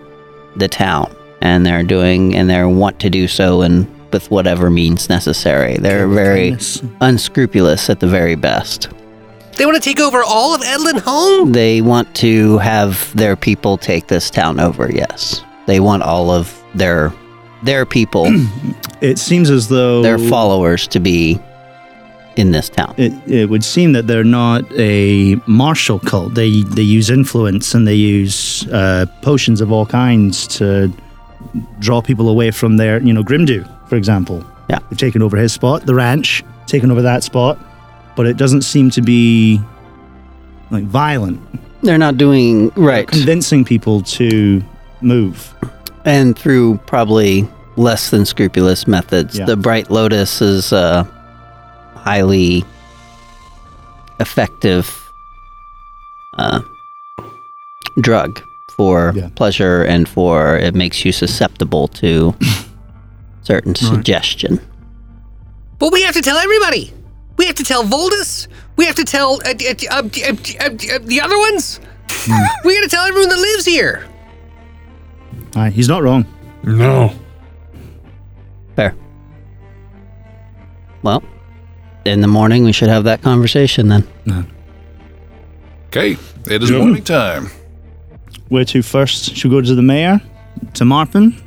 the town, and they're doing, and they want to do so, and with whatever means necessary. They're very
kindness.
unscrupulous at the very best.
They want to take over all of Edlin Home?
They want to have their people take this town over. Yes, they want all of their their people.
It seems as though
their followers to be in this town.
It, it would seem that they're not a martial cult. They they use influence and they use uh, potions of all kinds to draw people away from their, you know, Grimdu, for example.
Yeah.
They've taken over his spot, the ranch, taken over that spot, but it doesn't seem to be like violent,
They're not doing right,
convincing people to move.
and through probably less than scrupulous methods.
Yeah.
The Bright Lotus is a highly effective uh, drug for
Yeah.
pleasure and for it makes you susceptible to certain suggestion.
But we have to tell everybody. We have to tell Voldus. We have to tell uh, d- uh, d- uh, d- uh, d- uh, d- uh, the other ones. we got to tell everyone that lives here.
Aye, he's not wrong.
No.
Fair. Well, in the morning we should have that conversation then.
okay, it is
Yeah.
morning time.
Where to first? Should we go to the mayor? To Marpin?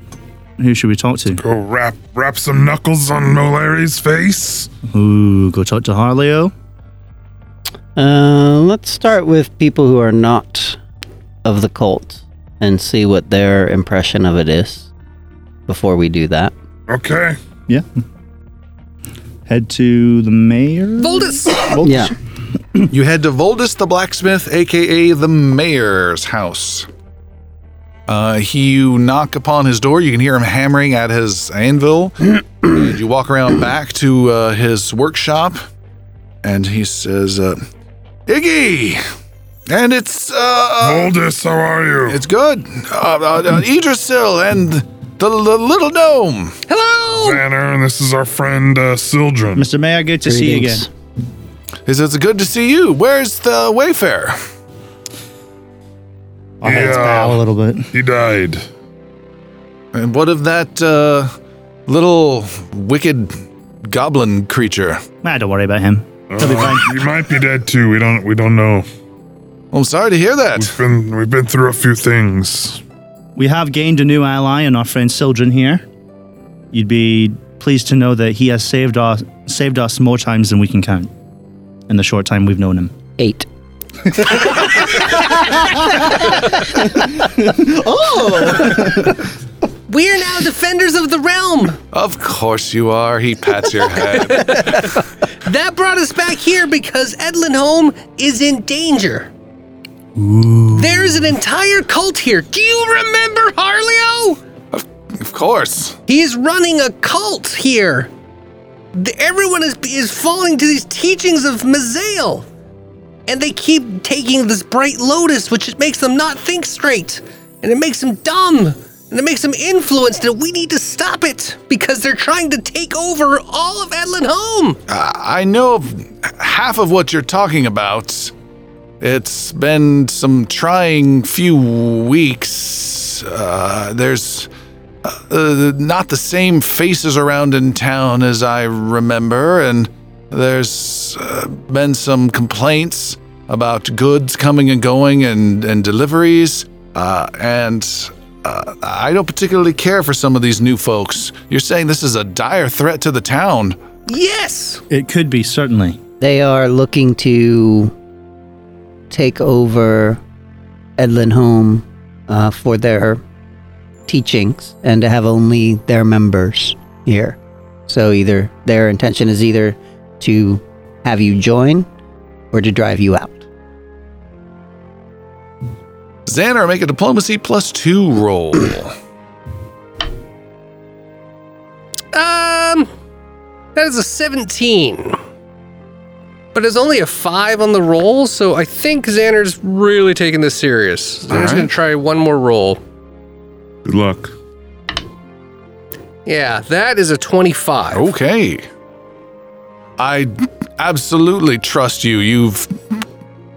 Who should we talk to?
Go wrap wrap some knuckles on Molari's face.
Ooh, go talk to Harleo.
Uh, let's start with people who are not of the cult and see what their impression of it is before we do that.
Okay.
Yeah. Head to the mayor.
Voldus.
Volts?
Yeah.
You head to Voldus the blacksmith, aka the mayor's house. Uh, he, you knock upon his door. You can hear him hammering at his anvil. and you walk around back to uh, his workshop, and he says, uh, "Iggy, and it's uh,
Oldest, how are you?
it's good. Uh, uh, uh, Idrisil and the, the little gnome.
Hello.
Banner, and this is our friend uh, Sildren.
Mr. Mayor, good to see you again.
Greetings.
He says, "Good to see you. Where's the wayfarer?"
Our heads
Yeah.
bow a little bit.
He died.
And what of that uh, little wicked goblin creature?
Nah, don't worry about him. He'll be
Uh,
fine.
he might be dead too. We don't. We don't know.
I'm sorry to hear that.
Been. We've been through a few things.
We have gained a new ally in our friend Sildren here. You'd be pleased to know that he has saved us saved us more times than we can count in the short time we've known him.
Eight.
We are now defenders of the realm.
Of course you are. He pats your head.
That brought us back here because Edlin Home is in danger. There is an entire cult here. Do you remember Harleo?
of course.
He is running a cult here. The- everyone is, is falling to these teachings of Mazael. And they keep taking this bright lotus, which it makes them not think straight. And it makes them dumb. And it makes them influenced. And we need to stop it because they're trying to take over all of Edlin Home.
I I know of half of what you're talking about. It's been some trying few weeks. Uh, there's uh, not the same faces around in town as I remember, and there's uh, been some complaints about goods coming and going and, and deliveries. Uh, and uh, I don't particularly care for some of these new folks. You're saying this is a dire threat to the town.
Yes!
It could be, certainly.
They are looking to take over Edlin Home uh, for their teachings and to have only their members here. So either their intention is either to have you join or to drive you out.
Xander, make a diplomacy plus two roll.
Um, that is a 17. But it's only a 5 on the roll, so I think Xander's really taking this serious. Xander's
right.
gonna try one more roll.
Good luck.
Yeah, that is a 25.
Oh. okay. I absolutely trust you. You've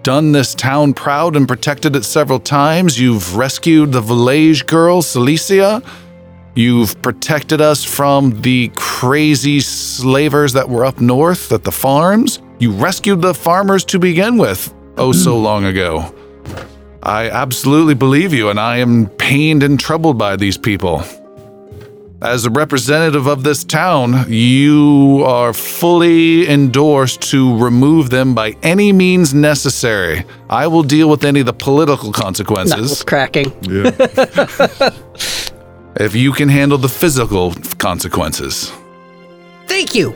done this town proud and protected it several times. You've rescued the Valage girl, Celicia. You've protected us from the crazy slavers that were up north at the farms. You rescued the farmers to begin with, oh, so long ago. I absolutely believe you, and I am pained and troubled by these people. As a representative of this town, you are fully endorsed to remove them by any means necessary. I will deal with any of the political consequences
Knuckles cracking.
Yeah.
if you can handle the physical consequences.
Thank you.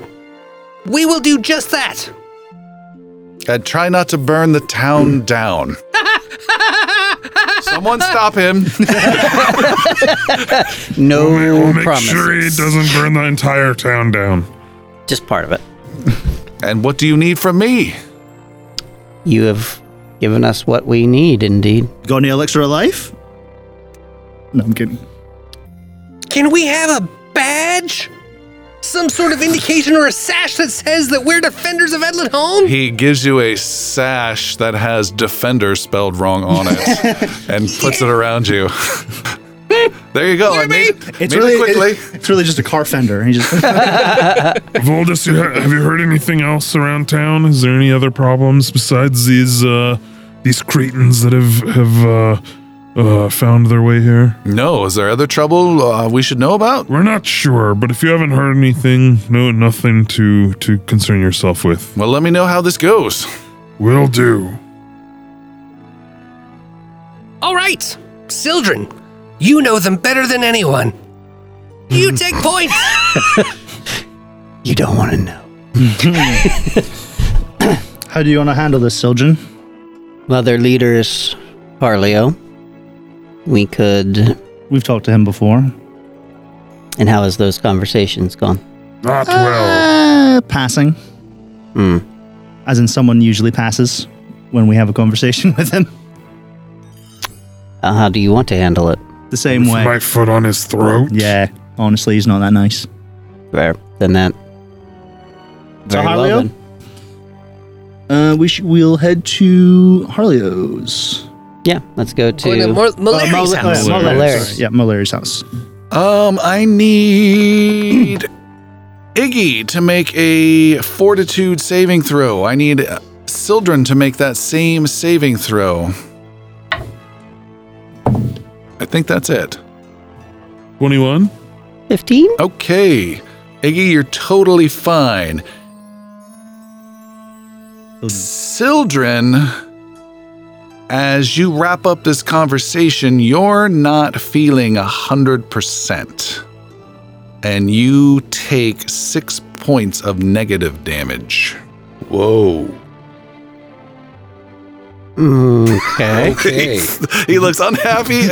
We will do just that.
And try not to burn the town down. Someone stop him.
No
We'll make
promises.
sure it doesn't burn the entire town down.
Just part of it.
And what do you need from me?
You have given us what we need, indeed.
Got any elixir of life? No, I'm kidding.
Can we have a badge? Some sort of indication or a sash that says that we're defenders of Edlin Home?
He gives you a sash that has defender spelled wrong on it and puts it around you. there you go. I made, it- made it quickly.
it- it's really just a car fender. He just
Voldus, you ha- have you heard anything else around town? Is there any other problems besides these uh, these Cretans that have have uh, uh, found their way here?
no, is there other trouble uh, we should know about?
We're not sure, but if you haven't heard anything, no, nothing to to concern yourself with.
Well, let me know how this goes.
Will do.
All right, Sildren, you know them better than anyone. You take points.
You don't want to know.
How do you want to handle this, Siljan?
Well, their leader is Parleo. We could.
We've talked to him before.
And how has those conversations gone?
Not well.
Uh, passing.
Hmm.
As in, someone usually passes when we have a conversation with him.
Uh, how do you want to handle it?
The same way.
My foot on his throat.
Yeah, honestly, he's not that nice.
Fair. Then that. Very well
Harleo?
then.
Uh, we sh- we'll head to Harlio's.
Yeah, let's go to.
Oh,
Going to Mor-
Uh,
Malari's
Mal-
house.
Oh, yeah,
Malari's.
Malari's. Sorry. Yeah, Malari's house.
Um, I need Iggy to make a fortitude saving throw. I need uh, Sildren to make that same saving throw. I think that's it.
Twenty-one.
15?
Okay. Iggy, you're totally fine. Sildren, as you wrap up this conversation, you're not feeling 100%. And you take six points of negative damage. Whoa.
Mm, Okay.
Okay.
he looks unhappy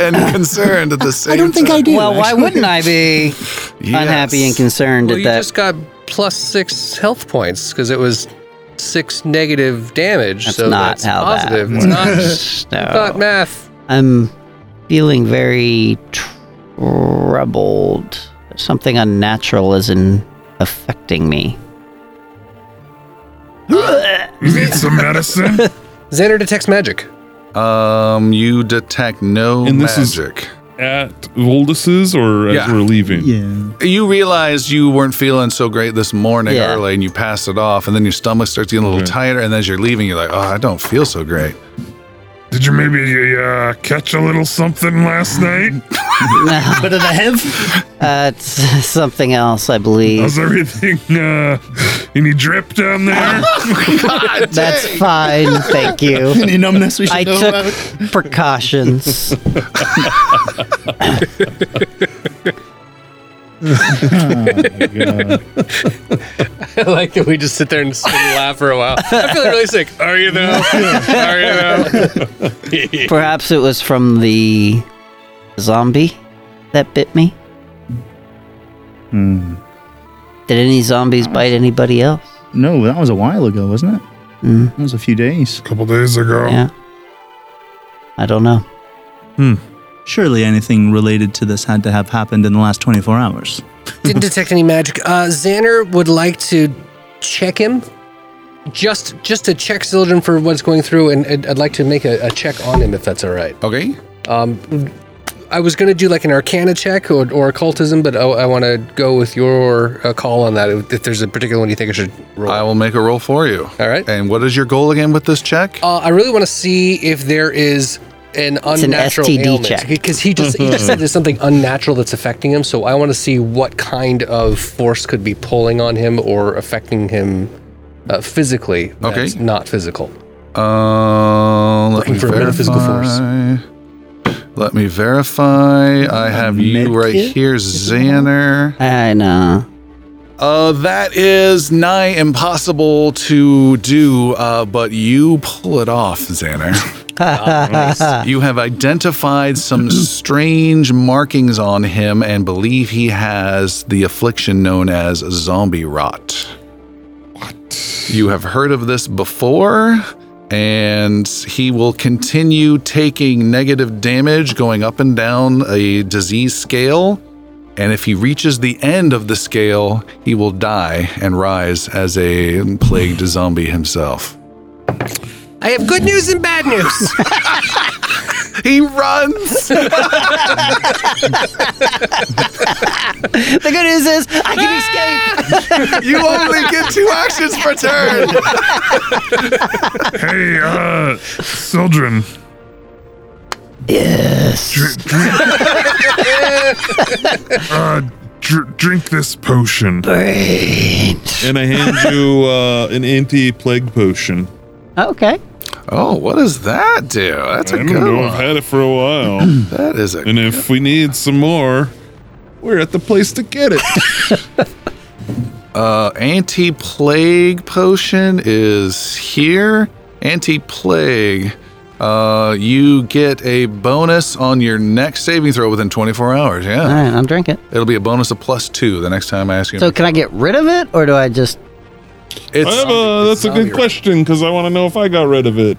and concerned at the same
I
time.
don't think I do.
well, why
actually.
wouldn't I be unhappy and
Yes.
concerned
Well,
at
you
that?
just got plus six health points because it was six negative damage.
That's
so
not
that's
how that
positive. It's not,
No.
not math.
I'm feeling very troubled. Something unnatural is in affecting me.
You need some medicine.
Xander detects magic.
Um, you detect no
And this is-
magic.
At Voldus's or as
Yeah.
we're leaving.
Yeah.
You realize you weren't feeling so great this morning
Yeah.
early and you pass it off, and then your stomach starts getting a little
Mm-hmm.
Okay.
tighter. And as you're leaving, you're like, oh, I don't feel so great.
Did you maybe uh, catch a little something last night?
But did I have?
Uh, it's something else, I believe.
How's everything? Uh, any drip down there?
That's fine, thank you.
Any numbness we should
I
know about?
took precautions.
I like that we just sit there and sit and laugh for a while. I feel really sick. Are you though? Are you though?
Perhaps it was from the zombie that bit me. Did any zombies bite anybody else?
No, that was a while ago, wasn't it?
Mm.
That was a few days.
A couple days ago.
Yeah. I don't know.
Surely anything related to this had to have happened in the last 24 hours.
Didn't detect any magic. Uh, Xander would like to check him, just just to check Sildren for what's going through, and I'd, I'd like to make a, a check on him if that's all right.
Okay.
Um, I was gonna do like an Arcana check or, or occultism, but I, I want to go with your uh, call on that. If there's a particular one you think I should roll,
I will make a roll for you.
all right.
And what is your goal again with this check?
Uh, I really want to see if there is
an
an unnatural
STD
ailment
check. Mm-hmm.
because he just he just said there's something unnatural that's affecting him. So I want to see what kind of force could be pulling on him or affecting him uh, physically. that's
Okay.
not physical.
Uh, let
Looking
me
for a
verify.
metaphysical force.
Let me verify. I have you right here, Xander.
I know.
Uh, that is nigh impossible to do, uh, but you pull it off, Xander. You have identified some strange markings on him and believe he has the affliction known as zombie rot. What? You have heard of this before, and he will continue taking negative damage going up and down a disease scale. And if he reaches the end of the scale, he will die and rise as a plagued zombie himself.
I have good news and bad news.
He runs!
The good news is I can escape.
you only get two actions per turn!
Hey, uh, children.
Yes.
Dr- drink. uh, dr- drink this potion.
Brains.
And I hand you uh, an anti-plague potion.
Okay.
Oh, what does that do? That's
I
a
don't
good
know.
one.
I've had it for a while.
that is a.
and if we need some more, we're at the place to get it.
Uh, Anti plague potion is here. Anti plague. Uh, you get a bonus on your next saving throw within 24 hours.
All
Yeah.
right, I'm drinking.
It'll be a bonus of plus two the next time I ask you.
So can I get rid of it, or do I just?
I
it's,
have a, that's a good question because I want to know if I got rid of it.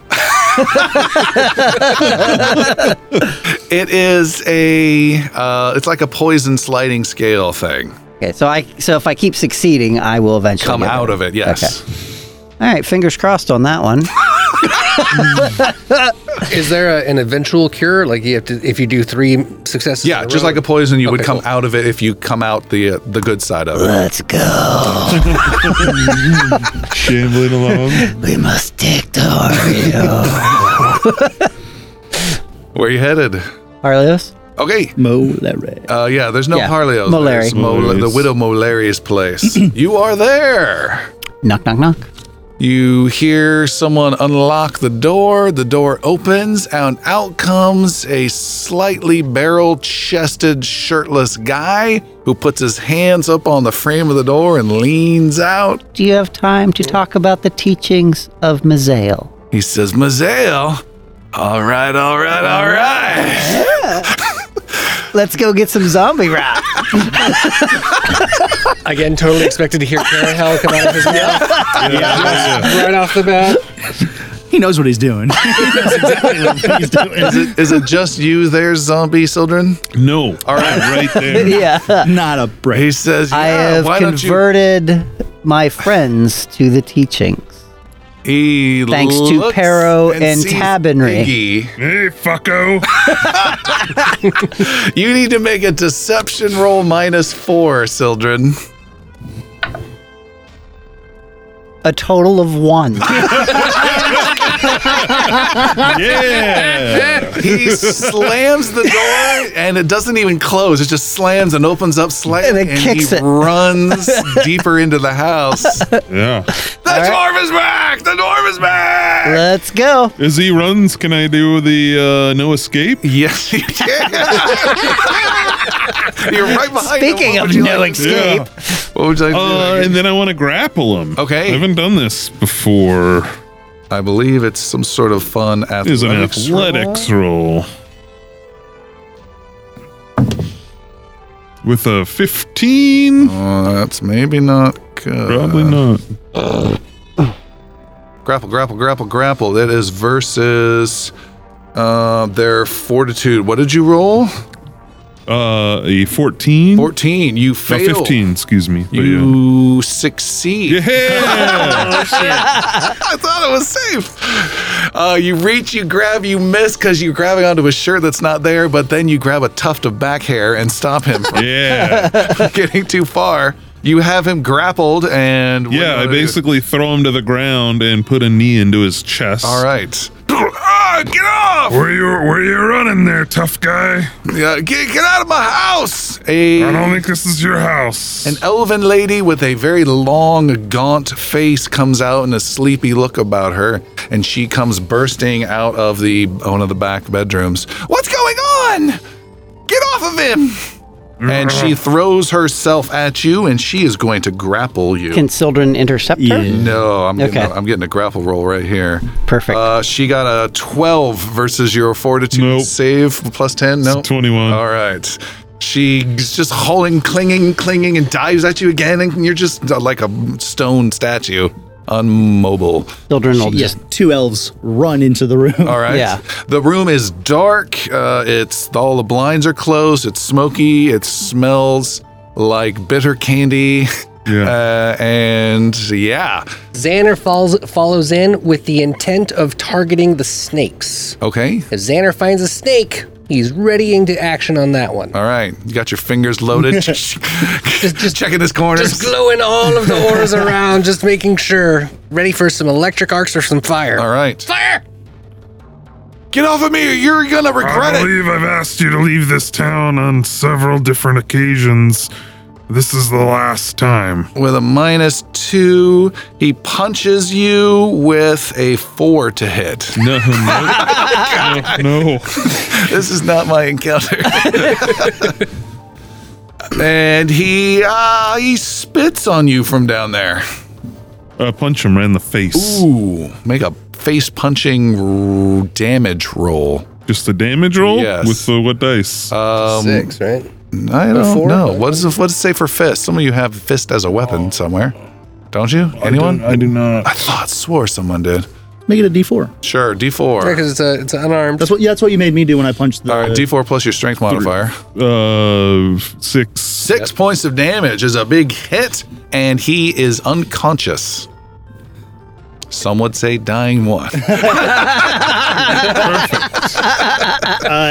it is a. Uh, it's like a poison sliding scale thing.
Okay, so I so if I keep succeeding, I will eventually
Come
get rid
out of it, yes.
All right, fingers crossed on that one.
Is there a, an eventual cure? Like you have to if you do three successes.
Yeah,
in
just
row?
like a poison, you would
Okay,
come
cool.
out of it if you come out the uh, the good side of it.
Let's go.
Shambling along.
We must take the Oreo.
Where you headed?
Arlios?
Okay.
Mo that red.
Uh, yeah, there's no
Yeah.
Harley.
Moleri.
the
Moleri's.
widow Molari's place. you are there.
Knock, knock, knock.
You hear someone unlock the door. The door opens, and out comes a slightly barrel chested, shirtless guy who puts his hands up on the frame of the door and leans out.
Do you have time to talk about the teachings of Mazael?
He says, Mazael. All right, all right, all right.
Let's go get some zombie rap.
again, totally expected to hear Karen Hell come out of his mouth right off the bat.
He knows what he's doing.
Is it, is it just you there, zombie children?
No. All right, right there.
yeah.
Not a break.
He says,
I
"Yeah,
have
why don't you
converted my friends to the teachings.
He
Thanks to
looks
Pero and
sees
Tabinry.
Iggy.
Hey, fucko.
You need to make a deception roll minus four, Sildren.
a total of one.
Yeah.
He slams the door and it doesn't even close. It just slams and opens up slightly.
And it kicks
he
it.
runs deeper into the house. The
yeah.
dwarf is back! The dwarf is back!
Let's go.
As he runs, can I do the uh, no escape?
Yes, you can. You're right behind him.
Speaking
What
of
would you
no
like to do?
escape,
What would you like to
Uh,
do?
and then I want to grapple him.
Okay.
I haven't done this before.
I believe it's some sort of fun athletics.
Is an athletics roll. With a 15?
Uh, that's maybe not good.
Probably not.
Grapple, grapple, grapple, grapple. That is versus uh, their fortitude. What did you roll?
Uh, a 14?
14. You
No,
fail.
15, excuse me. But yeah.
You succeed.
Yeah!
I thought it was safe. Uh, you reach, you grab, you miss because you're grabbing onto a shirt that's not there, but then you grab a tuft of back hair and stop him from
yeah.
getting too far. You have him grappled and. what do you
Yeah, I
wanna do?
basically throw him to the ground and put a knee into his chest.
All right. ah, get off!
Where you where you running there, tough guy?
Yeah, get, get out of my house! A,
think this is your house.
An elven lady with a very long, gaunt face comes out and a sleepy look about her, and she comes bursting out of the one of the back bedrooms. What's going on? Get off of him! And she throws herself at you, and she is going to grapple you.
Can Sildren intercept her?
no, I'm getting,
Okay.
a, I'm getting a grapple roll right here.
Perfect.
Uh, she got a 12 versus your fortitude
Nope.
save plus 10. No,
21.
All right. She's just hauling, clinging, clinging, and dives at you again, and you're just uh, like a stone statue, unmobile.
Sildren will
Yeah,
just
two elves run into the room.
All right.
Yeah.
The room is dark. Uh, it's all the blinds are closed. It's smoky. It smells like bitter candy.
yeah.
Uh, and yeah.
Xander falls, follows in with the intent of targeting the snakes.
Okay.
If Xander finds a snake, he's readying to action on that one.
All right. You got your fingers loaded. just, checking this corner.
Just glowing all of the oars around, just making sure. Ready for some electric arcs or some fire.
All right.
Fire!
Get off of me or you're going to regret it.
I've asked you to leave this town on several different occasions. This is the last time.
with a minus two. He punches you with a four to hit.
No, no, no.
this is not my encounter. and he uh, he spits on you from down there.
Uh, punch him right in the face.
Ooh, make a face punching r- damage roll.
Just the damage roll
Yes.
with the what dice?
Um,
Six, right?
I don't know. What is what does it say for fist? Some of you have fist as a
Oh.
weapon somewhere, don't you? Anyone? Oh,
I do not.
I thought swore someone did.
Make it a D4.
Sure, D4.
Because it's a it's an unarmed.
That's what. Yeah, that's what you made me do when I punched the.
All right, D4 plus your strength modifier.
Uh, six.
Six points of damage is a big hit, and he is unconscious. Some would say dying one.
uh,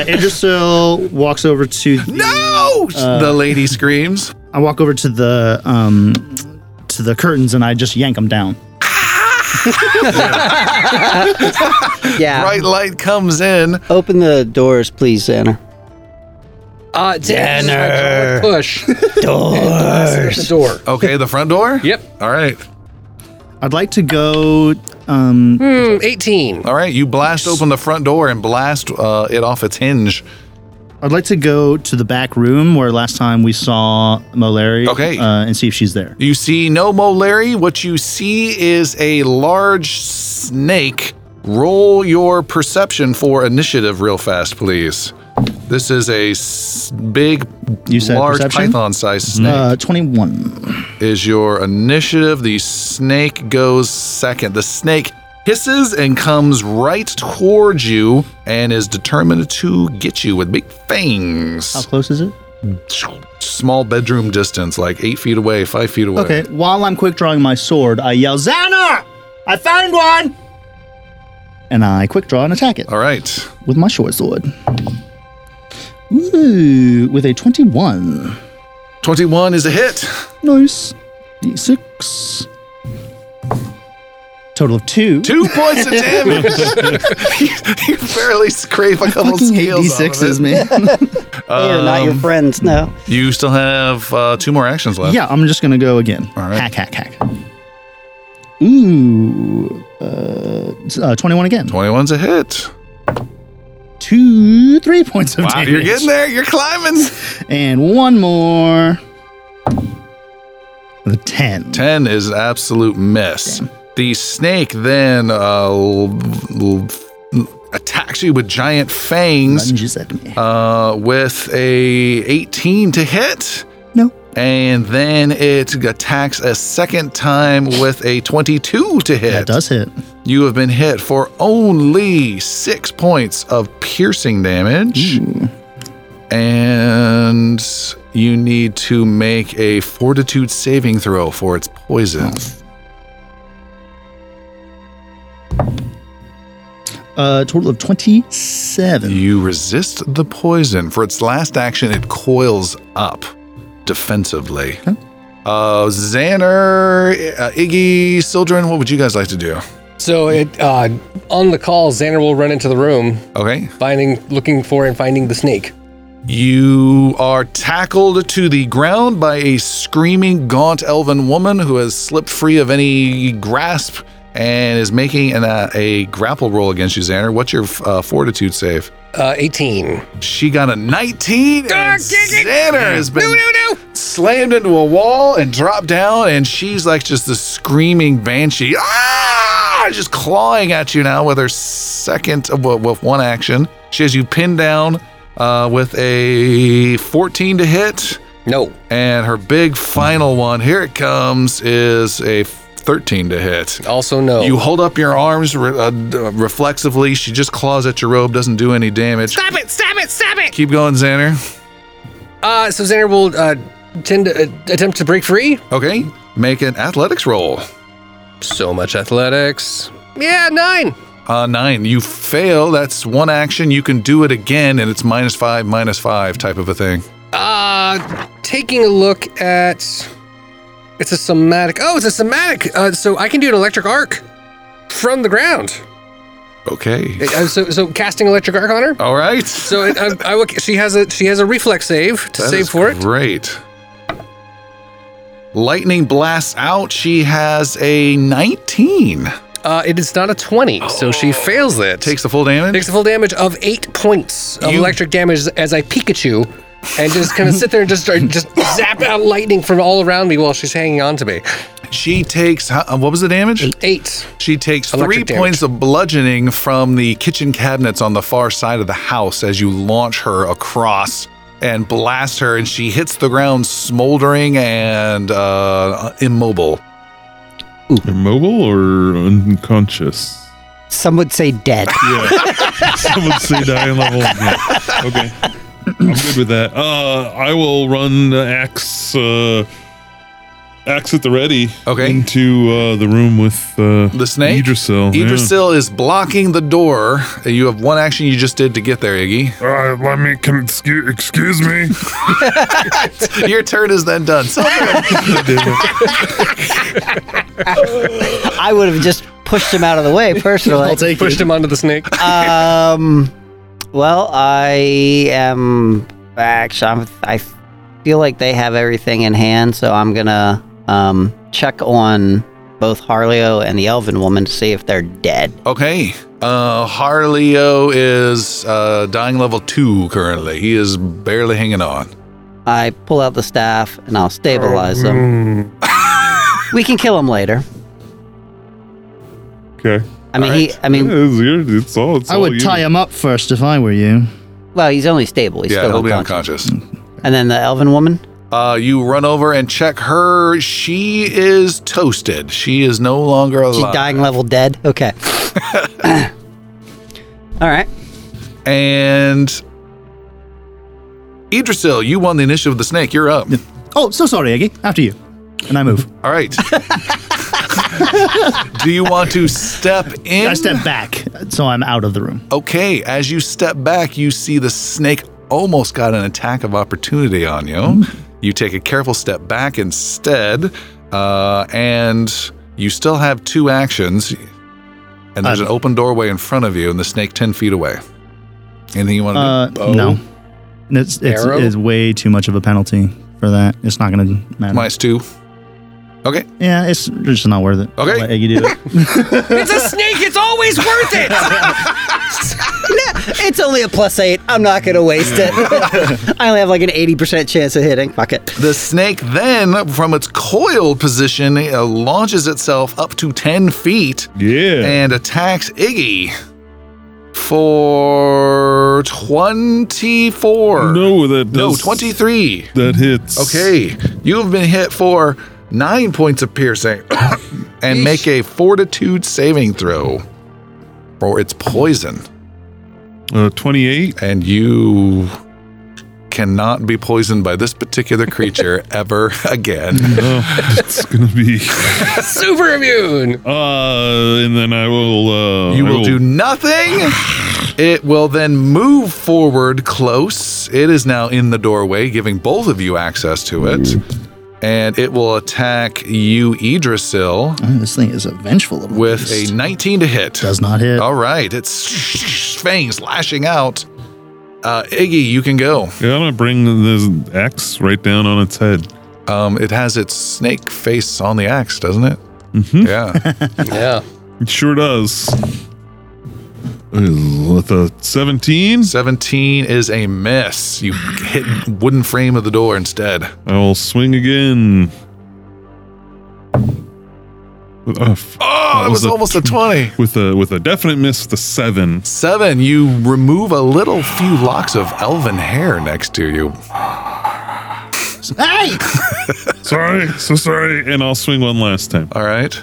Idrisil walks over to. The,
no!
Uh.
the lady screams.
I walk over to the um, to the curtains and I just yank them down.
yeah.
Bright light comes in.
Open the doors, please, Xander.
Uh, Danner. Push. Doors. the door.
Okay, the front door?
Yep.
All right.
I'd like to go. Um,
Hmm, 18.
All right, you blast open the front door and blast uh, it off its hinge.
I'd like to go to the back room where last time we saw Molary.
Okay.
Uh, and see if she's there.
You see no Mo Larry. What you see is a large snake. Roll your perception for initiative real fast, please. This is a s- big,
You said
large
perception? Mm-hmm.
python-sized snake.
Uh, 21.
is your initiative. The snake goes second. The snake hisses and comes right towards you and is determined to get you with big
How
fangs.
close is it?
Small bedroom distance, like eight feet away, five feet away.
Okay. While I'm quick drawing my sword, I yell, Xana! I found one! And I quick draw and attack it
All right.
with my short sword. Ooh, with a 21.
21 is a hit.
Nice. D6. Total of two.
Two points of damage. you, barely scrape a couple
Fucking hate
scales off of
D6s,
it.
man.
They are not your
Um,
friends, no.
You still have uh, two more actions left.
yeah, I'm just gonna go again.
All right.
Hack, hack, hack. Ooh, uh, it's, uh, 21 again.
21's a hit.
Two, three points of
Wow,
damage.
you're getting there. You're climbing.
And one more. The 10.
10 is an absolute miss. The snake then uh, l- l- attacks you with giant fangs
Lunges at me.
uh, with a 18 to hit.
No.
And then it attacks a second time with a 22 to hit.
that does hit.
You have been hit for only six points of piercing damage. And you need to make a fortitude saving throw for its poison.
Uh, total of 27.
You resist the poison. For its last action, it coils up defensively. Uh, Xander, uh, Iggy, Sildren, what would you guys like to do?
So it uh, on the call, Xander will run into the room,
Okay.
finding, looking for, and finding the snake.
You are tackled to the ground by a screaming, gaunt elven woman who has slipped free of any grasp and is making an, uh, a grapple roll against you, Xander. What's your uh, fortitude save?
Uh, 18.
She got a 19. And Xander has been
no!
slammed into a wall and dropped down, and she's like just the screaming banshee. Ah! Just clawing at you now with her second, well, with one action. She has you pinned down uh, with a 14 to hit,
No.
and her big final one, here it comes, is a 13 to hit.
Also no.
You hold up your arms re- uh, d- uh, reflexively. She just claws at your robe, doesn't do any damage.
stab it! Stab it! Stab it!
Keep going, Xander.
Uh, so Xander will uh, tend to uh, attempt to break free.
Okay, make an athletics roll.
So much athletics. Yeah, nine.
Uh, nine. You fail. That's one action. You can do it again, and it's minus five, minus five type of a thing.
Uh, taking a look at. It's a somatic. Oh, it's a somatic. Uh, so I can do an electric arc from the ground.
Okay.
Uh, so, so casting electric arc on her.
All right.
So it, uh, I, I, will- she has a she has a reflex save to
That
save
is
for it.
Great. Lightning blasts out. She has a 19.
Uh, it is not a twenty, so
Oh.
she fails it.
Takes the full damage.
takes the full damage of eight points of
You-
electric damage as I Pikachu, and just kind of sit there and just start just zap out lightning from all around me while she's hanging on to me.
she takes. huh, uh, What was the damage?
Eight.
She takes three
Electric damage.
points of bludgeoning from the kitchen cabinets on the far side of the house as you launch her across and blast her, and she hits the ground smoldering and uh, immobile.
Immobile or unconscious?
Some would say dead.
Someone say dying level. Yeah. Okay. I'm good with that. Uh, I will run the axe, uh, axe at the ready.
Okay.
Into uh, the room with uh,
The snake?
Idrisil. yeah.
Idrisil is blocking the door. You have one action you just did to get there, Iggy.
Uh, let me can, excuse, excuse me.
Your turn is then done. So
I would have just pushed him out of the way personally.
I'll take
Pushed
it.
him onto the snake.
um, well, I am actually. I'm, I feel like they have everything in hand, so I'm gonna um, check on both Harlio and the Elven woman to see if they're dead.
okay. Uh, Harleo is uh, dying level two currently. He is barely hanging on.
I pull out the staff and I'll stabilize them. we can kill him later.
Okay.
I mean, he. I mean,
Yeah, it's, your- it's all. It's
I
all
would
you.
tie him up first if I were you.
well, he's only stable. He's
yeah,
still
he'll be
unconscious.
unconscious.
And then the Elven woman.
Uh, you run over and check her. She is toasted. She is no longer
She's
alive.
dying level dead. Okay. All right.
And Idrisil, you won the initiative of the snake. You're up.
Oh, so sorry, Eggy. After you. And I move.
All right. Do you want to step in?
I step back, so I'm out of the room.
Okay. As you step back, you see the snake almost got an attack of opportunity on
Hmm.
you. You take a careful step back instead, uh, and You still have two actions, and there's
Uh,
an open doorway in front of you, and the snake ten feet away. Anything you want to
Uh,
do? Oh,
no. And it's it's,
Arrow?
it's way too much of a penalty for that. It's not going to matter.
Minus two. Okay.
yeah, it's just not worth it.
Okay.
I'll let you do it.
It's a snake. It's always worth it.
It's only a plus eight. I'm not going to waste it. I only have like an 80% chance of hitting. Fuck it.
The snake then, from its coiled position, uh, launches itself up to 10 feet
Yeah.
and attacks Iggy for 24.
no, that
No,
does-
23.
That hits.
Okay, you have been hit for nine points of piercing and make a fortitude saving throw for its poison.
Uh, 28.
And you cannot be poisoned by this particular creature ever again.
Oh, it's gonna be.
Super immune.
Uh, and then I will. Uh,
You
I
will do nothing. It will then move forward close. It is now in the doorway, giving both of you access to it. And it will attack you, Idrisil,
Oh, this thing is a vengeful of a
with
beast.
a 19 to hit.
does not hit.
All right, it's fangs lashing out. Uh, Iggy, you can go.
Yeah, I'm gonna bring this axe right down on its head.
Um, it has its snake face on the axe, doesn't it? Yeah.
Yeah.
It sure does. Uh, With a 17,
17 is a miss. You hit wooden frame of the door instead.
I will swing again. With a, f-
Oh, it was,
was a-
almost a 20.
with a with a definite miss, the seven.
Seven, you remove a little few locks of elven hair next to you.
Hey!
Sorry, so sorry. And I'll swing one last time
All right.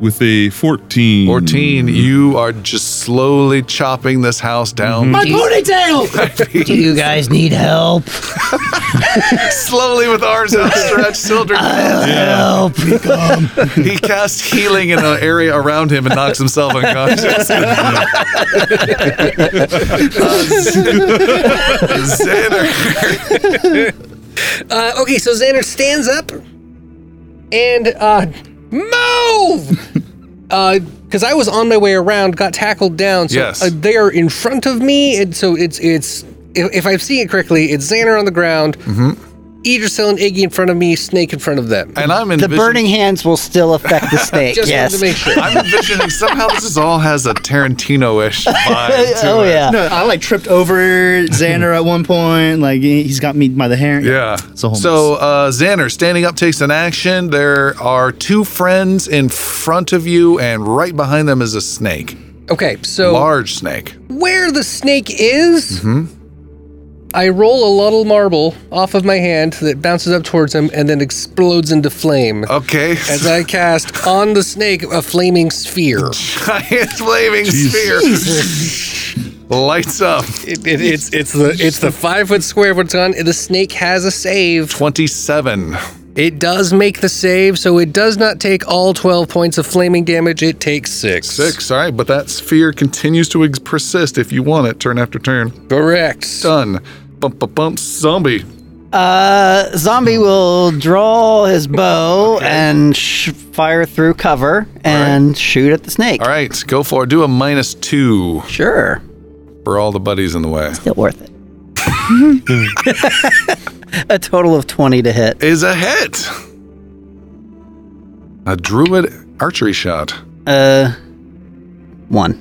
with a 14.
14,
Hmm.
you are just slowly chopping this house down.
Mm-hmm.
ponytail!
Do you guys need help?
slowly with arms outstretched, still drinking.
Uh.
Help.
He casts healing in an area around him and knocks himself unconscious. Xander.
Uh, okay, so Xander stands up and uh, move. Because I was on my way around, got tackled down. So
Yes.
uh, they are in front of me, and so it's it's if, if I'm seeing it correctly, it's Xander on the ground, mm-hmm. Idrisil and Iggy in front of me, Snake in front of them.
And I'm
The
envisioning,
burning hands will still affect the snake.
Just wanted
yes.
to make sure.
I'm envisioning somehow this is all has a Tarantino-ish vibe to
oh
it.
yeah.
no, I like tripped over Xander at one point. Like he- he's got me by the hair.
Yeah.
It's a whole
so uh, Xander, standing up takes an action. There are two friends in front of you, and right behind them is a snake,
Okay, so
large snake.
where the snake is, I roll a little marble off of my hand that bounces up towards him and then explodes into flame.
Okay.
as I cast on the snake a flaming sphere.
giant flaming sphere lights up.
It, it, it's it's the it's the five foot square of what's on. The snake has a save.
27.
It does make the save, so it does not take all twelve points of flaming damage. It takes six.
Six, all right, but that sphere continues to ex- persist if you want it, turn after turn.
Correct.
Done. Bump, bump, bump, zombie.
Uh, zombie will draw his bow and sh- fire through cover and shoot at the snake.
All right, go for it. Do a minus two
Sure,
for all the buddies in the way.
still worth it. a total of twenty to hit.
Is a hit. A druid archery shot.
Uh, one.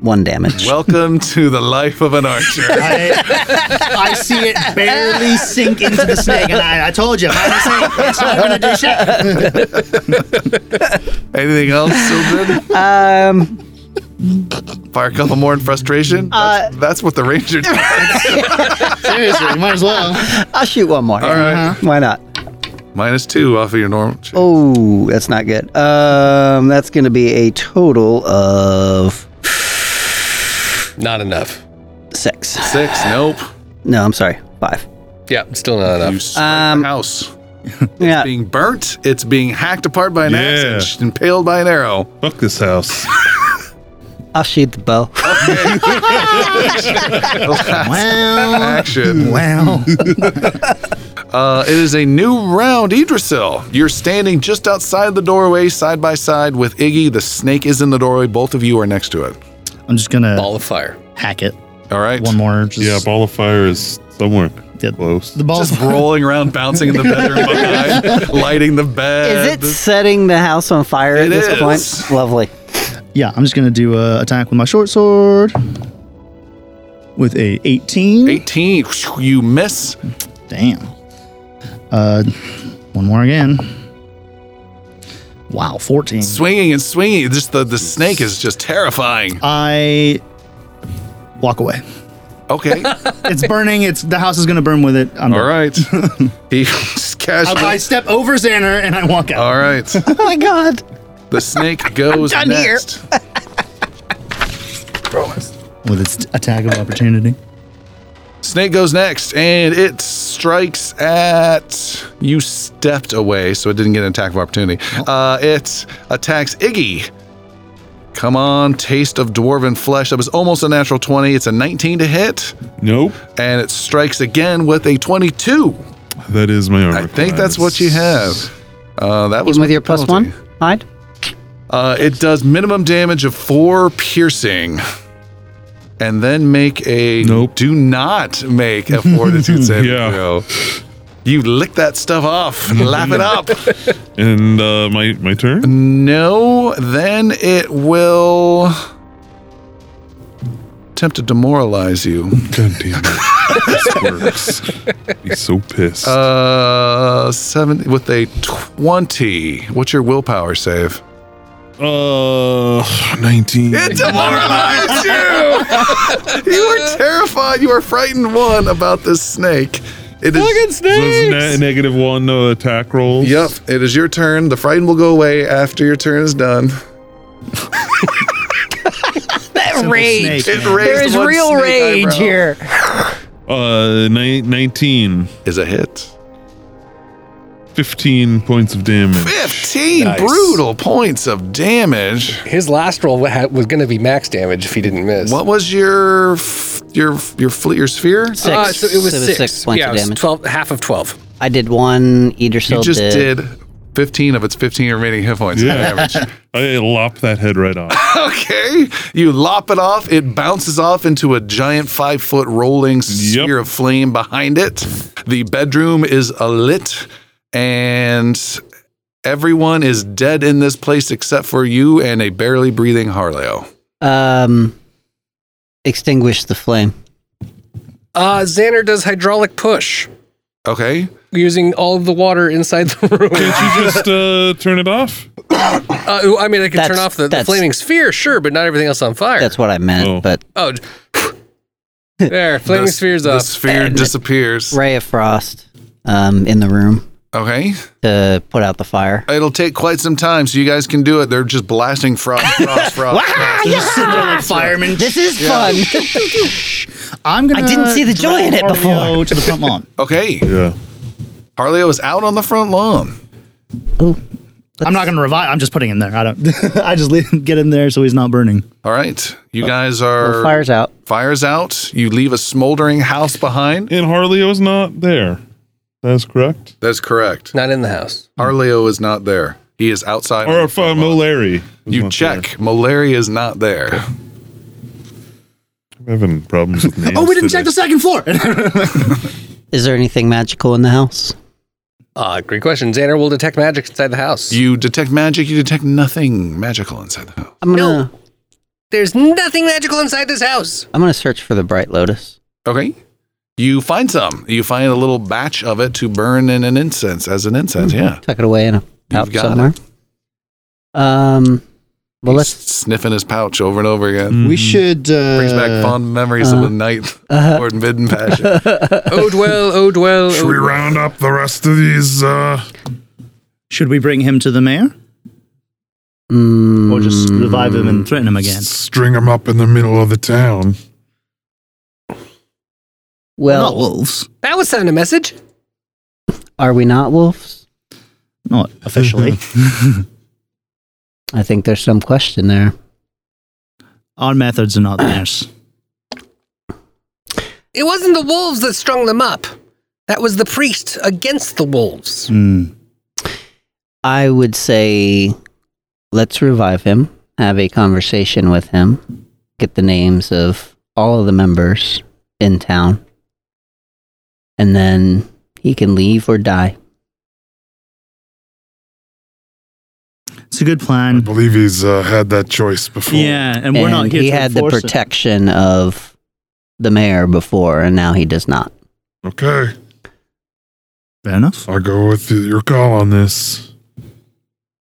One damage.
Welcome to the life of an archer.
I, I see it barely sink into the snake, and I, I told you, minus eight, it's not gonna do shit.
Anything else, Sildred? Um. Fire a couple more in frustration. That's, that's what the ranger does.
Seriously, you might as well.
I'll shoot one more. All
right.
Why not?
Minus two off of your normal.
Oh, that's not good. Um, that's going to be a total of
Not enough.
six.
Six. Nope.
No, I'm sorry, five.
Yeah, still not
You
enough.
strike the house.
Yeah,
Being burnt. It's being hacked apart by an axe
Yeah.
and sh- impaled by an arrow.
Fuck this house.
I'll shoot the bow.
Wow,
Action.
wow.
Uh, it is a new round, Idrisil. You're standing just outside the doorway, side by side with Iggy. The snake is in the doorway. Both of you are next to it.
I'm just gonna
Ball of fire.
hack it.
All right.
One more.
Yeah,
Just,
ball of fire is somewhere
Did-
close.
the ball's
Just rolling around, bouncing in the bedroom behind, lighting the
Is
bed.
it setting the house on fire
It
at this
is.
point? Lovely.
Yeah, I'm just gonna do a attack with my short sword with a 18.
18. You miss.
Damn. Uh, one more again. Wow, 14.
Swinging and swinging. Just the, the snake is just terrifying.
I walk away.
Okay.
It's burning. It's the house is gonna burn with it. I'm
All
done.
right. He just casually.
I, I step over Xander and I walk out.
All right.
Oh my god.
The snake goes
I'm done here.
next.
With its attack of opportunity.
Snake goes next, and it strikes at you. Stepped away, so it didn't get an attack of opportunity. Uh, it attacks Iggy. Come on, taste of dwarven flesh. That was almost a natural twenty. It's a nineteen to hit,
Nope.
and it strikes again with a twenty-two.
That is my armor.
I think that's what you have. Uh, that was
Even with
my
your plus
penalty.
one, hide.
Uh, it does minimum damage of four piercing. And then make a
Nope.
do not make a fortitude save.
Yeah.
throw. You lick that stuff off, lap it up.
And uh, my my turn.
No, then it will attempt to demoralize you.
God damn it! Squirks. He's so pissed.
Uh, seven with a twenty. What's your willpower save?
Uh, 19.
It demoralized you. you were terrified. You were frightened one about this snake. It
Those
is.
ne- negative one uh, attack rolls.
Yep. It is your turn. The frightened will go away after your turn is done.
That
Simple
rage.
snake,
It
man.
raised
There is
one
real
snake
rage
eyebrow.
here.
Uh, ni- 19.
Is a hit.
15 points of damage.
Fifteen brutal points of damage.
His last roll wa- ha- was going to be max damage if he didn't miss.
What was your f- your your fleet your sphere?
Six.
Uh, so it was six.
points
yeah,
of
it was
damage.
twelve. Half of twelve.
I did one. Eater
You
still
just
did.
did. 15 of its 15 remaining hit points
Yeah.
on average.
I lop that head right off.
Okay. You lop it off. It bounces off into a giant five foot rolling sphere of flame behind it. The bedroom is alit, and everyone is dead in this place except for you and a barely breathing Harleo.
Um, extinguish the flame.
Uh, Xander does hydraulic push
Okay.
using all of the water inside the room.
Can't you just uh, turn it off?
uh, ooh, I mean, I could turn
That's-
off the, the
that's-
flaming sphere, sure, but not everything else on fire.
That's what I meant.
Oh.
But
oh, j- there, flaming
The-
sphere's
The
up.
sphere disappears.
ray of frost, um, in the room
Okay.
to put out the fire.
It'll take quite some time, so you guys can do it. They're just blasting frost, frost, frost. frost.
Fireman.
This is fun.
I'm gonna.
I didn't see the joy in it
drag
before.
Oreo to the front lawn.
Okay.
Yeah.
Harleo is out on the front lawn.
I'm not gonna revive. I'm just putting him there. I don't. I just leave, get him there so he's not burning.
All right.
Uh,
You guys are.
Fire's out.
Fires out. You leave a smoldering house behind.
And Harleo's not there. That's correct.
That's correct.
Not in the house.
Arleo is not there. He is outside.
Or if uh, Moleri. was
you
not
check. Malaria is not there.
there. I'm having problems with names.
Oh, we didn't
today.
check the second floor.
Is there anything magical in the house?
Uh, great question. Xander will detect magic inside the house.
You detect magic. You detect nothing magical inside the house.
I'm gonna
There's nothing magical inside this house.
I'm gonna search for the bright lotus.
Okay. You find some. You find a little batch of it to burn in an incense as an incense. Yeah.
Tuck it away in a pouch
got
somewhere. Um. Well,
He's
let's
sniffing his pouch over and over again.
we should. Uh,
Brings back fond memories
Uh-huh.
of a night poured mid in passion.
Oh dwell, oh dwell.
Should we
Oh.
round up the rest of these? Uh,
Should we bring him to the mayor, or just
mm,
Mm.
revive him and threaten him again?
string them up in the middle of the town.
not
Well,
wolves.
That was sending a message.
are we not wolves?
Not officially.
I think there's some question there.
Our methods are not theirs.
It wasn't the wolves that strung them up. That was the priest against the wolves.
Mm. I would say let's revive him, have a conversation with him, get the names of all of the members in town, and then he can leave or die.
It's a good
I
plan.
believe he's uh, had that choice before.
Yeah, and we're not
And
here
he
to
had the
enforce it.
protection of the mayor before, and now he does not.
Okay.
Fair enough.
I'll go with your call on this.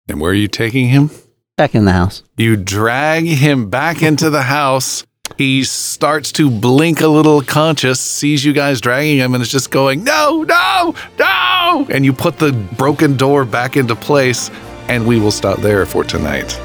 And where are you taking him?
Back in the house.
You drag him back into the house. He starts to blink a little conscious, sees you guys dragging him, and is just going, No, no, no. And you put the broken door back into place, and we will stop there for tonight.